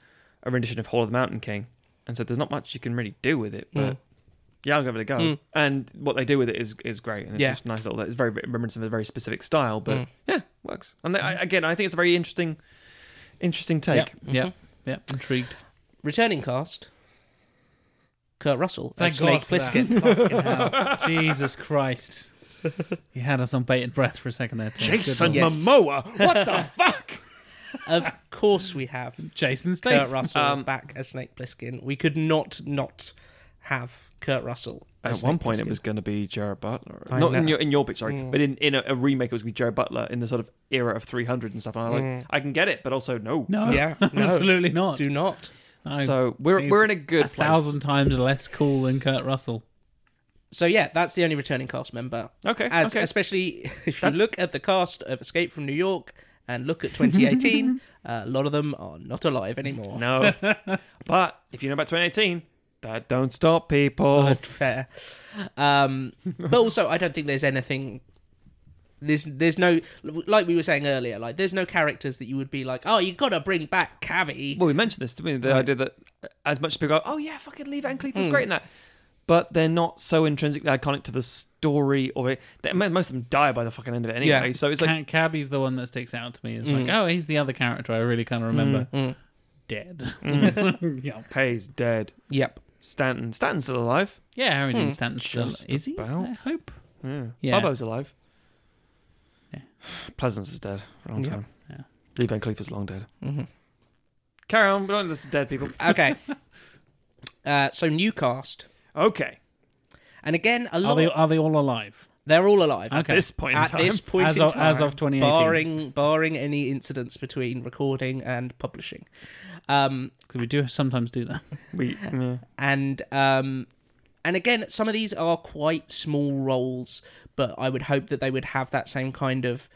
S3: a rendition of Hall of the Mountain King and said there's not much you can really do with it,
S2: Mm.
S3: but yeah, I'll give it a go. And what they do with it is is great and it's
S2: Yeah.
S3: just nice little it's very reminiscent of a very specific style, but yeah, works. And I, again, I think it's a very interesting interesting take.
S1: Yep.
S2: Mm-hmm.
S1: Yep. Yep. Intrigued.
S2: Returning cast: Kurt Russell
S1: Thank
S2: as
S1: God
S2: Snake
S1: for
S2: Plissken.
S1: that. Fucking hell. Jesus Christ. You had us on bated breath for a second there. Tom. Good lord.
S3: Jason
S2: Yes.
S3: Momoa. What the fuck?
S2: Of course, we have
S1: Jason
S2: Kurt
S1: Statham.
S2: Russell
S3: Um,
S2: back as Snake Plissken. We could not not have Kurt Russell.
S3: At
S2: as
S3: one
S2: Snake
S3: point, it
S2: Plissken.
S3: was going to be Jared Butler.
S2: I
S3: Not in
S2: know.
S3: your in your pitch, sorry, but in, in a, a remake, it was going to be Jared Butler in the sort of era of 300 and stuff. And I like, I can get it, but also no.
S1: No.
S2: Yeah, no.
S1: Absolutely not.
S2: Do not.
S1: No.
S3: So we're
S1: He's
S3: we're in a good
S1: a
S3: place.
S1: thousand times less cool than Kurt Russell.
S2: So yeah, that's the only returning cast member.
S3: Okay,
S2: As
S3: okay.
S2: especially if you look at the cast of Escape from New York and look at 2018, uh, a lot of them are not alive anymore.
S3: No, but if you know about 2018, that don't stop people.
S2: But fair. Um, but also, I don't think there's anything. There's there's no like we were saying earlier. Like there's no characters that you would be like, oh, you got to bring back Cavi.
S3: well, we mentioned this, didn't we? The idea that as much as people go, oh yeah, fucking leave Van Cleef was great in that, but they're not so intrinsically iconic to the story, or they, most of them die by the fucking end of it anyway.
S2: Yeah.
S3: So it's like
S1: Ca- Cabby's the one that sticks out to me. It's like, oh, he's the other character I really kind of
S2: Mm.
S1: remember. Dead. yeah.
S3: Pay's dead.
S2: Yep.
S3: Stanton, Stanton's still alive.
S1: yeah, Harry Dean Stanton's still.
S3: Just
S1: Is he?
S3: about.
S1: I hope.
S3: Yeah.
S1: Yeah.
S3: Bobo's alive.
S1: Yeah.
S3: Pleasance is dead. Wrong
S2: Yeah.
S3: time.
S1: Yeah.
S3: Lee Van Cleef is long dead. Carry on. We don't listen to dead people.
S2: Okay. uh, so new cast,
S3: Okay.
S2: and again, a lot.
S1: Are they, are they all alive?
S2: They're all alive.
S1: Okay.
S3: This point in
S2: at
S3: time.
S2: this point
S1: As
S2: in
S1: of-
S2: time,
S1: as of 2018.
S2: barring barring any incidents between recording and publishing, um,
S1: 'Cause we do sometimes do that.
S3: We, yeah.
S2: and um, and again, some of these are quite small roles, but I would hope that they would have that same kind of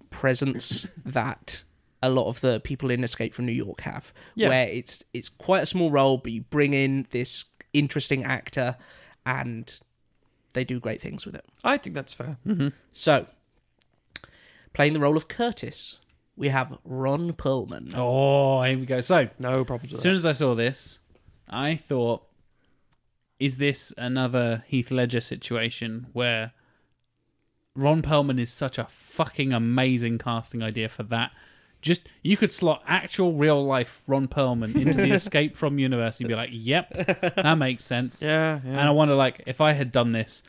S2: presence that a lot of the people in Escape from New York have,
S3: Yeah.
S2: where it's it's quite a small role, but you bring in this interesting actor, and they do great things with it.
S3: I think that's fair.
S2: So, playing the role of Curtis, we have Ron Perlman.
S1: Oh, here we go. So,
S3: No problems with
S1: as
S3: that.
S1: soon as I saw this, I thought, is this another Heath Ledger situation where Ron Perlman is such a fucking amazing casting idea for that? Just you could slot actual real life Ron Perlman into the Escape from Universe and be like, "Yep, that makes sense."
S3: Yeah, yeah.
S1: And I wonder, like, if I had done this,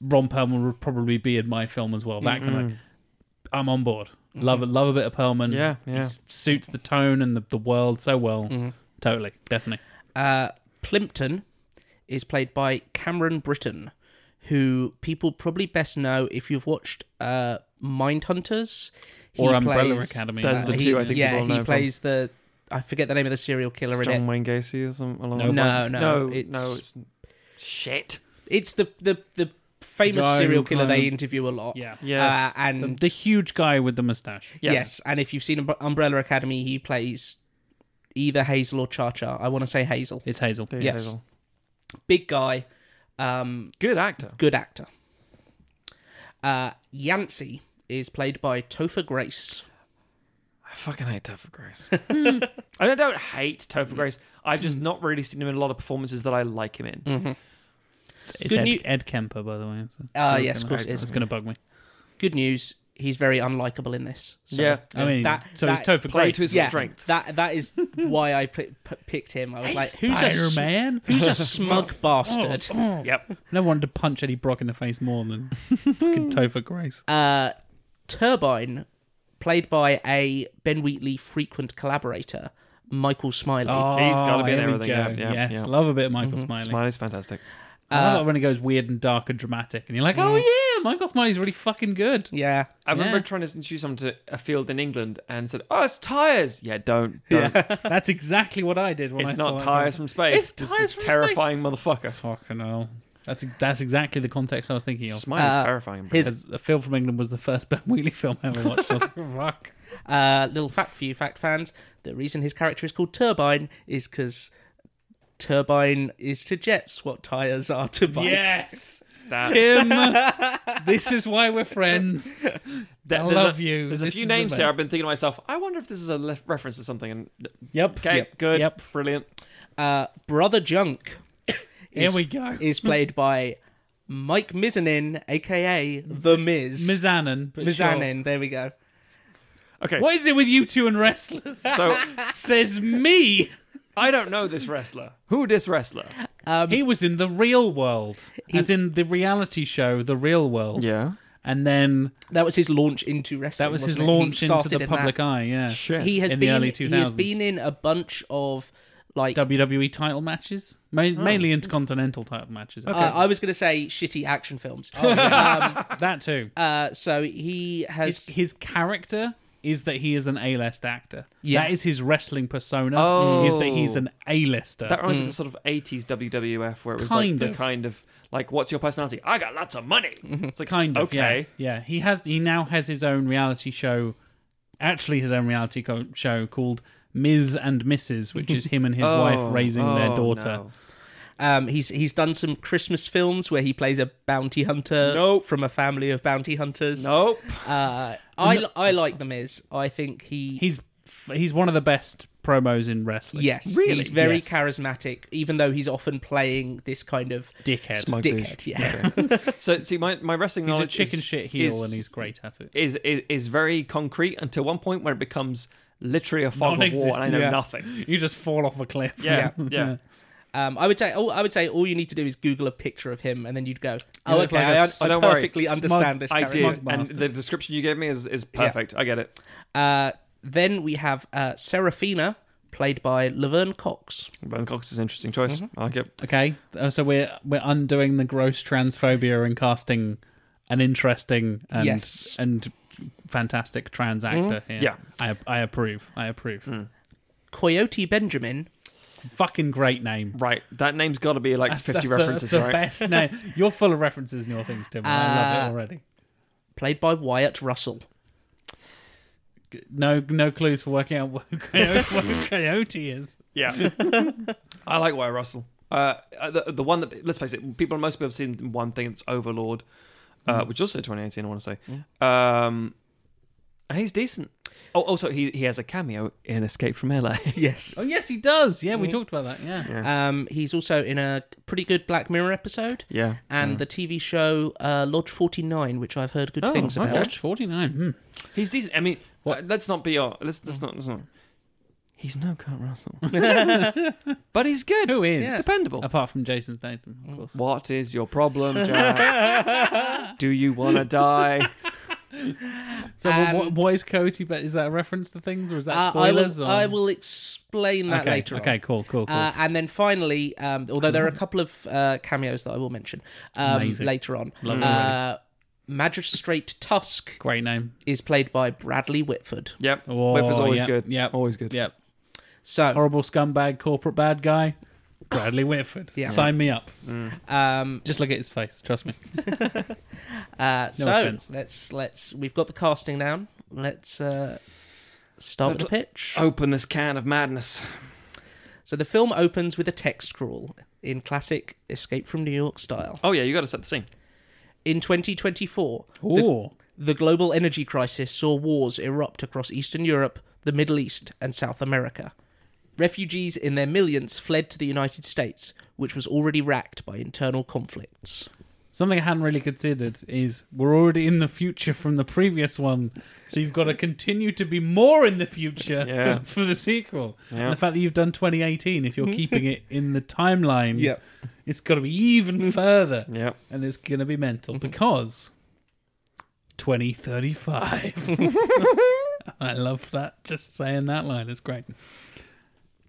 S1: Ron Perlman would probably be in my film as well. That kind of, I'm on board. Love it. Love a bit of Perlman.
S3: Mm-hmm. Yeah,
S1: He
S3: yeah. Mm-hmm.
S1: s- suits the tone and the, the world so well. Totally, definitely.
S2: Uh, Plimpton is played by Cameron Britton, who people probably best know if you've watched uh, Mindhunters. He
S1: or Umbrella
S2: plays-
S1: Academy.
S3: Those are the
S1: Uh,
S2: he-
S3: two I think
S2: yeah,
S3: people know
S2: he
S3: from.
S2: plays the. I forget the name of the serial killer in
S3: John
S2: it.
S3: Wayne Gacy or something along
S1: No,
S3: those
S2: no,
S3: lines.
S2: no,
S3: no,
S2: it's-
S3: no, it's shit.
S2: It's the the the famous
S1: Guy who
S2: serial killer
S1: kind
S2: they
S1: of-
S2: interview a lot.
S1: yeah. Um,
S3: Yes,
S2: Uh, and
S1: The, the huge guy with the mustache.
S2: yes.
S3: yes.
S2: and if you've seen Umbre- Umbrella Academy, he plays either Hazel or Cha Cha. I want to say Hazel.
S1: It's Hazel.
S3: There's
S2: yes.
S3: Hazel.
S2: Big guy, um,
S3: Good actor.
S2: good actor. Uh, Yancey is played by Topher Grace.
S3: I fucking hate Topher Grace. I don't- don't hate Topher Grace. I've just not really seen him in a lot of performances that I like him in.
S1: It's
S2: Good
S1: Ed,
S2: new-
S1: Ed Kemper, by the way.
S2: Ah, yes, of course it is.
S1: It's going to bug me.
S2: Good news, he's very unlikable in this. So
S3: yeah.
S1: I mean,
S2: That-
S1: so
S2: that-
S1: it's Topher
S3: Play
S1: Grace.
S3: to his
S2: Yeah,
S3: strengths.
S2: that that is why I p- p- picked him. I was like, who's a
S1: Spider
S2: sm-
S1: Man?
S2: who's a smug bastard?
S3: Yep.
S1: Never wanted to punch Eddie Brock in the face more than fucking Topher Grace.
S2: Uh, Turbine, played by a Ben Wheatley frequent collaborator, Michael Smiley.
S1: Oh.
S3: gotta be in
S1: here we
S3: everything,
S1: go.
S3: yeah, yeah,
S1: yes,
S3: yeah. Mm-hmm.
S1: love a bit of Michael Smiley.
S3: Smiley's fantastic.
S1: I love it when it goes weird and dark and dramatic, and you're like,
S3: mm.
S1: oh yeah, Michael Smiley's really fucking good.
S2: Yeah,
S3: I remember
S1: Yeah.
S3: trying to introduce him to a field in England and said, "Oh, it's tires." Yeah, don't, don't.
S1: That's exactly what I did when I
S3: It's
S1: saw
S3: not
S1: that
S3: tires
S1: film.
S3: from space.
S1: It's
S3: This
S1: Tyres
S3: is
S1: from
S3: terrifying motherfucker.
S1: Fucking hell. That's e, that's exactly the context I was thinking of.
S3: Smiley's
S2: Uh,
S3: terrifying.
S2: his-
S1: Because the film from England was the first Ben Wheatley film I ever watched. I was like, fuck.
S2: Uh, little fact for you, fact fans: the reason his character is called Turbine is because turbine is to jets what tires are to bikes.
S1: Yes,
S3: That-
S1: Tim. this is why we're friends.
S3: that-
S1: I
S3: there's a-
S1: love you.
S3: There's a
S1: This
S3: few
S1: is the
S3: names here.
S1: best.
S3: I've been thinking to myself. I wonder if this is a lef- reference to something. And
S1: Yep.
S3: okay,
S1: Yep.
S3: good,
S1: Yep.
S3: brilliant.
S2: Uh, Brother Junk
S1: Here
S2: is,
S1: we go.
S2: is played by Mike Mizanin, aka The Miz.
S1: Mizanin. but sure.
S2: Mizanin, there we go.
S3: Okay,
S1: What is it with you two and wrestlers?
S3: so
S1: Says me.
S3: I don't know this wrestler. Who this wrestler?
S1: He was in the real world, as in the reality show, The Real World.
S3: Yeah,
S1: And then
S2: That was his launch into wrestling.
S1: that was his
S2: wasn't it? He
S1: launch into
S2: started
S1: the
S2: in
S1: public
S2: that.
S1: eye. Yeah.
S3: shit.
S2: He has
S1: in the
S2: been
S1: early
S2: he has
S1: 2000s.
S2: been in a bunch of like
S1: WWE E title matches, ma-
S2: Oh.
S1: mainly intercontinental title matches.
S2: uh, I was going to say shitty action films.
S1: Oh. that too.
S2: Uh, so he
S1: his,
S2: has
S1: his character is that he is an A-list actor.
S2: Yeah.
S1: That is his wrestling persona.
S3: Oh.
S1: Is that he's an A-lister.
S3: That reminds me of the sort of 80s WWF where it was
S1: Hmm. Kind
S3: like the
S1: of. Mm-hmm.
S3: kind of like, what's your personality? I got lots of money. It's like,
S1: kind of.
S3: okay.
S1: Yeah. Yeah. He has. He now has his own reality show. Actually, his own reality co- show called Ms. and Mrs., which is him and his wife raising their
S3: oh,
S1: daughter.
S3: no.
S2: um, he's he's done some Christmas films where he plays a bounty hunter
S3: Nope.
S2: from a family of bounty hunters.
S3: Nope.
S2: Uh, I li- I like the Miz. I think he,
S1: He's f- he's one of the best promos in wrestling.
S2: yes
S3: Really?
S2: he's very
S1: Yes.
S2: charismatic, even though he's often playing this kind of
S1: Dickhead.
S3: Smug
S2: dickhead.
S3: douche.
S2: Yeah.
S3: So, see, my, my wrestling
S1: He's a
S3: knowledge
S1: chicken
S3: is,
S1: shit heel,
S3: is-
S1: and he's great at it.
S3: Is, is, is very concrete until one point where it becomes literally a fog of war and I know
S1: Non-existent. Yeah.
S3: nothing.
S1: You just fall off a cliff.
S3: Yeah, yeah.
S2: Um, I would say, oh, I would say, all you need to do is Google a picture of him, and then you'd go, "Oh,
S1: look
S2: okay,
S1: like a
S2: I, un-
S1: s-
S2: I
S3: don't worry,
S2: perfectly
S1: smug-
S2: understand this
S3: I
S2: character."
S3: did. And
S1: bastard.
S3: the description you gave me is, is perfect. I get it.
S2: Uh, then we have uh, Serafina, played by Laverne Cox.
S3: Ben Cox is an interesting choice.
S1: Mm-hmm.
S3: I like it.
S1: Okay, uh, so we're we're undoing the gross transphobia and casting an interesting and
S2: Yes.
S1: and fantastic
S3: Mm-hmm.
S1: trans actor here.
S3: Yeah. Mm.
S1: I I approve. I approve.
S2: Coyote Benjamin
S1: fucking great name.
S3: Right, that name's got to be like
S1: That's,
S3: 50
S1: that's
S3: references,
S1: the,
S3: right?
S1: that's the best name. You're full of references in your things, Tim. and I love
S2: Uh,
S1: it already.
S2: Played by Wyatt Russell.
S1: No, no clues for working out what a coyote, what a coyote is.
S3: Yeah. I like Wyatt Russell. Uh, uh, the, the one that, let's face it, people most people have seen one thing that's Overlord, uh, which is also 2018, I want to say. Um, and he's decent. Oh, also, he, he has a cameo in Escape from LA.
S2: Yes.
S1: Oh yes, he does. Yeah, we talked about that. Yeah.
S2: Um, he's also in a pretty good Black Mirror episode
S3: yeah.
S1: Hmm.
S2: and the TV show uh, Lodge 49, which I've heard good
S3: Oh,
S2: things about.
S3: okay.
S1: Watch forty nine. Hmm.
S3: He's decent. I mean, uh, let's not be all. Let's, let's not. Let's not. He's no Kurt Russell, but he's good.
S1: Who is?
S3: He's dependable.
S1: Apart from Jason Statham,
S2: Mm.
S1: of course.
S3: What is your problem, Jack? Do you want to die?
S1: So,
S2: Um,
S1: what, what is coyote? But is that a reference to things, or is that
S2: Uh, I,
S1: spoilers?
S2: will,
S1: or...
S2: I will explain that
S1: okay,
S2: later on.
S1: Okay, cool, cool, cool.
S2: Uh, and then finally, um, although there are a couple of uh, cameos that I will mention um,
S1: Amazing.
S2: later on,
S1: Love it
S2: uh, Magistrate Tusk
S1: Great name.
S2: is played by Bradley Whitford.
S3: Yep.
S1: Oh,
S3: Whipper's always
S1: yep,
S3: good.
S1: yep.
S3: Always good.
S1: Yep.
S2: So,
S1: Horrible scumbag, corporate bad guy. Bradley Whitford.
S2: Yeah.
S1: Sign me up. Oh.
S2: um,
S1: Just look at his face. Trust me.
S2: uh,
S1: No
S2: so
S1: offense.
S2: let's let's we've got the casting down. Let's uh, start with the pitch.
S1: Oh,
S3: Open this can of madness.
S2: So the film opens with a text crawl in classic Escape from New York style.
S3: Oh yeah, you got to set the scene.
S2: In 2024,
S1: Ooh.
S2: The global energy crisis saw wars erupt across Eastern Europe, the Middle East, and South America. Refugees in their millions fled to the United States, which was already racked by internal conflicts.
S1: Something I hadn't really considered is we're already in the future from the previous one, so you've got to continue to be more in the future
S3: Yeah.
S1: for the sequel.
S3: Yeah.
S1: And the fact that you've done 2018, if you're keeping it in the timeline,
S2: Yep.
S1: it's got to be even further,
S3: Yep.
S1: and it's going to be mental because 2035. I love that. Just saying that line is great.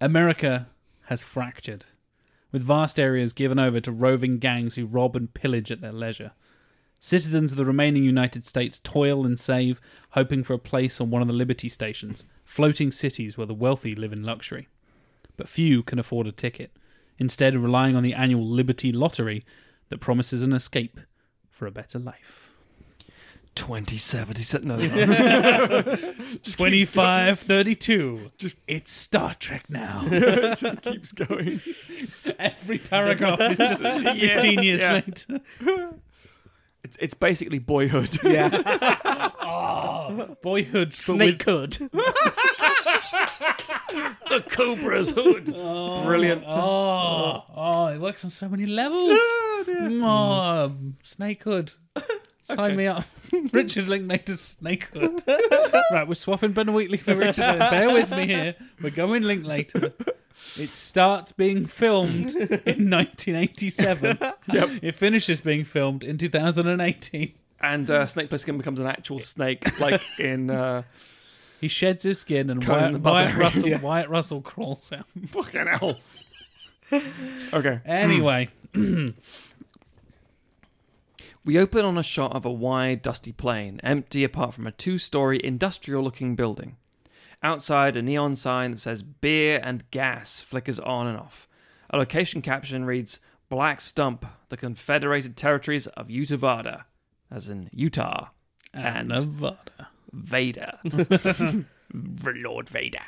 S1: America has fractured, with vast areas given over to roving gangs who rob and pillage at their leisure. Citizens of the remaining United States toil and save, hoping for a place on one of the Liberty stations, floating cities where the wealthy live in luxury. But few can afford a ticket, instead, relying on the annual Liberty lottery that promises an escape for a better life.
S3: Twenty seventy. No, no.
S1: 2532. Just it's Star Trek now.
S3: just keeps going.
S1: Every paragraph is just 15 years
S3: yeah.
S1: later.
S3: It's it's basically Boyhood.
S2: Yeah.
S1: Boyhood, but with
S2: Snakehood.
S3: the Cobra's Hood. Brilliant.
S1: Oh, oh, it works on so many levels. Oh, Snakehood. Sign me up. Richard Linklater's Snakehood. right, we're swapping Ben Wheatley for Richard. Linklater. Bear with me here. We're going Linklater. It starts being filmed in 1987. It finishes being filmed in 2018.
S3: And uh, Snake Plissken becomes an actual snake, like in. Uh,
S1: He sheds his skin and
S3: Conan the
S1: Wyatt, Wyatt
S3: Barbarian.
S1: Russell Wyatt Russell crawls out.
S3: Fucking hell. okay.
S1: Anyway,
S3: We open on a shot of a wide, dusty plain, empty apart from a two story, industrial looking building. Outside, a neon sign that says beer and gas flickers on and off. A location caption reads Black Stump, the Confederated Territories of Utavada, as in Utah,
S1: and
S3: and,
S1: Nevada.
S3: Vader. Lord Vader.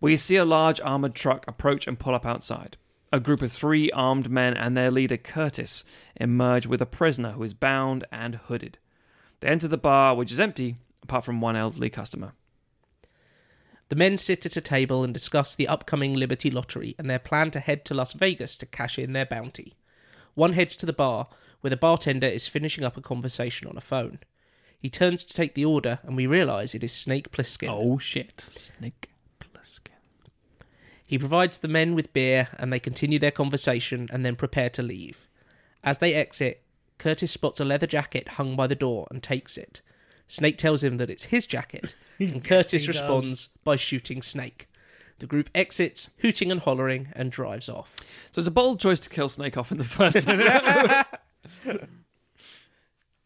S3: We see a large armored truck approach and pull up outside. A group of three armed men and their leader, Curtis, emerge with a prisoner who is bound and hooded. They enter the bar, which is empty, apart from one elderly customer.
S2: The men sit at a table and discuss the upcoming Liberty Lottery and their plan to head to Las Vegas to cash in their bounty. One heads to the bar, where the bartender is finishing up a conversation on a phone. He turns to take the order, and we realise it is Snake Plissken.
S1: Oh shit.
S3: Snake Plissken.
S2: He provides the men with beer and they continue their conversation and then prepare to leave. As they exit, Curtis spots a leather jacket hung by the door and takes it. Snake tells him that it's his jacket, and Curtis
S1: he does.
S2: responds by shooting Snake. The group exits, hooting and hollering, and drives off.
S3: So it's a bold choice to kill Snake off in the first minute.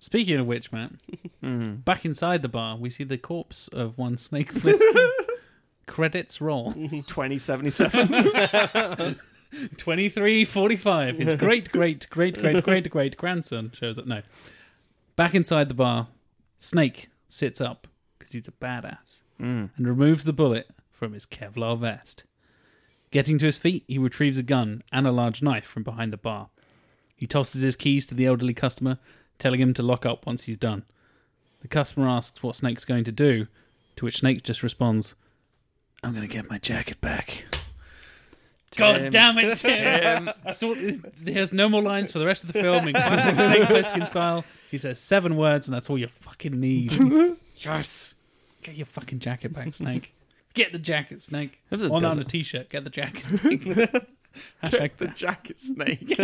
S1: Speaking of which, Matt, back inside the bar, we see the corpse of one Snake Plissken Credits roll.
S3: 2077.
S1: 2345. His great, great, great, great, great, great grandson shows up. No. Back inside the bar, Snake sits up because he's a badass and removes the bullet from his Kevlar vest. Getting to his feet, he retrieves a gun and a large knife from behind the bar. He tosses his keys to the elderly customer, telling him to lock up once he's done. The customer asks what Snake's going to do, to which Snake just responds, I'm going to get my jacket back.
S3: Um,
S1: God damn it, Tim. That's all, he has no more lines for the rest of the film in classic Snake Plissken style. He says seven words, and that's all you fucking need.
S3: Yes.
S1: Get your fucking jacket back, Snake. Get the jacket, Snake.
S3: That was a
S1: On on
S3: desert.
S1: a t-shirt. Get the jacket, Snake. Hashtag
S3: The jacket snake.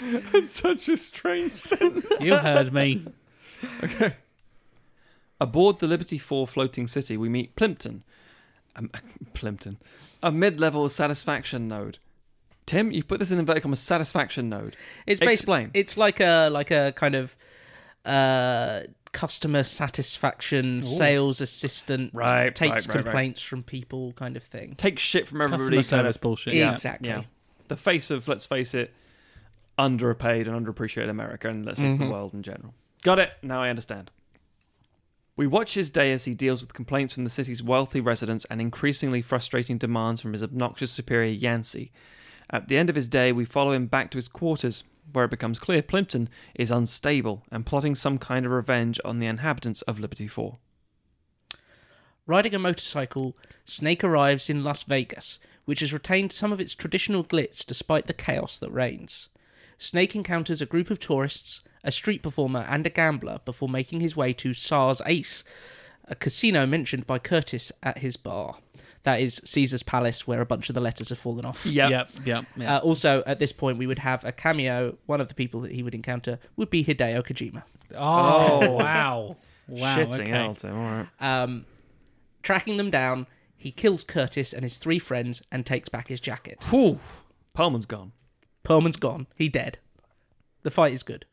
S3: That's such a strange sentence.
S1: You heard me.
S3: Aboard the Liberty 4 floating city, we meet Plimpton. Um, Plimpton. A mid level satisfaction node. Tim, you've put this in inverted commas satisfaction node.
S2: It's basi-
S3: Explain.
S2: It's like a like a kind of uh, customer satisfaction sales assistant
S3: Right,
S2: takes
S3: right, right, right.
S2: complaints from people kind of thing.
S3: Take shit from
S1: Customer
S3: everybody. Kind
S1: service
S3: of,
S1: bullshit.
S2: Yeah,
S1: Yeah.
S2: exactly.
S3: yeah. The face of, let's face it, underpaid and underappreciated America and let's face
S1: Mm-hmm.
S3: the world in general. Got it. Now I understand. We watch his day as he deals with complaints from the city's wealthy residents and increasingly frustrating demands from his obnoxious superior Yancey. At the end of his day, we follow him back to his quarters, where it becomes clear Plimpton is unstable and plotting some kind of revenge on the inhabitants of Liberty 4.
S2: Riding a motorcycle, Snake arrives in Las Vegas, which has retained some of its traditional glitz despite the chaos that reigns. Snake encounters a group of tourists, a street performer, and a gambler before making his way to SARS Ace, a casino mentioned by Curtis at his bar. That is Caesar's Palace, where a bunch of the letters have fallen off.
S1: Yep. Yep. Yep. yep.
S2: Uh, also, at this point, we would have a cameo. One of the people that he would encounter would be Hideo Kojima.
S1: oh, wow. Wow.
S3: Shitting oh
S1: okay.
S3: hell, Tim. All right.
S2: Um, tracking them down, he kills Curtis and his three friends and takes back his jacket.
S3: Whew. Perlman's gone.
S2: Perlman's gone. He dead. The fight is good.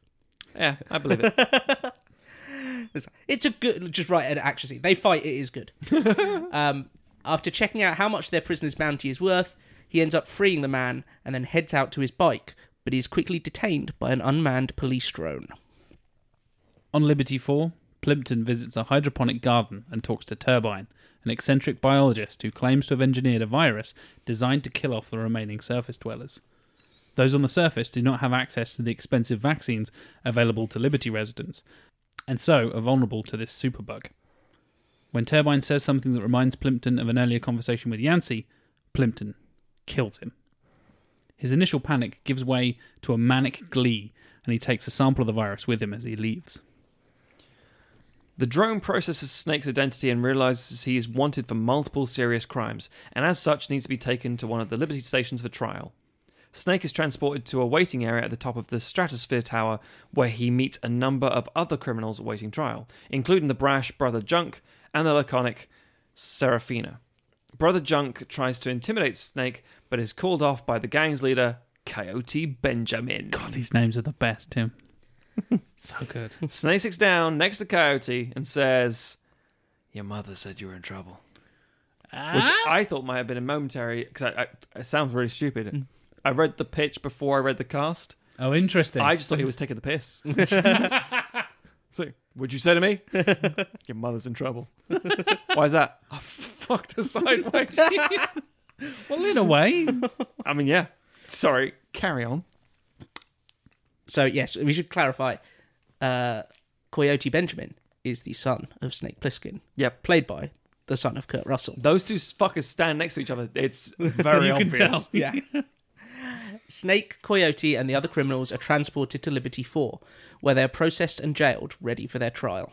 S3: Yeah, I believe it.
S2: It's, it's a good. Just write an action scene. They fight. It is good. um, after checking out how much their prisoner's bounty is worth, he ends up freeing the man and then heads out to his bike, but he is quickly detained by an unmanned police drone.
S1: On Liberty 4, Plimpton visits a hydroponic garden and talks to Turbine, an eccentric biologist who claims to have engineered a virus designed to kill off the remaining surface dwellers. Those on the surface do not have access to the expensive vaccines available to Liberty residents, and so are vulnerable to this superbug. When Turbine says something that reminds Plimpton of an earlier conversation with Yancey, Plimpton kills him. His initial panic gives way to a manic glee, and he takes a sample of the virus with him as he leaves.
S3: The drone processes Snake's identity and realizes he is wanted for multiple serious crimes, and as such needs to be taken to one of the Liberty stations for trial. Snake is transported to a waiting area at the top of the Stratosphere Tower, where he meets a number of other criminals awaiting trial, including the brash Brother Junk and the laconic Seraphina. Brother Junk tries to intimidate Snake, but is called off by the gang's leader, Coyote Benjamin.
S1: God, these names are the best, Tim. so good.
S3: Snake sits down next to Coyote and says, Your mother said you were in trouble. Which I thought might have been a momentary, because I, I, it sounds really stupid.
S1: Mm.
S3: I read the pitch before I read the cast.
S1: Oh, interesting.
S3: I just thought he was taking the piss. so, would you say to me, Your mother's in trouble? Why is that? I fucked her sideways.
S1: well, in a way,
S3: I mean, yeah. Sorry, carry on.
S2: So yes, we should clarify. Uh, Coyote Benjamin is the son of Snake Plissken,
S3: Yep.
S2: played by the son of Kurt Russell.
S3: Those two fuckers stand next to each other. It's very
S1: you can
S3: obvious.
S1: tell.
S2: Yeah. Snake, Coyote, and the other criminals are transported to Liberty 4, where they are processed and jailed, ready for their trial.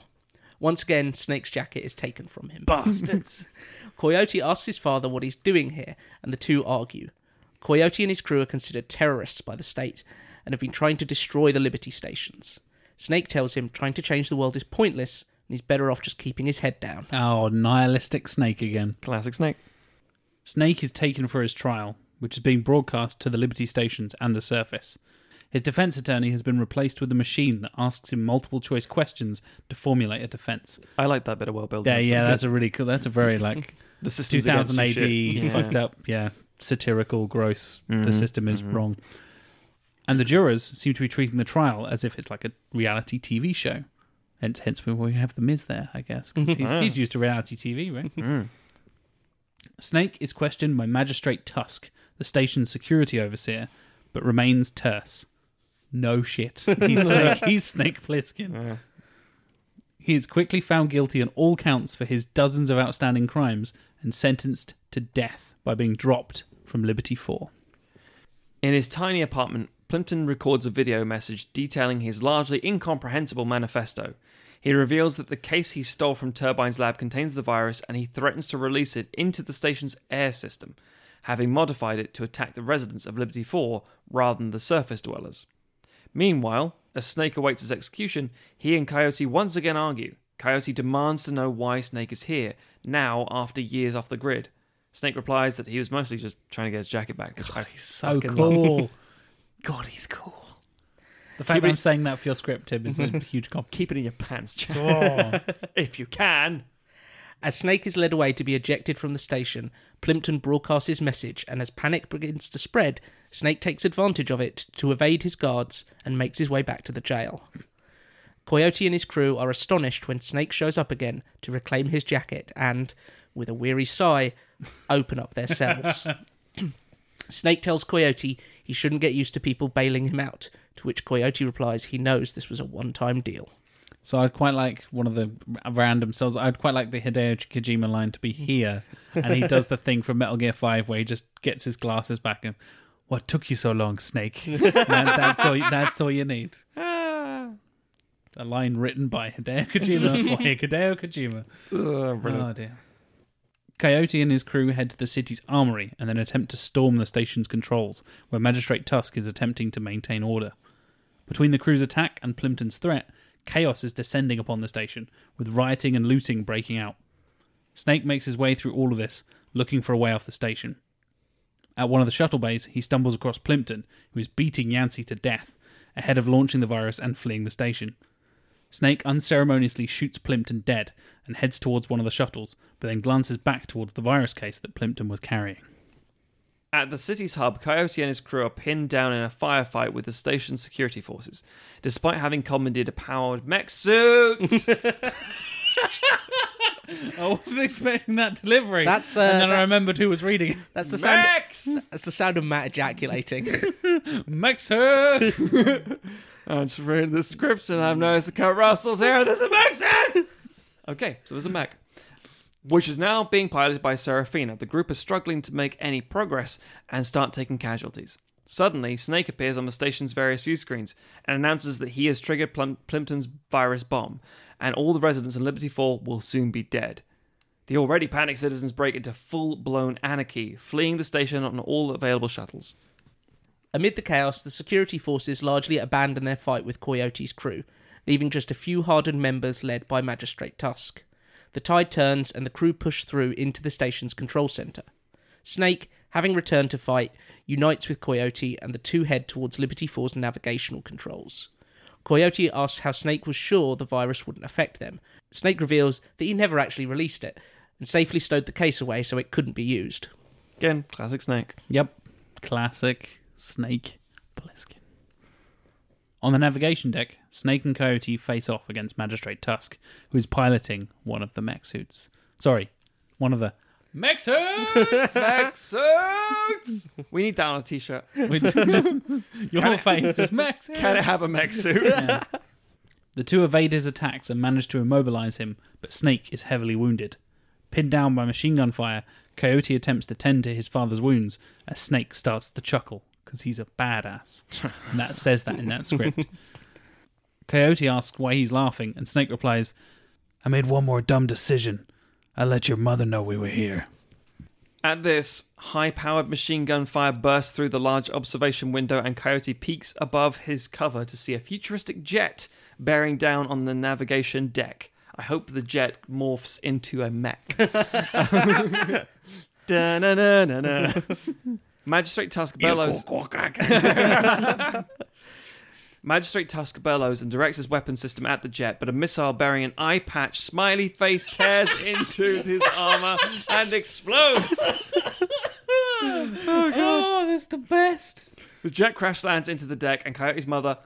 S2: Once again, Snake's jacket is taken from him.
S1: Bastards.
S2: Coyote asks his father what he's doing here, and the two argue. Coyote and his crew are considered terrorists by the state and have been trying to destroy the Liberty stations. Snake tells him trying to change the world is pointless and he's better off just keeping his head down.
S1: oh, nihilistic snake again.
S3: Classic Snake.
S1: Snake is taken for his trial, which is being broadcast to the Liberty stations and the surface. His defense attorney has been replaced with a machine that asks him multiple choice questions to formulate a defense.
S3: I like that bit of world building.
S1: Yeah, yeah, that's a really cool. That's a very like
S3: the system's against
S1: 2000
S3: you
S1: AD
S3: shit. Yeah. Mm-hmm,
S1: fucked up. Yeah, satirical, gross. The system is wrong. And the jurors seem to be treating the trial as if it's like a reality TV show. Hence, hence why we have the Miz there, I guess, 'cause he's, he's used to reality TV, right?
S3: Mm.
S1: Snake is questioned by Magistrate Tusk, the station's security overseer, but remains terse. No shit. He's Snake, he's Snake Plissken. He is quickly found guilty on all counts for his dozens of outstanding crimes and sentenced to death by being dropped from Liberty 4.
S3: In his tiny apartment, Plimpton records a video message detailing his largely incomprehensible manifesto. He reveals that the case he stole from Turbine's lab contains the virus and he threatens to release it into the station's air system, having modified it to attack the residents of Liberty 4 rather than the surface dwellers. Meanwhile, as Snake awaits his execution, he and Coyote once again argue. Coyote demands to know why Snake is here, now after years off the grid. Snake replies that he was mostly just trying to get his jacket back. Which I
S1: So
S3: fucking
S1: Oh,
S3: love.
S1: cool.
S3: God, he's cool.
S1: The fact
S3: Keep
S1: that
S3: it-
S1: I'm saying that for your script, Tim, is a huge compliment.
S3: Keep it in your pants, Jack. if you can.
S2: As Snake is led away to be ejected from the station, Plimpton broadcasts his message, and as panic begins to spread, Snake takes advantage of it to evade his guards and makes his way back to the jail. Coyote and his crew are astonished when Snake shows up again to reclaim his jacket and, with a weary sigh, open up their cells. Snake tells Coyote he shouldn't get used to people bailing him out, to which Coyote replies he knows this was a one time deal.
S1: So I'd quite like one of the r- random cells. I'd quite like the Hideo Kojima line to be here, and he does the thing from Metal Gear Five where he just gets his glasses back and, "What took you so long, Snake?" And that's all. That's all you need. A line written by Hideo Kojima. by Hideo Kojima. Oh dear. Coyote and his crew head to the city's armory and then attempt to storm the station's controls, where Magistrate Tusk is attempting to maintain order. Between the crew's attack and Plimpton's threat, chaos is descending upon the station, with rioting and looting breaking out. Snake makes his way through all of this, looking for a way off the station. At one of the shuttle bays, he stumbles across Plimpton, who is beating Yancey to death, ahead of launching the virus and fleeing the station. Snake unceremoniously shoots Plimpton dead and heads towards one of the shuttles, but then glances back towards the virus case that Plimpton was carrying.
S3: At the city's hub, Coyote and his crew are pinned down in a firefight with the station's security forces, despite having commandeered a powered mech suit.
S1: I wasn't expecting that delivery.
S2: That's, uh,
S1: and then
S2: that-
S1: I remembered who was reading. it.
S2: That's the sound.
S3: Mechs!
S2: That's the sound of Matt ejaculating.
S1: Max Hook!
S3: I just read the script and I've noticed the Kurt Russell's here. There's a mech suit! Okay, so there's a mech. Which is now being piloted by Serafina. The group are struggling to make any progress and start taking casualties. Suddenly, Snake appears on the station's various view screens and announces that he has triggered Plum- Plimpton's virus bomb, and all the residents in Liberty 4 will soon be dead. The already panicked citizens break into full blown anarchy, fleeing the station on all available shuttles.
S2: Amid the chaos, the security forces largely abandon their fight with Coyote's crew, leaving just a few hardened members led by Magistrate Tusk. The tide turns and the crew push through into the station's control center. Snake, having returned to fight, unites with Coyote and the two head towards Liberty 4's navigational controls. Coyote asks how Snake was sure the virus wouldn't affect them. Snake reveals that he never actually released it and safely stowed the case away so it couldn't be used.
S3: Again, classic Snake.
S1: Yep. Classic Snake Plissken. On the navigation deck, Snake and Coyote face off against Magistrate Tusk, who is piloting one of the mech suits. Sorry, one of the mech suits!
S3: Mech suits! We need that on a t shirt.
S1: With- Your face is mech suit.
S3: Can it have a mech suit?
S1: The two evade his attacks and manage to immobilize him, but Snake is heavily wounded. Pinned down by machine gun fire, Coyote attempts to tend to his father's wounds as Snake starts to chuckle because he's a badass. And that says that in that script. Coyote asks why he's laughing, and Snake replies, I made one more dumb decision. I let your mother know we were here.
S3: At this, high powered machine gun fire bursts through the large observation window, and Coyote peeks above his cover to see a futuristic jet bearing down on the navigation deck. I hope the jet morphs into a mech. Da-na-na-na-na. Magistrate Tusk bellows. Magistrate Tusk bellows and directs his weapon system at the jet, but a missile bearing an eye patch, smiley face tears into his armor and explodes.
S1: Oh, that's the best.
S3: The jet crash lands into the deck, and Coyote's mother,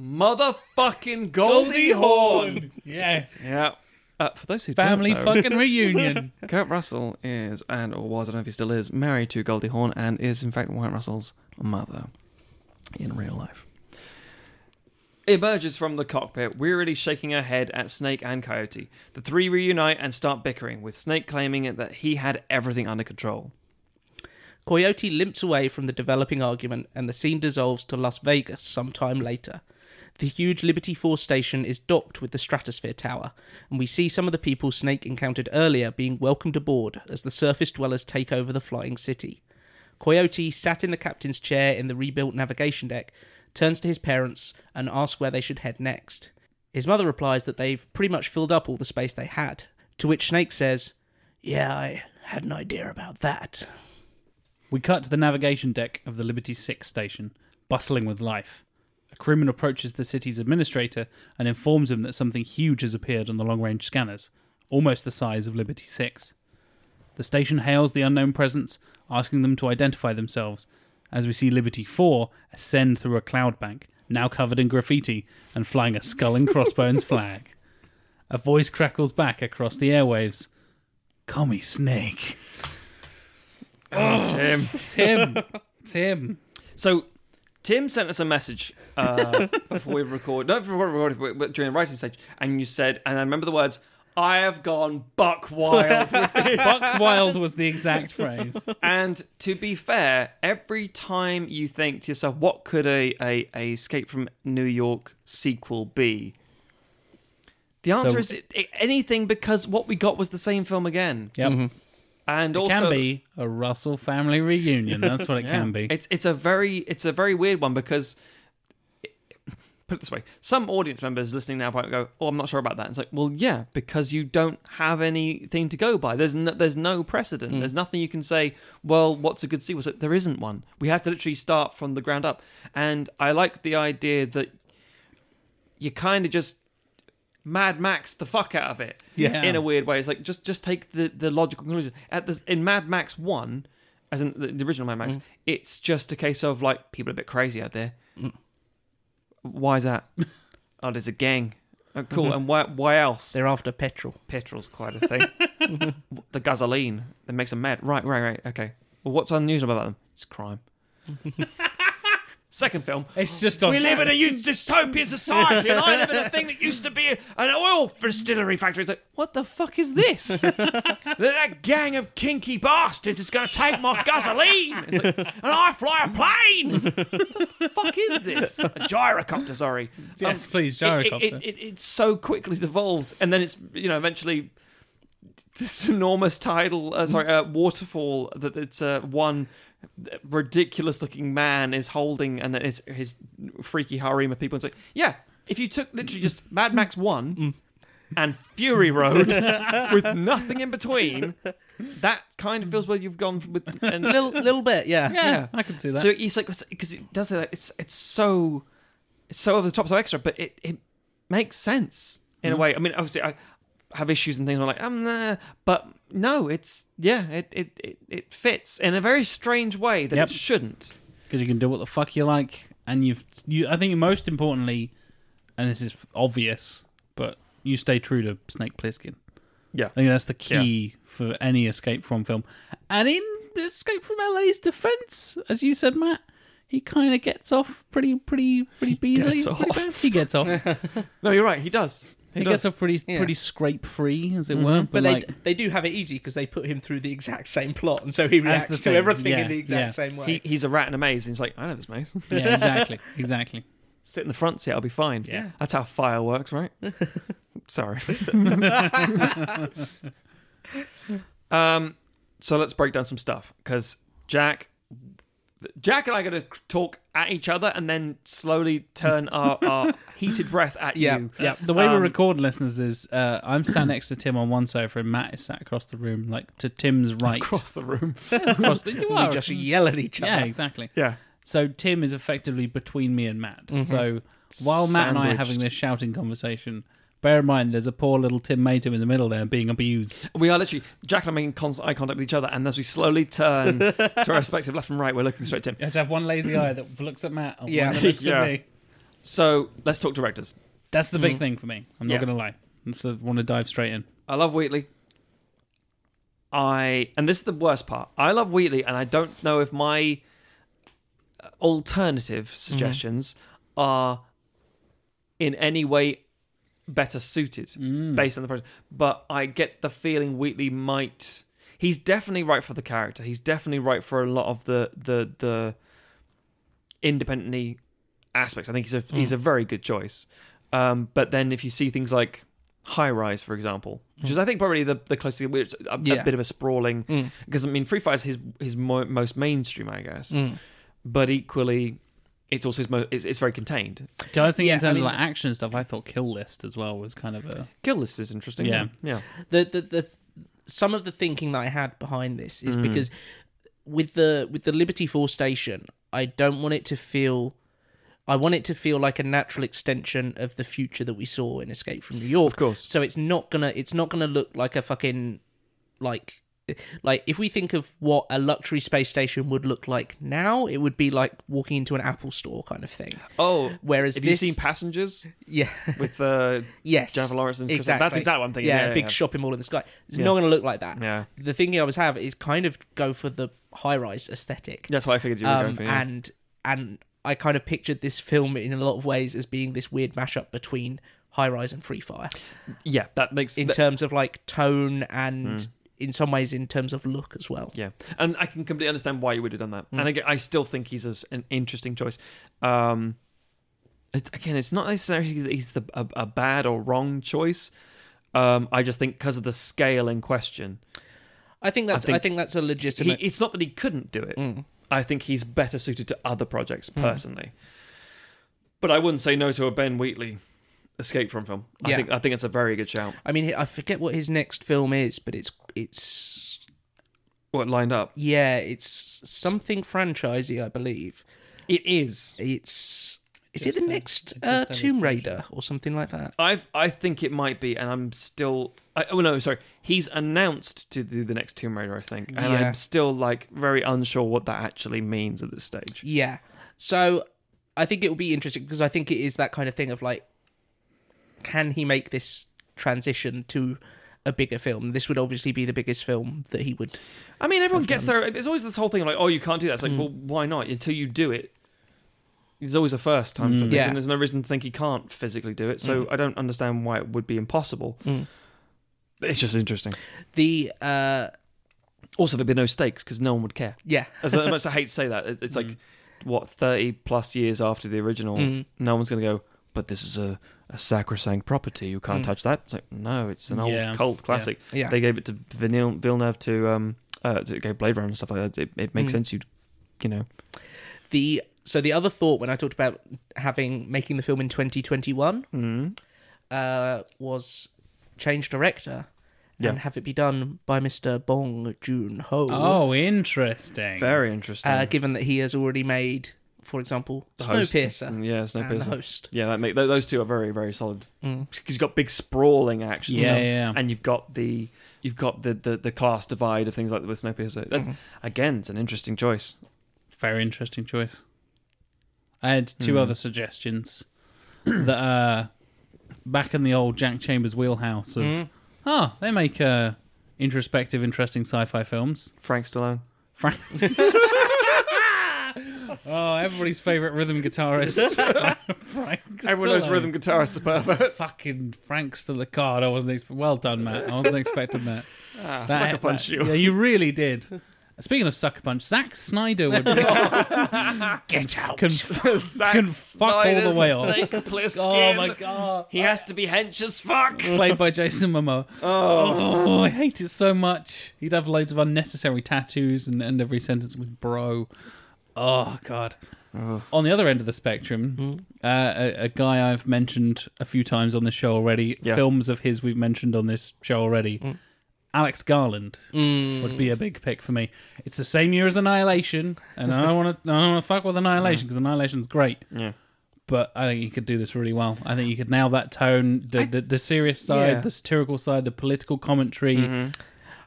S3: motherfucking Goldie, Hawn.
S1: Yes.
S3: Yeah. Uh, for those who
S1: Family
S3: don't know,
S1: fucking reunion.
S3: Kurt Russell is, and or was, I don't know if he still is, married to Goldie Hawn and is, in fact, Wyatt Russell's mother in real life. Emerges from the cockpit, wearily shaking her head at Snake and Coyote. The three reunite and start bickering, with Snake claiming that he had everything under control.
S2: Coyote limps away from the developing argument, and the scene dissolves to Las Vegas sometime later. The huge Liberty Force station is docked with the Stratosphere Tower, and we see some of the people Snake encountered earlier being welcomed aboard as the surface dwellers take over the flying city. Coyote, sat in the captain's chair in the rebuilt navigation deck, turns to his parents and asks where they should head next. His mother replies that they've pretty much filled up all the space they had, to which Snake says, Yeah, I had an idea about that.
S1: We cut to the navigation deck of the Liberty 6 station, bustling with life. A crewman approaches the city's administrator and informs him that something huge has appeared on the long range scanners, almost the size of Liberty 6. The station hails the unknown presence, asking them to identify themselves, as we see Liberty 4 ascend through a cloud bank, now covered in graffiti, and flying a skull and crossbones flag. A voice crackles back across the airwaves Commie Snake.
S3: Tim.
S1: Tim! Tim!
S3: So, Tim sent us a message uh, before we record, not before we recorded, but- but during the writing stage, and you said, and I remember the words, I have gone buck wild with this.
S1: Buck wild was the exact phrase.
S3: And to be fair, every time you think to yourself, what could a, a, a Escape from New York sequel be? The answer
S1: So-
S3: is it- it- anything because what we got was the same film again.
S1: Yep.
S3: And also
S1: Can be a Russell family reunion. That's what it can be.
S3: It's it's a very it's a very weird one because put it this way, some audience members listening now might go, "Oh, I'm not sure about that." it's like, well, yeah, because you don't have anything to go by. There's no, there's no precedent.
S1: Mm.
S3: There's nothing you can say. Well, what's a good sequel? So there isn't one. We have to literally start from the ground up. And I like the idea that you kind of just Mad Max the fuck out of it.
S1: Yeah.
S3: In a weird way. It's like just just take the, the logical conclusion. At the in Mad Max one, as in the, the original Mad Max, it's just a case of like people are a bit crazy out there. Why is that? oh, there's a gang. Oh, cool. And why why else?
S2: They're after petrol.
S3: Petrol's quite a thing. the gasoline that makes them mad. Right, right, right. Okay. Well, what's unusual about them? It's crime. Second film.
S1: It's just on.
S3: We live in a u- dystopian society, and I live in a thing that used to be an oil distillery factory. It's like, what the fuck is this? that, that gang of kinky bastards is going to take my gasoline. It's like, and I fly a plane. It's like, what the fuck is this? A gyrocopter, sorry.
S1: yes,
S3: Um,
S1: please,
S3: it-
S1: gyrocopter.
S3: It, it, it, it so quickly devolves, and then it's you know eventually this enormous tidal, uh, sorry, uh, waterfall that it's uh, one ridiculous-looking man is holding, and it's his freaky harem of people. It's like, yeah, if you took literally just Mad Max One
S1: Mm.
S3: and Fury Road with nothing in between, that kind of feels where you've gone with. And,
S2: A little, little bit, yeah.
S1: yeah, I can see that.
S3: so it's like because it does that. It's it's so it's so over the top, so extra, but it it makes sense in a way. I mean, obviously, I have issues and things. I'm like, um, nah, but no, it's yeah, it it it, it fits in a very strange way that
S1: Yep.
S3: it shouldn't.
S1: because you can do what the fuck you like, and you've you. I think most importantly, and this is obvious, but you stay true to Snake Plissken.
S3: Yeah.
S1: I think that's the key for any Escape from film, and in the Escape from LA's defense, as you said, Matt. He kind of gets off pretty, pretty, pretty beasily.
S3: gets
S1: pretty
S3: off.
S1: bad. He gets off. he
S3: No, you're right. He does. He, does.
S1: gets off pretty,
S2: Yeah.
S1: pretty scrape free, as it were. But,
S2: But
S1: like,
S2: they they do have it easy because they put him through the exact same plot, and so he
S1: That's the
S2: reacts
S1: thing,
S2: to everything
S1: yeah,
S2: in the exact
S1: yeah.
S2: same way.
S3: He, he's a rat in a maze. And he's like, I know this maze.
S1: yeah, exactly, exactly.
S3: Sit in the front seat. I'll be fine.
S1: Yeah.
S3: That's how fire works, right? Sorry. um, so let's break down some stuff because Jack, Jack and I are going to talk at each other and then slowly turn our, our heated breath at
S2: Yeah,
S3: you.
S2: yeah.
S1: The way we
S3: Um,
S1: record, listeners, is uh, I'm sat next to Tim on one sofa, and Matt is sat across the room, like to Tim's right.
S3: Across the room.
S1: Across the, you
S2: We
S1: are.
S2: just yell at each other.
S1: yeah, exactly.
S3: Yeah.
S1: So Tim is effectively between me and Matt. So while Matt and I are having
S3: Sandwiched.
S1: this shouting conversation, bear in mind there's a poor little Tim Matum in the middle there being abused.
S3: We are literally Jack and I making constant eye contact with each other, and as we slowly turn to our respective left and right, we're looking straight at
S1: You
S3: him.
S1: have to have one lazy eye that looks at Matt and
S2: Yeah.
S1: one that looks
S3: Yeah.
S1: at me.
S3: So let's talk directors.
S1: That's the big thing for me. I'm not
S3: Yeah.
S1: going to lie. I just want to dive straight in.
S3: I love Wheatley. I and this is the worst part. I love Wheatley, and I don't know if my uh, alternative suggestions are in any way better suited based on the project. But I get the feeling Wheatley might. He's definitely right for the character. He's definitely right for a lot of the the the independently aspects. I think he's a he's a very good choice. Um, but then if you see things like High Rise, for example, which is I think probably the the closest, which a, a
S2: Yeah.
S3: bit of a sprawling because I mean Free Fire's his his mo- most mainstream, I guess. But equally, it's also his mo- it's, it's very contained.
S1: So I was thinking
S2: Yeah,
S1: in
S2: I
S1: terms
S2: mean-
S1: of like action and stuff, I thought Kill List as well was kind of a.
S3: Kill List is interesting.
S1: Yeah.
S3: yeah.
S2: the the, the some of the thinking that I had behind this is because with the with the Liberty Force station, I don't want it to feel I want it to feel like a natural extension of the future that we saw in Escape from New York.
S3: Of course.
S2: So it's not gonna it's not gonna look like a fucking like like if we think of what a luxury space station would look like now, it would be like walking into an Apple store kind of thing.
S3: Oh,
S2: Whereas
S3: have
S2: this,
S3: you seen Passengers
S2: yeah,
S3: with uh,
S2: yes,
S3: Jennifer Lawrence and Chris-
S2: exactly.
S3: That's exactly what I'm thinking.
S2: Yeah,
S3: yeah
S2: big shopping mall in the sky. It's not going to look like that.
S3: Yeah.
S2: The thinking I was have is kind of go for the high rise aesthetic.
S3: That's what I figured you were going
S2: Um,
S3: for. Yeah.
S2: and and I kind of pictured this film in a lot of ways as being this weird mashup between high rise and free fire
S3: yeah, that makes
S2: in
S3: that- Mm.
S2: terms of like tone and in some ways in terms of look as well.
S3: Yeah, and I can completely understand why you would have done
S2: Hmm.
S3: that. And again, I still think he's a, an interesting choice. Um, it, again, it's not necessarily that he's the, a, a bad or wrong choice. Um, I just think because of the scale in question,
S2: I think that's I think,
S3: think-
S2: that's a
S3: he,
S2: legitimate.
S3: it's not that he couldn't do it.
S2: Mm.
S3: I think he's better suited to other projects personally. But I wouldn't say no to a Ben Wheatley escape from film. I
S2: Yeah.
S3: think I think it's a very good shout.
S2: I mean, I forget what his next film is, but it's it's
S3: What lined up?
S2: yeah, it's something franchisey, I believe.
S3: It is.
S2: It's is it the next uh, Tomb Raider or something like that?
S3: I've I think it might be, and I'm still. I, oh no, sorry. He's announced to do the next Tomb Raider, I think, and
S2: Yeah.
S3: I'm still like very unsure what that actually means at this stage.
S2: Yeah. So I think it will be interesting because I think it is that kind of thing of like, can he make this transition to a bigger film? This would obviously be the biggest film that he would.
S3: I mean, everyone gets their. There's always this whole thing like, oh, you can't do that.
S1: Mm.
S3: It's like, well, why not? Until you do it, there's always a first time
S1: Mm.
S3: for things,
S2: Yeah.
S3: and there's no reason to think he can't physically do it. So I don't understand why it would be impossible. It's just interesting.
S2: The uh,
S3: Also, there'd be no stakes because no one would care.
S2: yeah,
S3: As much as I hate to say that, it- it's
S1: Mm.
S3: like what thirty plus years after the original, no one's going to go. But this is a, a sacrosanct property. You can't touch that. It's like no, it's an old
S1: Mm. Yeah.
S3: cult classic.
S2: Yeah. Yeah.
S3: They gave it to Vinil- Villeneuve to um uh to go Blade Runner and stuff like that. It, it
S1: Mm.
S3: makes sense. You'd you know
S2: the so the other thought when I talked about having making the film in 2021
S1: Mm.
S2: uh, was change director
S3: Yeah.
S2: and have it be done by Mr. Bong Joon Ho.
S1: Oh, interesting.
S3: very interesting.
S2: uh, given that he has already made, for example,
S3: Host.
S2: Snowpiercer
S3: Mm, Yeah,
S2: and the
S3: Snowpiercer.
S2: Host.
S3: Yeah, that make tho- those two are very very solid because you've got big sprawling action
S1: Mm. Yeah,
S3: stuff,
S1: yeah.
S3: and you've got the you've got the the, the class divide of things like with Snowpiercer. That's,
S1: Mm-hmm.
S3: Again, it's an interesting choice.
S1: It's a very interesting choice. I had two other suggestions that uh back in the old Jack Chambers wheelhouse of oh, they make uh introspective, interesting sci-fi films.
S3: Frank Stallone.
S1: Frank Oh, everybody's favorite rhythm guitarist. Frank
S3: Everyone knows
S1: Stallone.
S3: rhythm guitarists are perverts.
S1: Fucking Frank Stillacard. I wasn't expect- well done, Matt. I wasn't expecting that.
S3: Ah,
S1: That-
S3: sucker punch
S1: that-
S3: you.
S1: Yeah, you really did. Speaking of sucker punch, Zack Snyder would
S2: Get out.
S1: can
S3: Zack
S1: can fuck all the
S3: Snyder's
S1: way off.
S3: Snake Plissken.
S1: Oh my god.
S3: He has to be hench as fuck.
S1: Played by Jason Momoa. Oh. I hate it so much. He'd have loads of unnecessary tattoos and end every sentence with bro. Oh god. On the other end of the spectrum, uh, a, a guy I've mentioned a few times on the show already,
S3: Yeah.
S1: films of his we've mentioned on this show already, Alex Garland would be a big pick for me. It's the same year as Annihilation, and I don't want to. I don't want to fuck with Annihilation because Annihilation's great.
S3: Yeah.
S1: But I think you could do this really well. I think you could nail that tone, the the, the serious side,
S3: Yeah. Mm-hmm.
S1: the satirical side, the political commentary,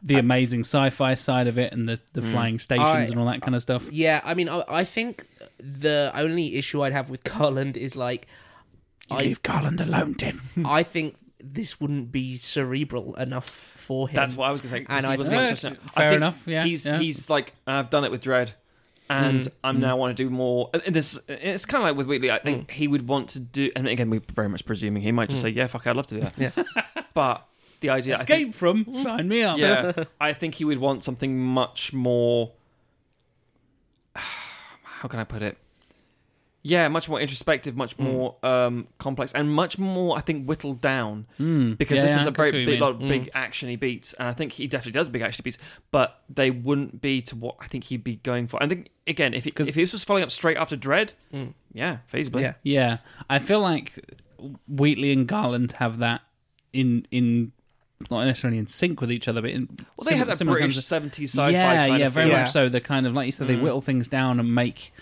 S1: the amazing sci-fi side of it, and the,
S3: Mm.
S1: the flying stations
S2: I-
S1: and all that kind of stuff.
S2: Yeah, I mean, I, I think the only issue I'd have with Garland is like, I,
S1: Garland alone, Tim.
S2: I think this wouldn't be cerebral enough for him.
S3: That's what I was going to say.
S2: And
S3: And
S2: I
S3: I was
S2: think-
S3: not
S1: Yeah, fair enough, yeah,
S3: he's
S1: yeah. Mm,
S3: he's like I've done it with Dread, and I'm now want to do more. And and this uh, it's kind of like with Wheatley. I
S1: Mm.
S3: think he would want to do. And again, we're very much presuming he might just say, "Yeah, fuck, it, I'd love to do that." Yeah. but the idea, I think, Mm.
S1: Escape from. Sign me up.
S3: yeah, I think he would want something much more. How can I put it? Yeah, much more introspective, much
S1: Hmm.
S3: more um, complex, and much more, I think, whittled down because
S1: Yeah,
S3: this
S1: Hmm. yeah,
S3: is
S1: I
S3: a
S1: can
S3: very
S1: see what you
S3: big,
S1: mean. Hmm.
S3: lot of big actiony beats, and I think he definitely does big action beats, but they wouldn't be to what I think he'd be going for. I think again, if he, if he was just following up straight after Dread, yeah, feasibly,
S2: Yeah.
S1: Hmm. Yeah, I feel like Wheatley and Garland have that in in not necessarily in sync with each other, but in
S3: Well, they
S1: sim-
S3: had that
S1: similar
S3: British
S1: kinds
S3: '70s
S1: of-
S3: sci-fi.
S1: yeah,
S3: kind
S1: yeah,
S3: of Mm.
S1: very
S3: feel.
S2: Yeah.
S1: much so. They're kind of like you said, they whittle things down and make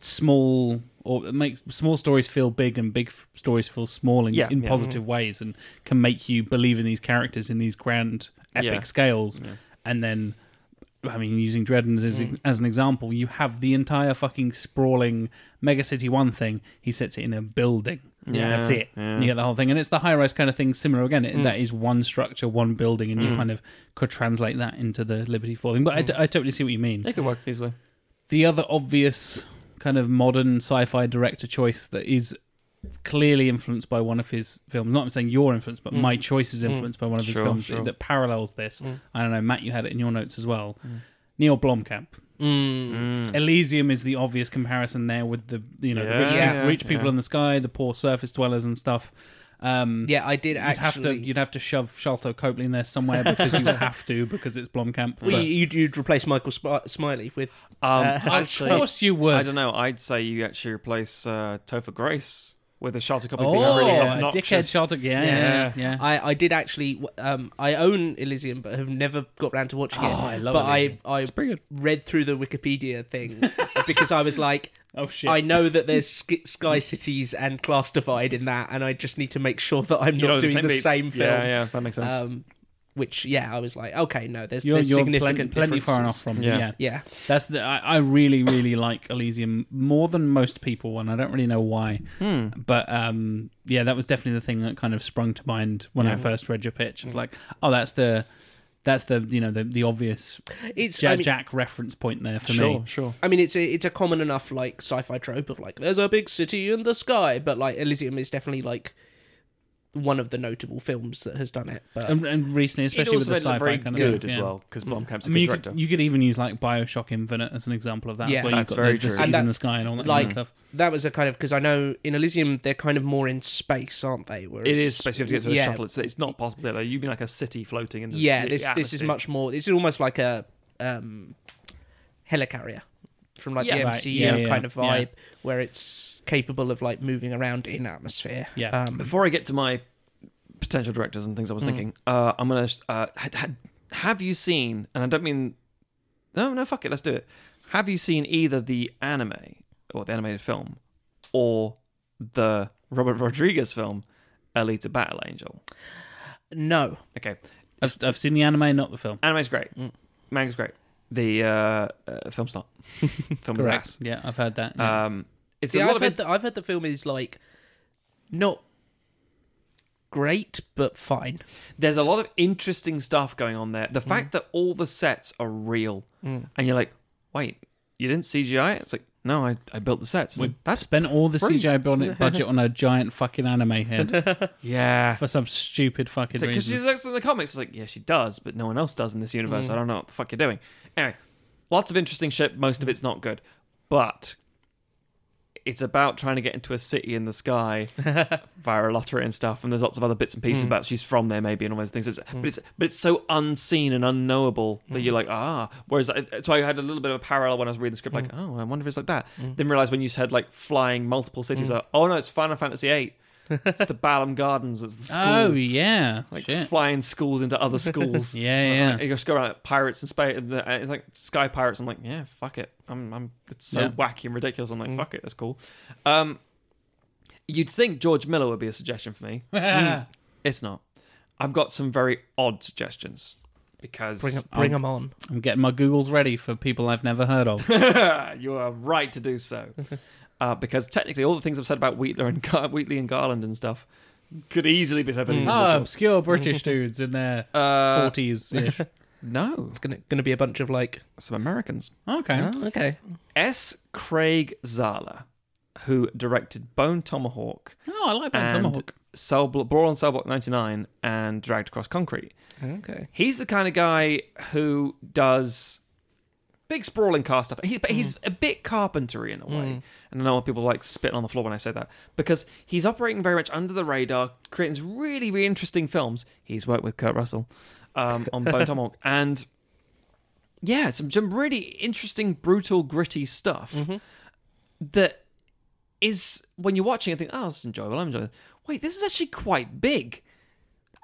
S1: small or make small stories feel big and big f- stories feel small in,
S3: Yeah,
S1: in
S3: yeah.
S1: positive ways and can make you believe in these characters in these grand epic
S3: Yeah.
S1: scales and then I mean, using Dredden as,
S3: Hmm.
S1: as an example, you have the entire fucking sprawling Mega City 1 thing. He sets it in a building.
S3: Yeah,
S1: That's it.
S3: yeah. Hmm.
S1: And you get the whole thing. And it's the high rise kind of thing, similar again. It, That is one structure, one building, and you kind of could translate that into the Liberty 4 thing. But
S3: Hmm.
S1: I, d- I totally see what you mean.
S3: They could work easily.
S1: The other obvious kind of modern sci fi director choice that is clearly influenced by one of his films, not I'm saying your influence, but my choice is influenced by one of his
S3: Mm. Sure,
S1: films
S3: sure. Mm.
S1: that parallels this. I don't know, Matt, you had it in your notes as well. Neil Blomkamp.
S2: Mm.
S1: Elysium is the obvious comparison there with the you know the rich,
S3: Yeah,
S1: people,
S3: yeah,
S1: rich people
S3: yeah.
S1: in the sky, the poor surface dwellers and stuff. Um,
S2: Yeah, I did
S1: you'd have
S2: actually.
S1: to you'd have to shove Shalto Copley in there somewhere because you have to because it's Blomkamp.
S2: Well,
S1: but-
S2: you, you'd, you'd replace Michael Sp- Smiley with.
S3: Um,
S2: Uh,
S3: actually,
S1: of course you would.
S3: I don't know. I'd say you actually replace uh, Topher Grace with a shelter copy being
S1: Oh,
S3: really
S1: a
S3: obnoxious.
S1: dickhead Shalto. Yeah, yeah,
S3: Yeah.
S1: yeah.
S2: I, I did actually. Um, I own Elysium, but have never got round to watching it.
S1: Oh, I love
S2: but
S1: Elysium.
S2: I, I
S1: pretty good.
S2: read through the Wikipedia thing because I was like,
S1: Oh shit!
S2: I know that there's sk- Sky Cities and Class Divide in that, and I just need to make sure that I'm
S3: You
S2: not
S3: know,
S2: doing the
S3: beats.
S2: same film.
S3: Yeah, yeah, that makes sense.
S2: Um, which, yeah, I was like, okay, no, there's,
S1: you're
S2: there's
S1: you're plenty,
S2: significant
S1: plenty far enough
S2: differences.
S1: from
S3: Yeah.
S1: yeah.
S2: Yeah,
S1: That's the I, I really really like Elysium more than most people, and I don't really know why.
S3: Hmm.
S1: But um, yeah, that was definitely the thing that kind of sprung to mind when I first read your pitch.
S3: Hmm.
S1: It's like, oh, that's the that's the you know the, the obvious
S2: it's.
S1: Ja-
S2: I mean,
S1: Jack reference point there for
S3: sure,
S1: me.
S3: sure.
S2: I mean, it's a it's a common enough like sci-fi trope of like there's a big city in the sky, but like Elysium is definitely like one of the notable films that has done it. But
S1: And, and recently,
S3: It
S1: especially with
S3: also
S1: the
S3: made it
S1: sci-fi
S3: very
S1: kind of
S3: good
S1: thing,
S3: as
S1: yeah.
S3: well because Blomkamp's
S1: I
S3: a
S1: mean,
S3: good
S1: you could,
S3: director.
S1: you could even use like Bioshock Infinite as an example of that,
S2: Yeah.
S1: where you've
S3: That's
S1: got
S3: very
S1: the, the
S3: true.
S1: cities
S2: And
S1: in the
S2: that's-
S1: sky and all that
S2: like-
S1: kind of stuff.
S2: that was a kind of because I know in Elysium they're kind of more in space, aren't they? Whereas,
S3: It is especially if you have to get to the
S2: yeah,
S3: shuttle. It's, it's not possible there. though. You'd be like a city floating in the
S2: Yeah,
S3: the
S2: this this is
S3: atmosphere.
S2: much more. This is almost like a um, helicarrier from like
S1: Yeah.
S2: the
S1: Right,
S2: MCU
S1: yeah, yeah,
S2: kind of
S1: yeah.
S2: vibe, where it's capable of like moving around in atmosphere.
S1: Yeah.
S2: um,
S3: Before I get to my potential directors and things I was thinking, uh, I'm gonna uh, ha- ha- have you seen? And I don't mean no, no, fuck it, let's do it. Have you seen either the anime or the animated film or the Robert Rodriguez film, Elita Battle Angel?
S2: no,
S3: Okay,
S1: I've, I've seen the anime, not the film.
S3: anime's great, manga's great. The uh, uh, film's not. film's ass.
S1: Yeah, I've heard that. yeah.
S3: Um, it's
S2: See,
S3: a lot
S2: I've
S3: of
S2: heard that I've heard the film is like not great, but fine.
S3: there's a lot of interesting stuff going on there. The fact that all the sets are real, and you're like, wait, you didn't CGI? it? It's like, no, I, I built the sets.
S1: We
S3: That's
S1: spent all the
S3: brilliant.
S1: CGI bon- budget on a giant fucking anime head
S3: yeah.
S1: for some stupid fucking
S3: Because
S1: reason. Mm.
S3: she's like in the comics, it's like, yeah, she does, but no one else does in this universe. I don't know what the fuck you're doing. Anyway, lots of interesting shit. Most of it's not good, but it's about trying to get into a city in the sky via a lottery and stuff. And there's lots of other bits and pieces
S1: Mm.
S3: about she's from there, maybe, and all those things. It's, But it's but it's so unseen and unknowable that
S1: Mm.
S3: you're like, ah. Whereas I- that's why I had a little bit of a parallel when I was reading the script,
S1: Mm. Mm.
S3: like, oh, I wonder if it's like that. Then realize when you said like flying multiple cities, like, oh no, it's Final Fantasy VIII. it's the Balam Gardens. It's the school.
S1: Oh yeah,
S3: like
S1: Shit.
S3: flying schools into other schools.
S1: Yeah, yeah.
S3: Like, you just go around like, pirates and space. It's like sky pirates. I'm like, yeah, fuck it. I'm, I'm. It's so
S1: Yeah. Mm.
S3: wacky and ridiculous. I'm like, fuck it. That's cool. Um, you'd think George Miller would be a suggestion for me. It's not. I've got some very odd suggestions because
S2: Bring, 'em- bring 'em on.
S1: I'm getting my Googles ready for people I've never heard of.
S3: you are right to do so. Uh, because technically, all the things I've said about Wheatler and Gar- Wheatley and Garland and stuff could easily be said for these
S1: oh,
S3: individuals.
S1: obscure British dudes in their
S3: Uh,
S1: forties ish.
S3: no,
S2: It's gonna gonna be a bunch of like.
S3: some Americans.
S1: Okay.
S2: Oh, okay.
S3: S. Craig Zala, who directed Bone Tomahawk
S1: Oh, I like Ben
S3: and
S1: Tomahawk.
S3: Cell Bl- Brawl and Cellblock 99 and Dragged Across Concrete.
S2: Okay.
S3: He's the kind of guy who does big sprawling car stuff. He, but he's a bit carpentry in a way. And I know people like spit on the floor when I say that because he's operating very much under the radar, creating these really, really interesting films. He's worked with Kurt Russell um, on Bone Tomahawk and yeah, some some really interesting, brutal, gritty stuff that is when you're watching and think, oh, this is enjoyable. I'm enjoying. It. Wait, this is actually quite big.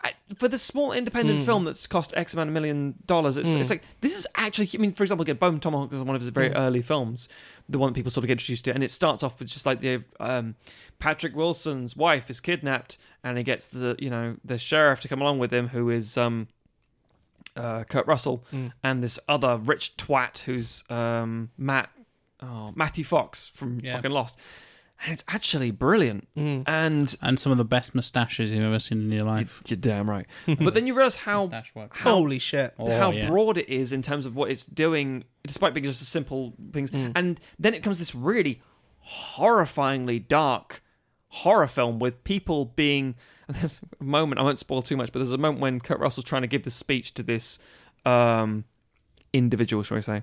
S3: I, for the small independent film that's cost X amount of million dollars, it's, it's like this is actually. I mean, for example, again, Bone Tomahawk is one of his very early films, the one that people sort of get introduced to, and it starts off with just like the um, Patrick Wilson's wife is kidnapped, and he gets the you know the sheriff to come along with him, who is um, uh, Kurt Russell and this other rich twat who's um, Matt oh, Matty Fox from
S1: Yeah.
S3: fucking Lost, and it's actually brilliant. And
S1: And some of the best mustaches you've ever seen in your life.
S3: you're damn right. but then you realize how
S1: Mustache work.
S2: Holy shit.
S1: Oh,
S3: how
S1: yeah.
S3: broad it is in terms of what it's doing, despite being just a simple things.
S1: Hmm.
S3: And then it comes this really horrifyingly dark horror film with people being. and There's a moment I won't spoil too much, but there's a moment when Kurt Russell's trying to give this speech to this um, individual, shall we say,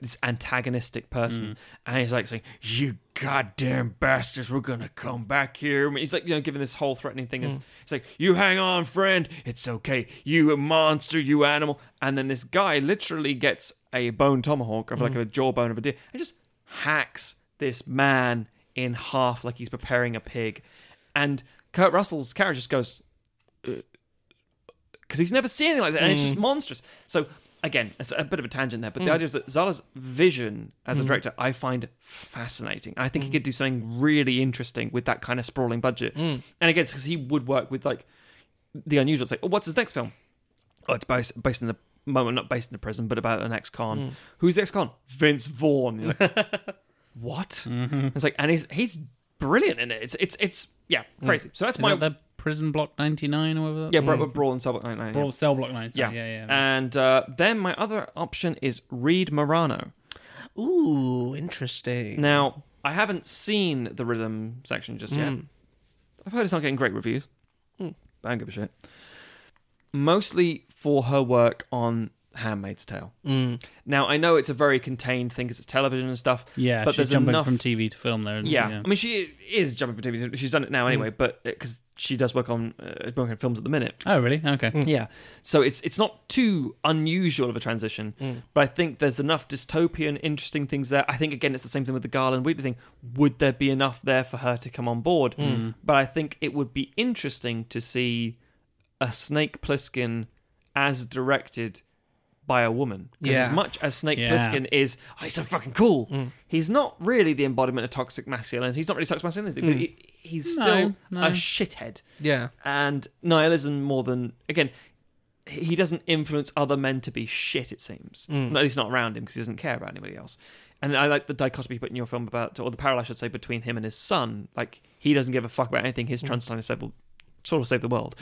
S3: this antagonistic person, and he's like saying, "You goddamn bastards, we're gonna come back here." I mean, he's like, you know, giving this whole threatening thing. It's, it's like, "You hang on, friend. It's okay. You a monster. You animal." And then this guy literally gets a bone tomahawk of like a jawbone of a deer and just hacks this man in half like he's preparing a pig, and Kurt Russell's character just goes, because he's never seen anything like that, and
S1: Mm.
S3: it's just monstrous. So again, it's a bit of a tangent there, but the idea is that Zala's vision as
S1: Mm.
S3: a director I find fascinating. I think he could do something really interesting with that kind of sprawling budget.
S1: Mm.
S3: And again, because he would work with like the unusual. It's like, oh, what's his next film? Oh, it's based based in the moment, not based in the prison, but about an ex-con.
S1: Mm.
S3: Who's the ex-con? Vince Vaughn. You're like, what?
S1: Mm-hmm.
S3: It's like, and he's he's brilliant in it. It's it's it's yeah crazy. So that's
S1: Is
S3: my
S1: that the Mm. Prison Block 99 or whatever?
S3: yeah, Bra- Brawl and Subway 99.
S1: Brawl Cell Block 99. Yeah,
S3: Yeah,
S1: yeah, yeah.
S3: And uh, then my other option is Reed Morano.
S2: Ooh, interesting.
S3: Now, I haven't seen the rhythm section just yet.
S2: Mm.
S3: I've heard it's not getting great reviews. I don't give a shit. Mostly for her work on Handmaid's Tale.
S2: Mm.
S3: Now, I know it's a very contained thing because it's television and stuff.
S1: yeah,
S3: but
S1: she's
S3: there's
S1: jumping
S3: enough
S1: from TV to film there. isn't she?
S3: yeah. I mean, she is jumping from TV. She's done it now anyway, but because she does work on uh, working on films at the minute.
S1: Oh, really? Okay.
S3: Yeah. So it's it's not too unusual of a transition, but I think there's enough dystopian, interesting things there. I think again, it's the same thing with the Garland Wheatley thing. Would there be enough there for her to come on board?
S1: Hmm.
S3: But I think it would be interesting to see a Snake Plissken as directed by a woman. Because
S2: Yeah.
S3: as much as Snake
S1: Yeah. Hmm.
S3: Plissken is, oh, he's so fucking cool. He's not really the embodiment of toxic masculinity. He's not really toxic masculinity, but he, he's
S1: Hmm. No,
S3: still
S1: no.
S3: a shithead
S2: Yeah.
S3: and nihilism more than again he he doesn't influence other men to be shit it seems No, at least not around him because he doesn't care about anybody else and i like the dichotomy you put in your film about or the parallel i should say between him and his son like he doesn't give a fuck about anything his trans line is save, will sort of save the world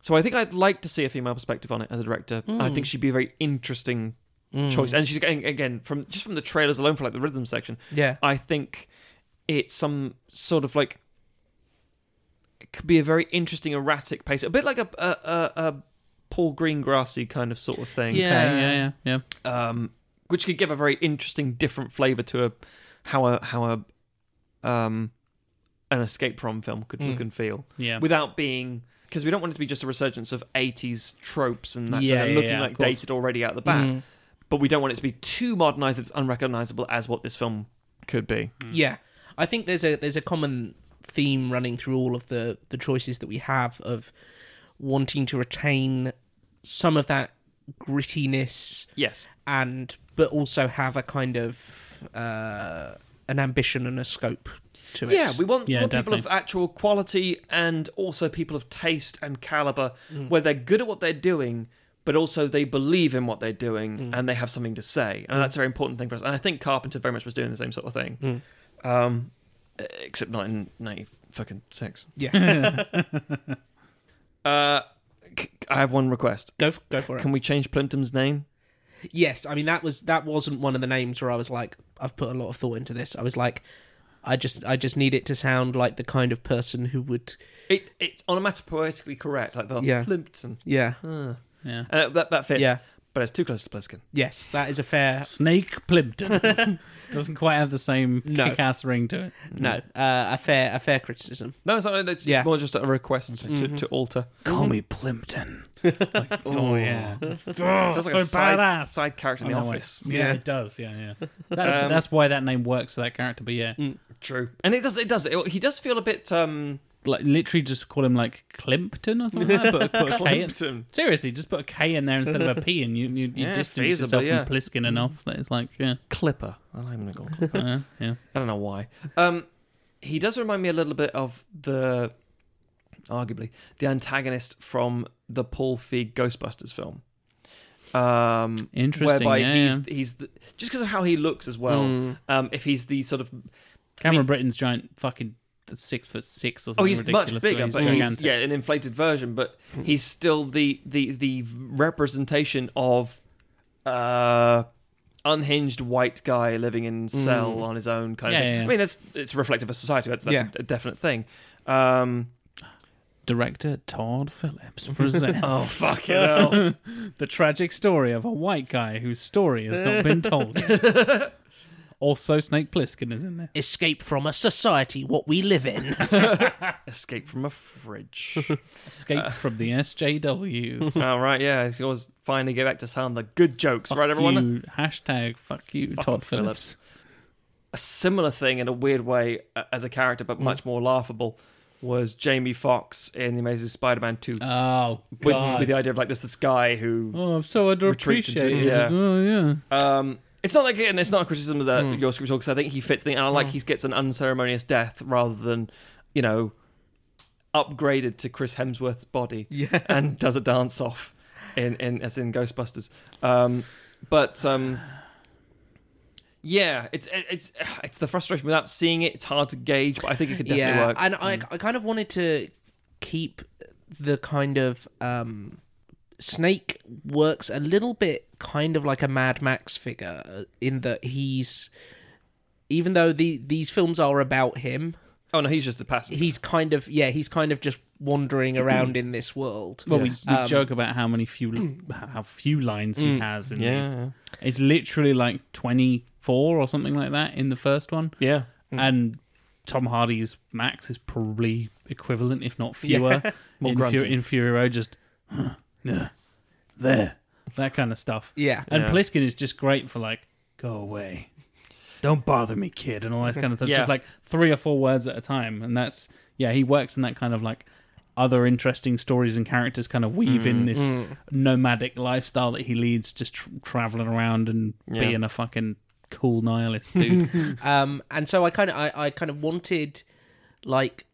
S3: so i think i'd like to see a female perspective on it as a director and i think she'd be a very interesting
S2: Mm.
S3: choice and she's getting again from just from the trailers alone for like the rhythm section
S2: Yeah.
S3: I think it's some sort of like it could be a very interesting erratic pace, a bit like a a, a, a Paul Greengrassy kind of sort of thing,
S2: Yeah.
S1: Okay, yeah, yeah, yeah.
S3: um, which could give a very interesting, different flavour to a how a how a um, an escape from film could look and feel
S1: Hmm. Yeah.
S3: without being because we don't want it to be just a resurgence of 80s tropes and that so
S1: Yeah,
S3: they're
S1: yeah,
S3: looking
S1: yeah, of
S3: like
S1: course. Hmm.
S3: dated already out the bat
S2: Mm.
S3: but we don't want it to be too
S1: Hmm.
S3: modernized that it's unrecognizable as what this film could be
S2: Yeah, I think there's a there's a common theme running through all of the the choices that we have of wanting to retain some of that grittiness
S3: Yes.
S2: and but also have a kind of uh, an ambition and a scope to it.
S3: Yeah, we want,
S1: Yeah,
S3: want people of
S1: definitely.
S3: actual quality and also people of taste and caliber
S2: Mm.
S3: where they're good at what they're doing, but also they believe in what they're doing
S2: Mm.
S3: and they have something to say. And that's a very important thing for us. And I think Carpenter very much was doing the same sort of thing,
S2: Mm.
S3: um, except not in 90 fucking six.
S2: yeah.
S3: Uh, c- I have one request.
S2: go f- go for it.
S3: Can we change Plimpton's name?
S2: Yes, I mean that was that wasn't one of the names where I was like, I've put a lot of thought into this. I was like, I just I just need it to sound like the kind of person who would
S3: It it's onomatopoetically correct, like the
S2: Yeah.
S3: Plimpton.
S2: yeah
S3: Uh,
S1: Yeah.
S3: and that that fits.
S2: yeah
S3: But it's too close to Pliskin.
S2: yes that is a fair
S1: Snake Plimpton doesn't quite have the same
S2: No.
S1: kick-ass ring to
S3: Oh.
S1: it.
S2: no uh, a fair a fair criticism.
S3: No, it's not. It's
S2: Yeah. Mm-hmm.
S3: more just a request to, to alter.
S1: Call me Plimpton. Like, oh yeah, It's- oh,
S3: Sounds
S1: so
S3: like a side,
S1: badass.
S3: side character in
S1: I
S3: the
S1: know it.
S3: office. Um,
S1: Yeah,
S2: Yeah.
S1: it does. Yeah, yeah. That, that's why that name works for that character. But
S3: Mm.
S1: yeah,
S3: True, and it does. It does. It, he does feel a bit um,
S1: like literally just call him like Climpton or something. Like that. Put, put a K in.
S3: Plimpton.
S1: Seriously, just put a K in there instead of a P, and you you, you
S3: Yeah,
S1: distance yourself
S3: feasible, yeah.
S1: from Pliskin enough that it's like yeah,
S3: Clipper. I'm not even gonna call him.
S1: uh, yeah.
S3: I don't know why. Um, he does remind me a little bit of the, arguably the antagonist from the Paul Feig Ghostbusters film. Um,
S1: Interesting,
S3: Whereby
S1: yeah, Hmm.
S3: he's he's the, just because of how he looks as well. Um, if he's the sort of
S1: Cameron Britton's giant fucking six foot six or something
S3: Oh, he's
S1: ridiculous.
S3: much bigger,
S1: he's
S3: but
S1: gigantic.
S3: he's, yeah, an inflated version. But he's still the the the representation of uh unhinged white guy living in cell on his own kind of
S1: Yeah,
S3: thing.
S1: yeah, yeah.
S3: I mean, that's it's reflective of society. That's that's
S2: Yeah.
S3: a, a definite thing. Um,
S1: Director Todd Phillips presents
S3: oh fuck it! hell.
S1: the tragic story of a white guy whose story has not been told. yet. also, Snake Plissken is in there.
S2: Escape from a society what we live in.
S3: Escape from a fridge.
S1: Escape
S3: Uh.
S1: from the SJWs.
S3: All right, yeah, he's always finally get back to sound the good jokes,
S1: Fuck
S3: right, everyone?
S1: You, hashtag fuck you, Todd Phillips.
S3: a similar thing in a weird way uh, as a character, but much more laughable, was Jamie Fox in The Amazing Spider-Man 2.
S1: Oh
S3: with,
S1: god.
S3: with the idea of like this this guy who
S1: oh, I'm so
S3: Retreated to-
S1: underappreciated.
S3: yeah.
S1: Oh yeah.
S3: um it's not like and it's not a criticism of
S2: Hmm.
S3: that your script because I think he fits the and I like he gets an unceremonious death rather than you know upgraded to Chris Hemsworth's body
S2: yeah.
S3: and does a dance off in, in as in Ghostbusters um but um yeah it's it's it's the frustration without seeing it it's hard to gauge but I think it could definitely
S2: yeah,
S3: work
S2: and I, I kind of wanted to keep the kind of um, Snake works a little bit kind of like a Mad Max figure uh, in that he's even though the these films are about him,
S3: oh no he's just a passenger
S2: he's kind of yeah, he's kind of just wandering around in this world.
S1: Well,
S3: Yes.
S1: we, we
S2: Um,
S1: joke about how many few how few lines he has in these.
S3: yeah
S1: It's literally like 24 or something like that in the first one,
S3: yeah
S1: and Tom Hardy's Max is probably equivalent, if not fewer.
S3: More
S1: in,
S3: grunting.
S1: Fury, in Fury Road, just "Huh, yeah, there, that kind of stuff.
S2: Yeah.
S1: And
S3: Yeah.
S1: Pliskin is just great for like, go away. Don't bother me, kid, and all that kind of stuff.
S3: Yeah.
S1: Just like three or four words at a time. And that's yeah, he works in that kind of like other interesting stories and characters kind of weave
S3: Mm,
S1: in this nomadic lifestyle that he leads, just tr- traveling around and
S3: Yeah.
S1: being a fucking cool nihilist dude.
S2: um, and so I kind of I, I kind of wanted like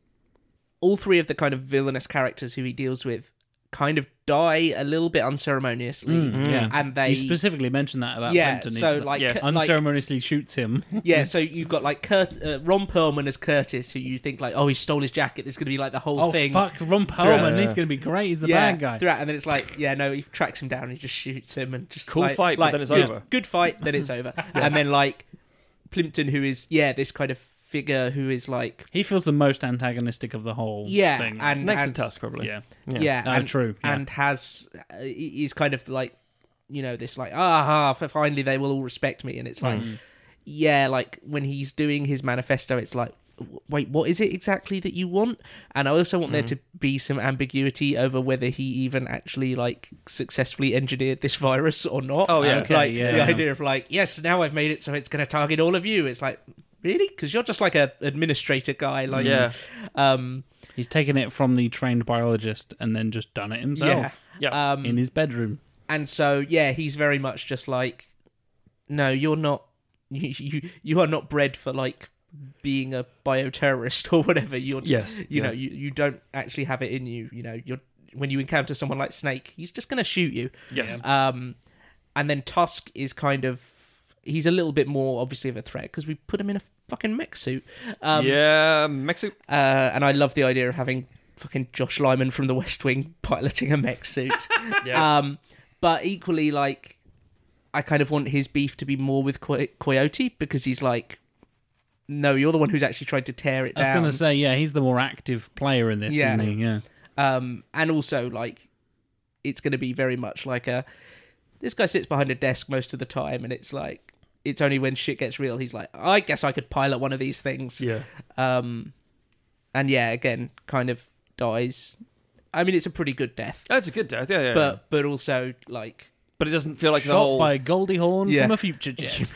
S2: all three of the kind of villainous characters who he deals with kind of die a little bit unceremoniously,
S1: yeah.
S2: and they
S1: Mm. you specifically mentioned that about
S2: yeah,
S1: Plimpton.
S2: so
S1: He's
S2: like,
S3: Mm, Yes.
S2: like-
S1: unceremoniously shoots him.
S2: yeah, so you've got like Kurt, uh, Ron Perlman as Curtis, who you think like oh he stole his jacket, there's going to be like the whole
S1: Oh
S2: thing.
S1: fuck, Ron Perlman,
S3: Yeah.
S1: he's gonna be great. He's the
S2: yeah,
S1: bad guy.
S2: throughout, and then it's like, yeah, no, he tracks him down and he just shoots him and just
S3: Cool
S2: like-
S3: fight, but
S2: like,
S3: then it's
S2: good-
S3: over.
S2: Good fight, then it's over, and then like Plimpton, who is yeah, this kind of figure who is like
S1: He feels the most antagonistic of the whole
S2: yeah,
S1: thing.
S2: and
S3: next
S2: and,
S3: to Tusk probably
S1: yeah.
S3: Yeah.
S2: yeah,
S1: Oh,
S2: and,
S1: true, yeah.
S2: and has uh, he's kind of like you know this like ah ah, finally they will all respect me, and it's like yeah, like when he's doing his manifesto, it's like w- wait, what is it exactly that you want? And I also want there to be some ambiguity over whether he even actually like successfully engineered this virus or not.
S3: Oh, yeah.
S1: Okay,
S2: like
S1: yeah.
S2: the idea of like yes, now I've made it so it's going to target all of you. It's like. really? Because you're just like a administrator guy, like
S3: Yeah.
S2: Um,
S1: He's taken it from the trained biologist and then just done it
S2: yeah,
S1: himself
S3: Yeah.
S2: um,
S1: in his bedroom.
S2: and so yeah, he's very much just like, no, you're not, you you, you are not bred for like being a bioterrorist or whatever. You're
S3: Yes,
S2: you
S3: yeah.
S2: know, you you don't actually have it in you. You know, you're when you encounter someone like Snake, he's just gonna shoot you.
S3: Yes.
S2: Um, and then Tusk is kind of he's a little bit more obviously of a threat because we put him in a fucking mech suit. Um,
S3: yeah, Mexico.
S2: uh, and I love the idea of having fucking Josh Lyman from The West Wing piloting a mech suit.
S3: Yeah.
S2: Um, but equally, like, I kind of want his beef to be more with Coy- Coyote because he's like, no, you're the one who's actually tried to tear it
S1: I was
S2: down.
S1: going to say, yeah, he's the more active player in this,
S2: Um, Yeah.
S1: isn't he? Yeah.
S2: um, and also like it's going to be very much like a this guy sits behind a desk most of the time and it's like it's only when shit gets real he's like i guess i could pilot one of these things
S3: Yeah.
S2: um and yeah again kind of dies i mean it's a pretty good death
S3: That's a good death. Yeah, yeah. yeah.
S2: but but also like
S3: but it doesn't feel like the
S1: Shot
S3: whole.
S1: by Goldie Horn
S2: Yeah.
S1: from a future jet.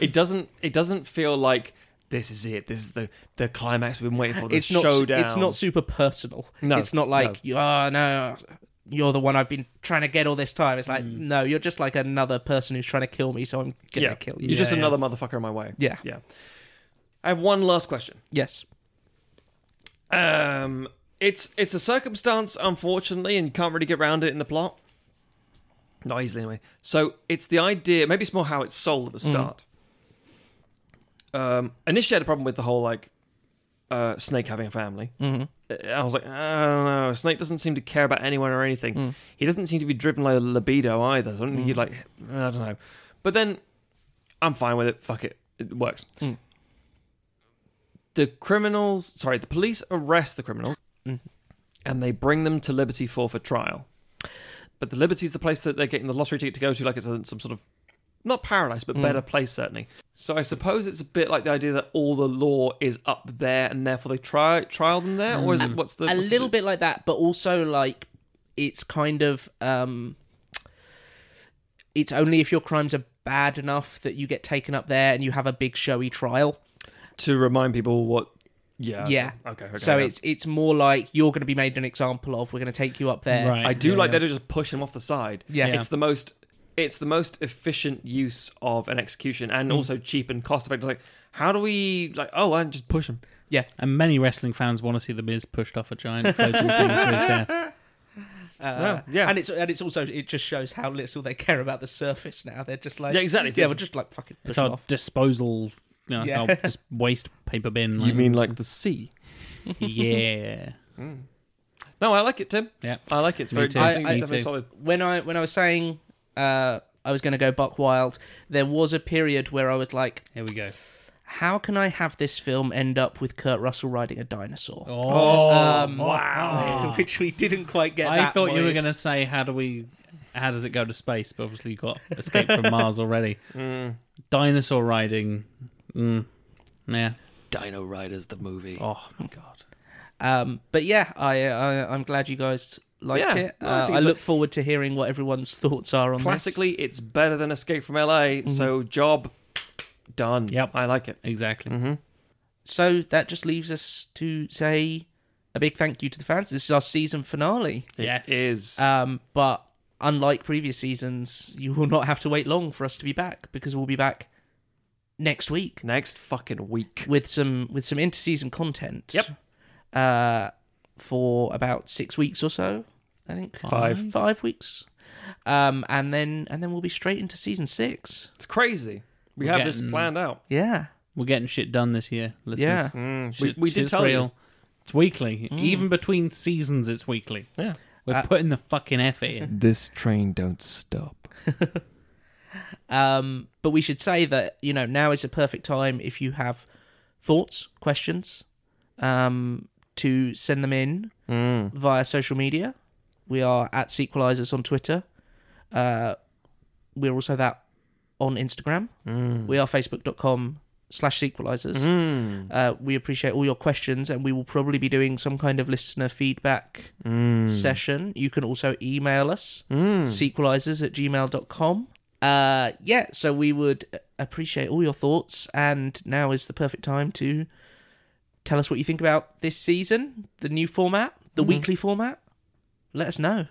S3: It doesn't. It doesn't feel like this is it. This is the the climax we've been waiting for. The
S2: it's not
S3: showdown.
S2: it's not super personal
S3: No,
S2: it's not
S3: no.
S2: like you oh no you're the one I've been trying to get all this time. It's like, no, you're just like another person who's trying to kill me, so I'm gonna
S3: Mm. yeah.
S2: kill you.
S3: You're just
S1: Yeah, yeah.
S3: another motherfucker in my way.
S2: Yeah.
S3: Yeah. I have one last question.
S2: Yes.
S3: Um, it's it's a circumstance, unfortunately, and you can't really get around it in the plot. Not easily, anyway. So it's the idea. Maybe it's more how it's sold at the start. Um, initially, I had a problem with the whole like uh, Snake having a family. Mm-hmm. I was like, I don't know. Snake doesn't seem to care about anyone or anything. He doesn't seem to be driven by libido either. So I don't think he like. I don't know. But then I'm fine with it. Fuck it. It works.
S2: Mm.
S3: The criminals, sorry, the police arrest the criminals
S2: Mm-hmm.
S3: and they bring them to Liberty for for trial. But the Liberty's the place that they're getting the lottery ticket to go to, like it's a, some sort of not paradise,
S2: Mm.
S3: but better place certainly. So I suppose it's a bit like the idea that all the law is up there, and therefore they try trial them there, or is it what's the
S2: Mm. a
S3: what's the-
S2: little bit like that, but also like it's kind of um it's only if your crimes are bad enough that you get taken up there and you have a big showy trial.
S3: to remind people what? Yeah, okay.
S2: Yeah.
S3: okay. okay
S2: so
S3: yeah.
S2: it's it's more like you're going to be made an example of. We're going to take you up there.
S1: Right.
S3: I do
S1: yeah,
S3: like
S1: yeah.
S3: that they just push him off the side.
S2: Yeah.
S1: Yeah.
S3: it's the most it's the most efficient use of an execution,
S1: Mm.
S3: and also cheap and cost effective. Like, how do we like? Oh, I just push him.
S2: Yeah.
S1: And many wrestling fans want to see The Miz pushed off a giant floating thing to his death.
S2: Uh,
S3: Yeah, yeah.
S2: And it's and it's also it just shows how little they care about the surface now. They're just like
S3: Yeah, exactly.
S2: Yeah,
S3: It's-
S2: we're just like fucking push
S1: It's
S2: them
S1: our
S2: off.
S1: disposal, you know,
S2: Yeah.
S1: our dis- waste paper bin. Like,
S3: like the sea?
S1: yeah.
S3: No, I like it, Tim.
S1: Yeah.
S3: I like it. It's
S1: Me
S3: very
S1: too.
S3: I think
S2: I-
S3: it's
S2: I-
S3: definitely
S1: too.
S3: solid.
S2: when I when I was saying uh, I was going to go buck wild, there was a period where I was like,
S1: Here we go.
S2: how can I have this film end up with Kurt Russell riding a dinosaur?
S1: Oh,
S2: wow! Which we didn't quite get.
S1: I
S2: that
S1: thought you were
S2: wide.
S1: going to say, how do we, how does it go to space? But obviously, you got Escape from Mars already.
S3: Mm.
S1: Dinosaur riding. Mm. Yeah.
S3: Dino Riders, the movie.
S1: Oh my god.
S2: Um, but yeah, I, I I'm glad you guys liked
S3: Yeah,
S2: it.
S3: no, I
S2: Uh,
S3: think
S2: I
S3: it's
S2: look forward to hearing what everyone's thoughts are on
S3: Classically, it's better than Escape from LA. So job done.
S1: Mm-hmm. Yep.
S3: I like it.
S1: Exactly.
S3: Mm-hmm.
S2: this. So that just leaves us to say a big thank you to the fans. This is our season finale.
S1: Yes. Uh,
S3: It is
S2: Um, but unlike previous seasons, you will not have to wait long for us to be back because we'll be back next week
S3: next fucking week.
S2: with some with some interseason content.
S3: Yep.
S2: Uh, for about six weeks or so, I think
S3: Five.
S2: five weeks, um, and then and then we'll be straight into season six.
S3: It's crazy. We
S1: We're
S3: have this
S1: getting-
S3: planned out.
S2: Yeah.
S1: We're getting shit done this year,
S2: Yeah.
S1: listeners.
S3: Mm. We,
S1: Shit-
S3: we did
S1: shit's
S3: tell
S1: Mm, real. It's weekly. Even between seasons, it's weekly.
S3: you. Yeah.
S1: We're
S2: Uh,
S1: putting the fucking effort in.
S4: This train don't stop.
S2: Um, but we should say that you know now is a perfect time if you have thoughts, questions, um, to send them in via social media. We are at Sequelizers on Twitter. Uh, we're also that on Instagram. We are facebook.com slash sequelizers.
S3: Hmm.
S2: Uh, we appreciate all your questions and we will probably be doing some kind of listener feedback
S3: Mm.
S2: session. You can also email us, sequelizers at gmail.com. Uh, yeah, so we would appreciate all your thoughts, and now is the perfect time to tell us what you think about this season, the new format, the
S3: Mm-hmm.
S2: weekly format. Let us know.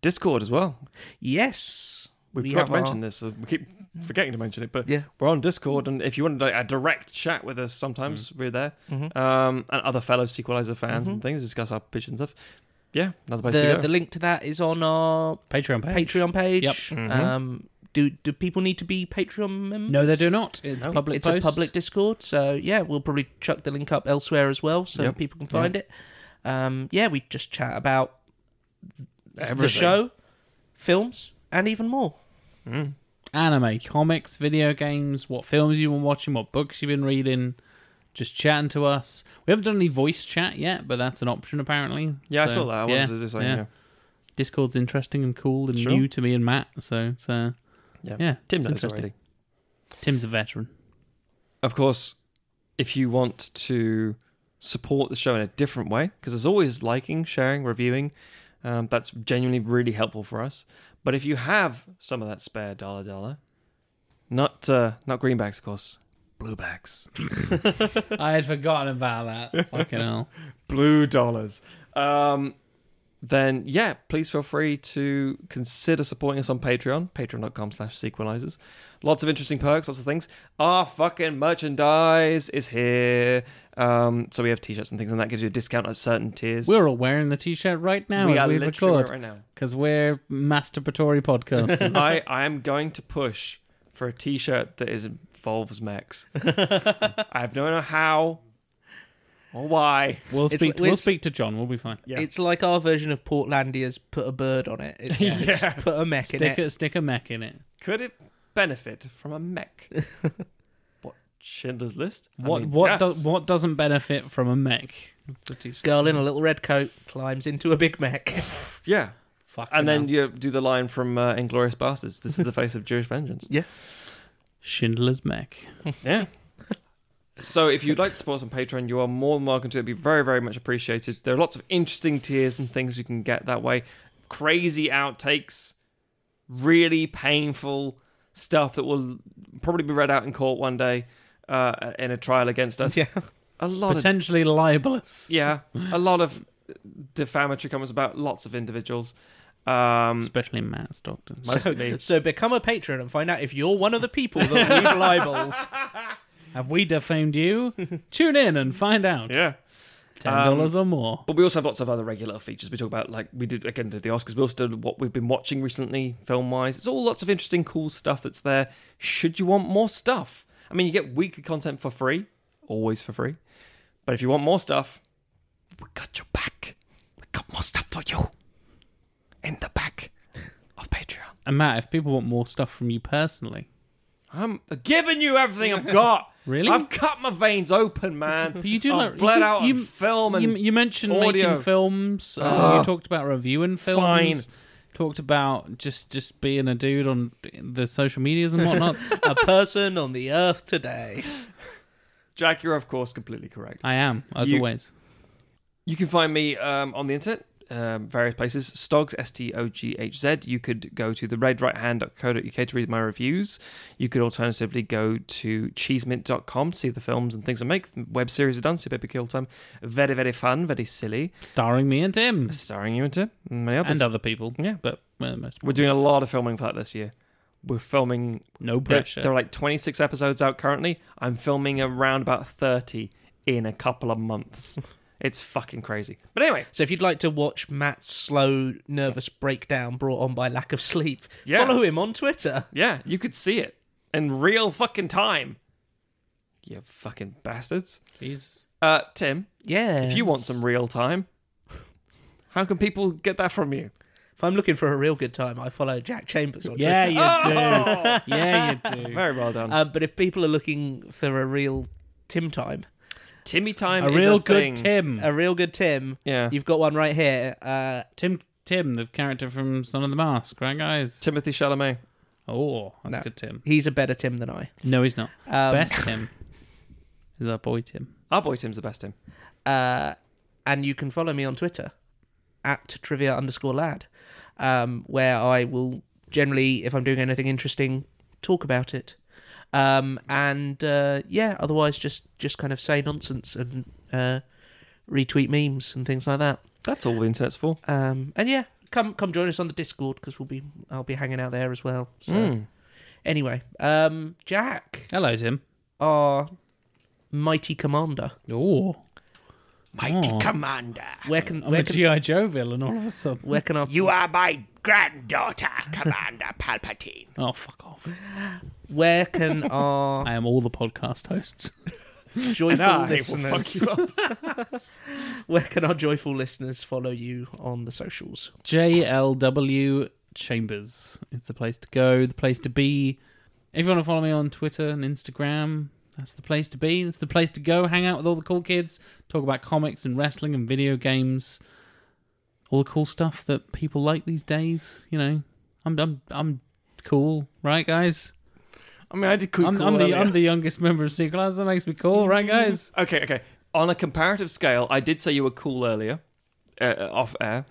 S3: Discord as well.
S2: Yes,
S3: We,
S2: we
S3: forgot
S2: have
S3: to
S2: our-
S3: mention this. uh, We keep forgetting to mention it, but
S2: Yeah.
S3: we're on Discord, and if you want like, a direct chat with us, sometimes we're there.
S2: Mhm.
S3: Um, and other fellow Sequelizer fans and things discuss our pitch and stuff. Yeah, another place to
S2: Mm-hmm. the
S3: go.
S2: the link to that is on our
S1: Patreon page.
S2: Patreon page.
S1: Yep.
S3: Mm-hmm.
S2: Um, do do people need to be Patreon members?
S1: No, they do not. It's
S3: No.
S1: public.
S2: It's a
S1: posts.
S2: public Discord, so yeah, we'll probably chuck the link up elsewhere as well, so
S3: Yep.
S2: people can find it. Um, yeah, we just chat about the
S3: Everything.
S2: show, films, and even more.
S1: anime, comics, video games, what films you've been watching, what books you've been reading. Just chatting to us. We haven't done any voice chat yet, but that's an option apparently.
S3: Yeah,
S1: So,
S3: I saw that. I wanted to do something. Yeah.
S1: Discord's interesting and cool and
S3: Sure.
S1: new to me and Matt, so it's uh,
S3: Yeah.
S1: yeah,
S3: Tim
S1: it's
S3: knows already.
S1: Tim's a veteran.
S3: Of course, if you want to support the show in a different way, because there's always liking, sharing, reviewing, um, that's genuinely really helpful for us. But if you have some of that spare dollar dollar, not uh, not greenbacks, of course, bluebacks,
S1: I had forgotten about that. Fucking hell.
S3: blue dollars. Um, then yeah, please feel free to consider supporting us on Patreon, patreon.com slash sequelizers. Lots of interesting perks, lots of things. Our fucking merchandise is here. Um, so we have t-shirts and things, and that gives you a discount at certain tiers.
S1: We're all wearing the t-shirt right now
S3: we
S1: as
S3: are
S1: we
S3: literally
S1: record
S3: right now.
S1: because we're masturbatory podcasters.
S3: I, I am going to push for a t-shirt that is involves Max. I don't know how or why.
S1: we'll
S2: It's-
S1: speak. we'll
S2: it's-
S1: speak to John. We'll be fine.
S3: Yeah.
S2: It's like our version of Portlandia's put a bird on it. It's
S1: Yeah.
S2: just put a mech in
S1: Stick
S2: it.
S1: a, stick a mech in it.
S3: Could it benefit from a mech? what Schindler's List? I
S1: What
S3: mean,
S1: what
S3: yes.
S1: does what doesn't benefit from a mech? It's a t-shirt.
S2: Girl in a little red coat climbs into a big mech.
S3: Yeah,
S1: Fuck.
S3: and then you do the line from uh, Inglorious Bastards. This is the face of Jewish vengeance.
S1: Schindler's mech.
S3: Yeah. So if you'd like to support us on Patreon, you are more than welcome to. It'd be very, very much appreciated. There are lots of interesting tiers and things you can get that way. Crazy outtakes, really painful stuff that will probably be read out in court one day uh, in a trial against us.
S2: yeah.
S3: A lot of
S1: Potentially libelous.
S3: yeah, a lot of defamatory comments about lots of individuals. Um,
S1: Especially Matt Stockton.
S3: mostly me.
S2: So become a patron and find out if you're one of the people that we've libeled.
S1: Have we defamed you? Tune in and find out.
S3: Yeah. Um,
S1: Ten dollars or more.
S3: But we also have lots of other regular features. We talk about like we did again did the Oscars. We also did what we've been watching recently, film wise. It's all lots of interesting, cool stuff that's there. Should you want more stuff? I mean, you get weekly content for free, always for free. But if you want more stuff, we got your back. We got more stuff for you in the back of Patreon.
S1: And Matt, if people want more stuff from you personally,
S3: I'm giving you everything I've got.
S1: Really?
S3: I've cut my veins open, man.
S1: But you do
S3: I've
S1: like-
S3: Oh, bled
S1: you-
S3: out
S1: you-
S3: on film and
S1: you, you mentioned
S3: audio.
S1: making films. Uh, you talked about reviewing films.
S3: Fine.
S1: Talked about just just being a dude on the social medias and whatnot. Uh,
S2: a person on the earth today.
S3: Jack, you're of course completely correct.
S1: I am, as
S3: You-
S1: always.
S3: You can find me um, on the internet, um, various places. Stogs, S T O G H Z. You could go to the redrighthand.co.uk to read my reviews. You could alternatively go to cheesemint.com to see the films and things I make. Web series are done, Super Epic Kill Time. Very, very fun, very silly.
S1: Starring me and Tim.
S3: Starring you into many others.
S1: And other people.
S3: Yeah.
S1: But well, most
S3: We're doing a lot of filming for that this year. We're filming
S1: no
S3: There-
S1: pressure.
S3: There are like 26 episodes out currently. I'm filming around about 30 in a couple of months. it's fucking crazy. But anyway,
S2: So if you'd like to watch Matt's slow, nervous breakdown brought on by lack of sleep,
S3: Yeah.
S2: follow him on Twitter.
S3: yeah, you could see it in real fucking time. You fucking bastards.
S1: Jesus.
S3: Uh, Tim,
S2: Yeah.
S3: if you want some real time, how can people get that from you?
S2: If I'm looking for a real good time, I follow Jack Chambers on
S1: Yeah,
S2: Twitter.
S1: you do. Yeah, you do.
S3: Very well done.
S2: Uh, but if people are looking for a real Tim time,
S3: Timmy time
S1: A
S3: is
S1: real
S3: a thing.
S1: good Tim.
S2: a real good Tim,
S3: Yeah.
S2: you've got one right here. Uh,
S1: Tim Tim, the character from Son of the Mask, right, guys?
S3: Timothy Chalamet.
S1: Oh, that's
S2: No.
S1: good, Tim.
S2: he's a better Tim than I.
S1: No, he's not.
S2: Um,
S1: Best Tim is our boy Tim.
S3: Our boy Tim's the best Tim.
S2: Uh, and you can follow me on Twitter at trivia underscore lad, um, where I will generally, if I'm doing anything interesting, talk about it. Um, and uh, yeah, otherwise, just just kind of say nonsense and uh, retweet memes and things like that.
S3: That's all the internet's for.
S2: Um, and yeah, come come join us on the Discord because we'll be I'll be hanging out there as well. So
S1: Hmm.
S3: Mm.
S2: anyway, um, Jack,
S1: Hello, Tim.
S2: our mighty commander.
S1: Oh, Mighty Oh.
S2: commander. Where can
S1: I'm
S2: where
S1: a
S2: can,
S1: GI Joe villain all of a sudden.
S2: where can our
S5: You are my granddaughter, Commander Palpatine.
S1: Oh, fuck off!
S2: where can our
S1: I am all the podcast hosts.
S2: joyful
S3: I will
S2: listeners
S3: fuck you up.
S2: where can our joyful listeners follow you on the socials?
S1: JLW Chambers is the place to go, the place to be. If you want to follow me on Twitter and Instagram, that's the place to be. It's the place to go. Hang out with all the cool kids, talk about comics and wrestling and video games, all the cool stuff that people like these days. You know, I'm I'm I'm cool, right, guys?
S3: I mean, I did cool.
S1: I'm,
S3: cool
S1: I'm the
S3: earlier.
S1: I'm the youngest member of C class. That makes me cool, right, guys?
S3: Okay, okay. On a comparative scale, I did say you were cool earlier, uh, uh, off air.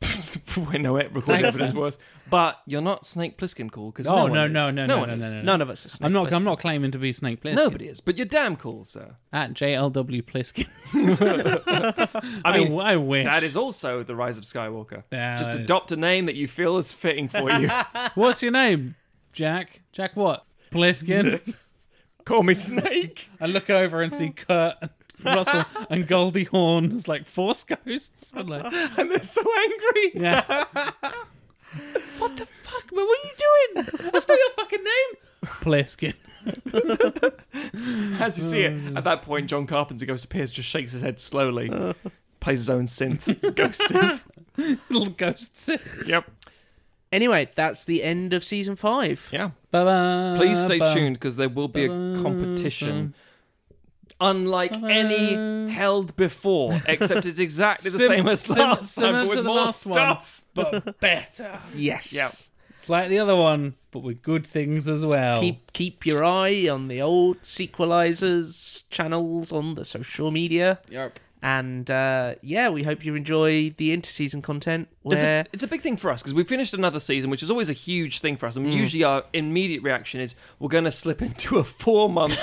S3: when no recorded
S1: Thanks,
S3: evidence
S1: man.
S3: was, but you're not Snake Plissken cool because
S1: Oh
S3: one
S1: no
S3: is.
S1: no no no
S3: one
S1: no no
S3: is.
S1: no.
S2: None of us. Are
S1: I'm not. I'm
S2: Plissken.
S1: not claiming to be Snake Plissken.
S3: Nobody is, but you're damn cool, sir.
S1: at JLW Pliskin.
S3: I
S1: I
S3: mean,
S1: mean, I, wish.
S3: that is also the Rise of Skywalker.
S1: Yeah,
S3: Just
S1: that is-
S3: adopt a name that you feel is fitting for you.
S1: What's your name? Jack. Jack what? Pliskin.
S3: Call me Snake.
S1: I look over and see Kurt, Russell, and Goldie Horn as like Force ghosts. I'm like,
S3: and they're so angry.
S1: yeah. what the fuck, man? What are you doing? That's not your fucking name. Pliskin.
S3: As you see
S1: Mm.
S3: it, at that point, John Carpenter goes to Piers, just shakes his head slowly, plays his own synth, his ghost synth.
S1: Little ghosts.
S3: Yep.
S2: Anyway, that's the end of season five.
S3: Yeah.
S1: Ba-ba,
S3: Please stay
S1: ba.
S3: tuned because there will be a competition unlike any held before, except it's exactly the
S1: Sim-
S3: same as
S1: sim-
S3: last
S1: similar
S3: time, but
S1: to
S3: with
S1: the
S3: more
S1: last one.
S3: stuff.
S1: But better.
S2: Yes.
S3: Yep.
S1: It's like the other one, but with good things as well.
S2: Keep keep your eye on the old sequelizers channels on the social media.
S3: Yep.
S2: And uh, yeah, we hope you enjoy the interseason content
S3: It's a,
S2: where
S3: it's a big thing for us because we finished another season, which is always a huge thing for us.
S1: Mm.
S3: And usually our immediate reaction is we're going to slip into a four month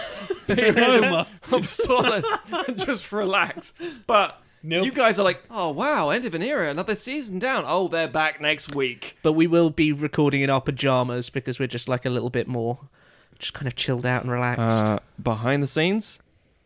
S3: period of- of solace and just relax. But
S1: Nope.
S3: you guys are like, oh, wow, end of an era, another season down. Oh, they're back next week.
S2: but we will be recording in our pajamas because we're just like a little bit more just kind of chilled out and relaxed.
S1: Uh.
S3: Uh, behind the scenes,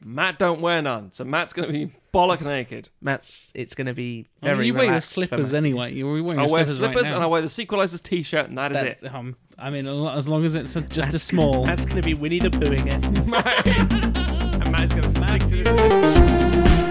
S3: Matt don't wear none. So Matt's going to be bollock naked.
S2: Matt's it's gonna be
S1: I mean,
S2: very
S1: you wear your
S2: relaxed for
S1: slippers
S2: Matt.
S1: anyway. You were wearing
S3: I
S1: your
S3: wear
S1: slippers,
S3: slippers
S1: right
S3: and I
S1: now.
S3: wear the Sequelizers t shirt, and that is
S1: That's,
S3: it.
S1: um, I mean, a lo- as long as it's a, just a small.
S2: Matt's gonna be Winnie the Poohing it.
S3: Matt is- and Matt's going to stick to this.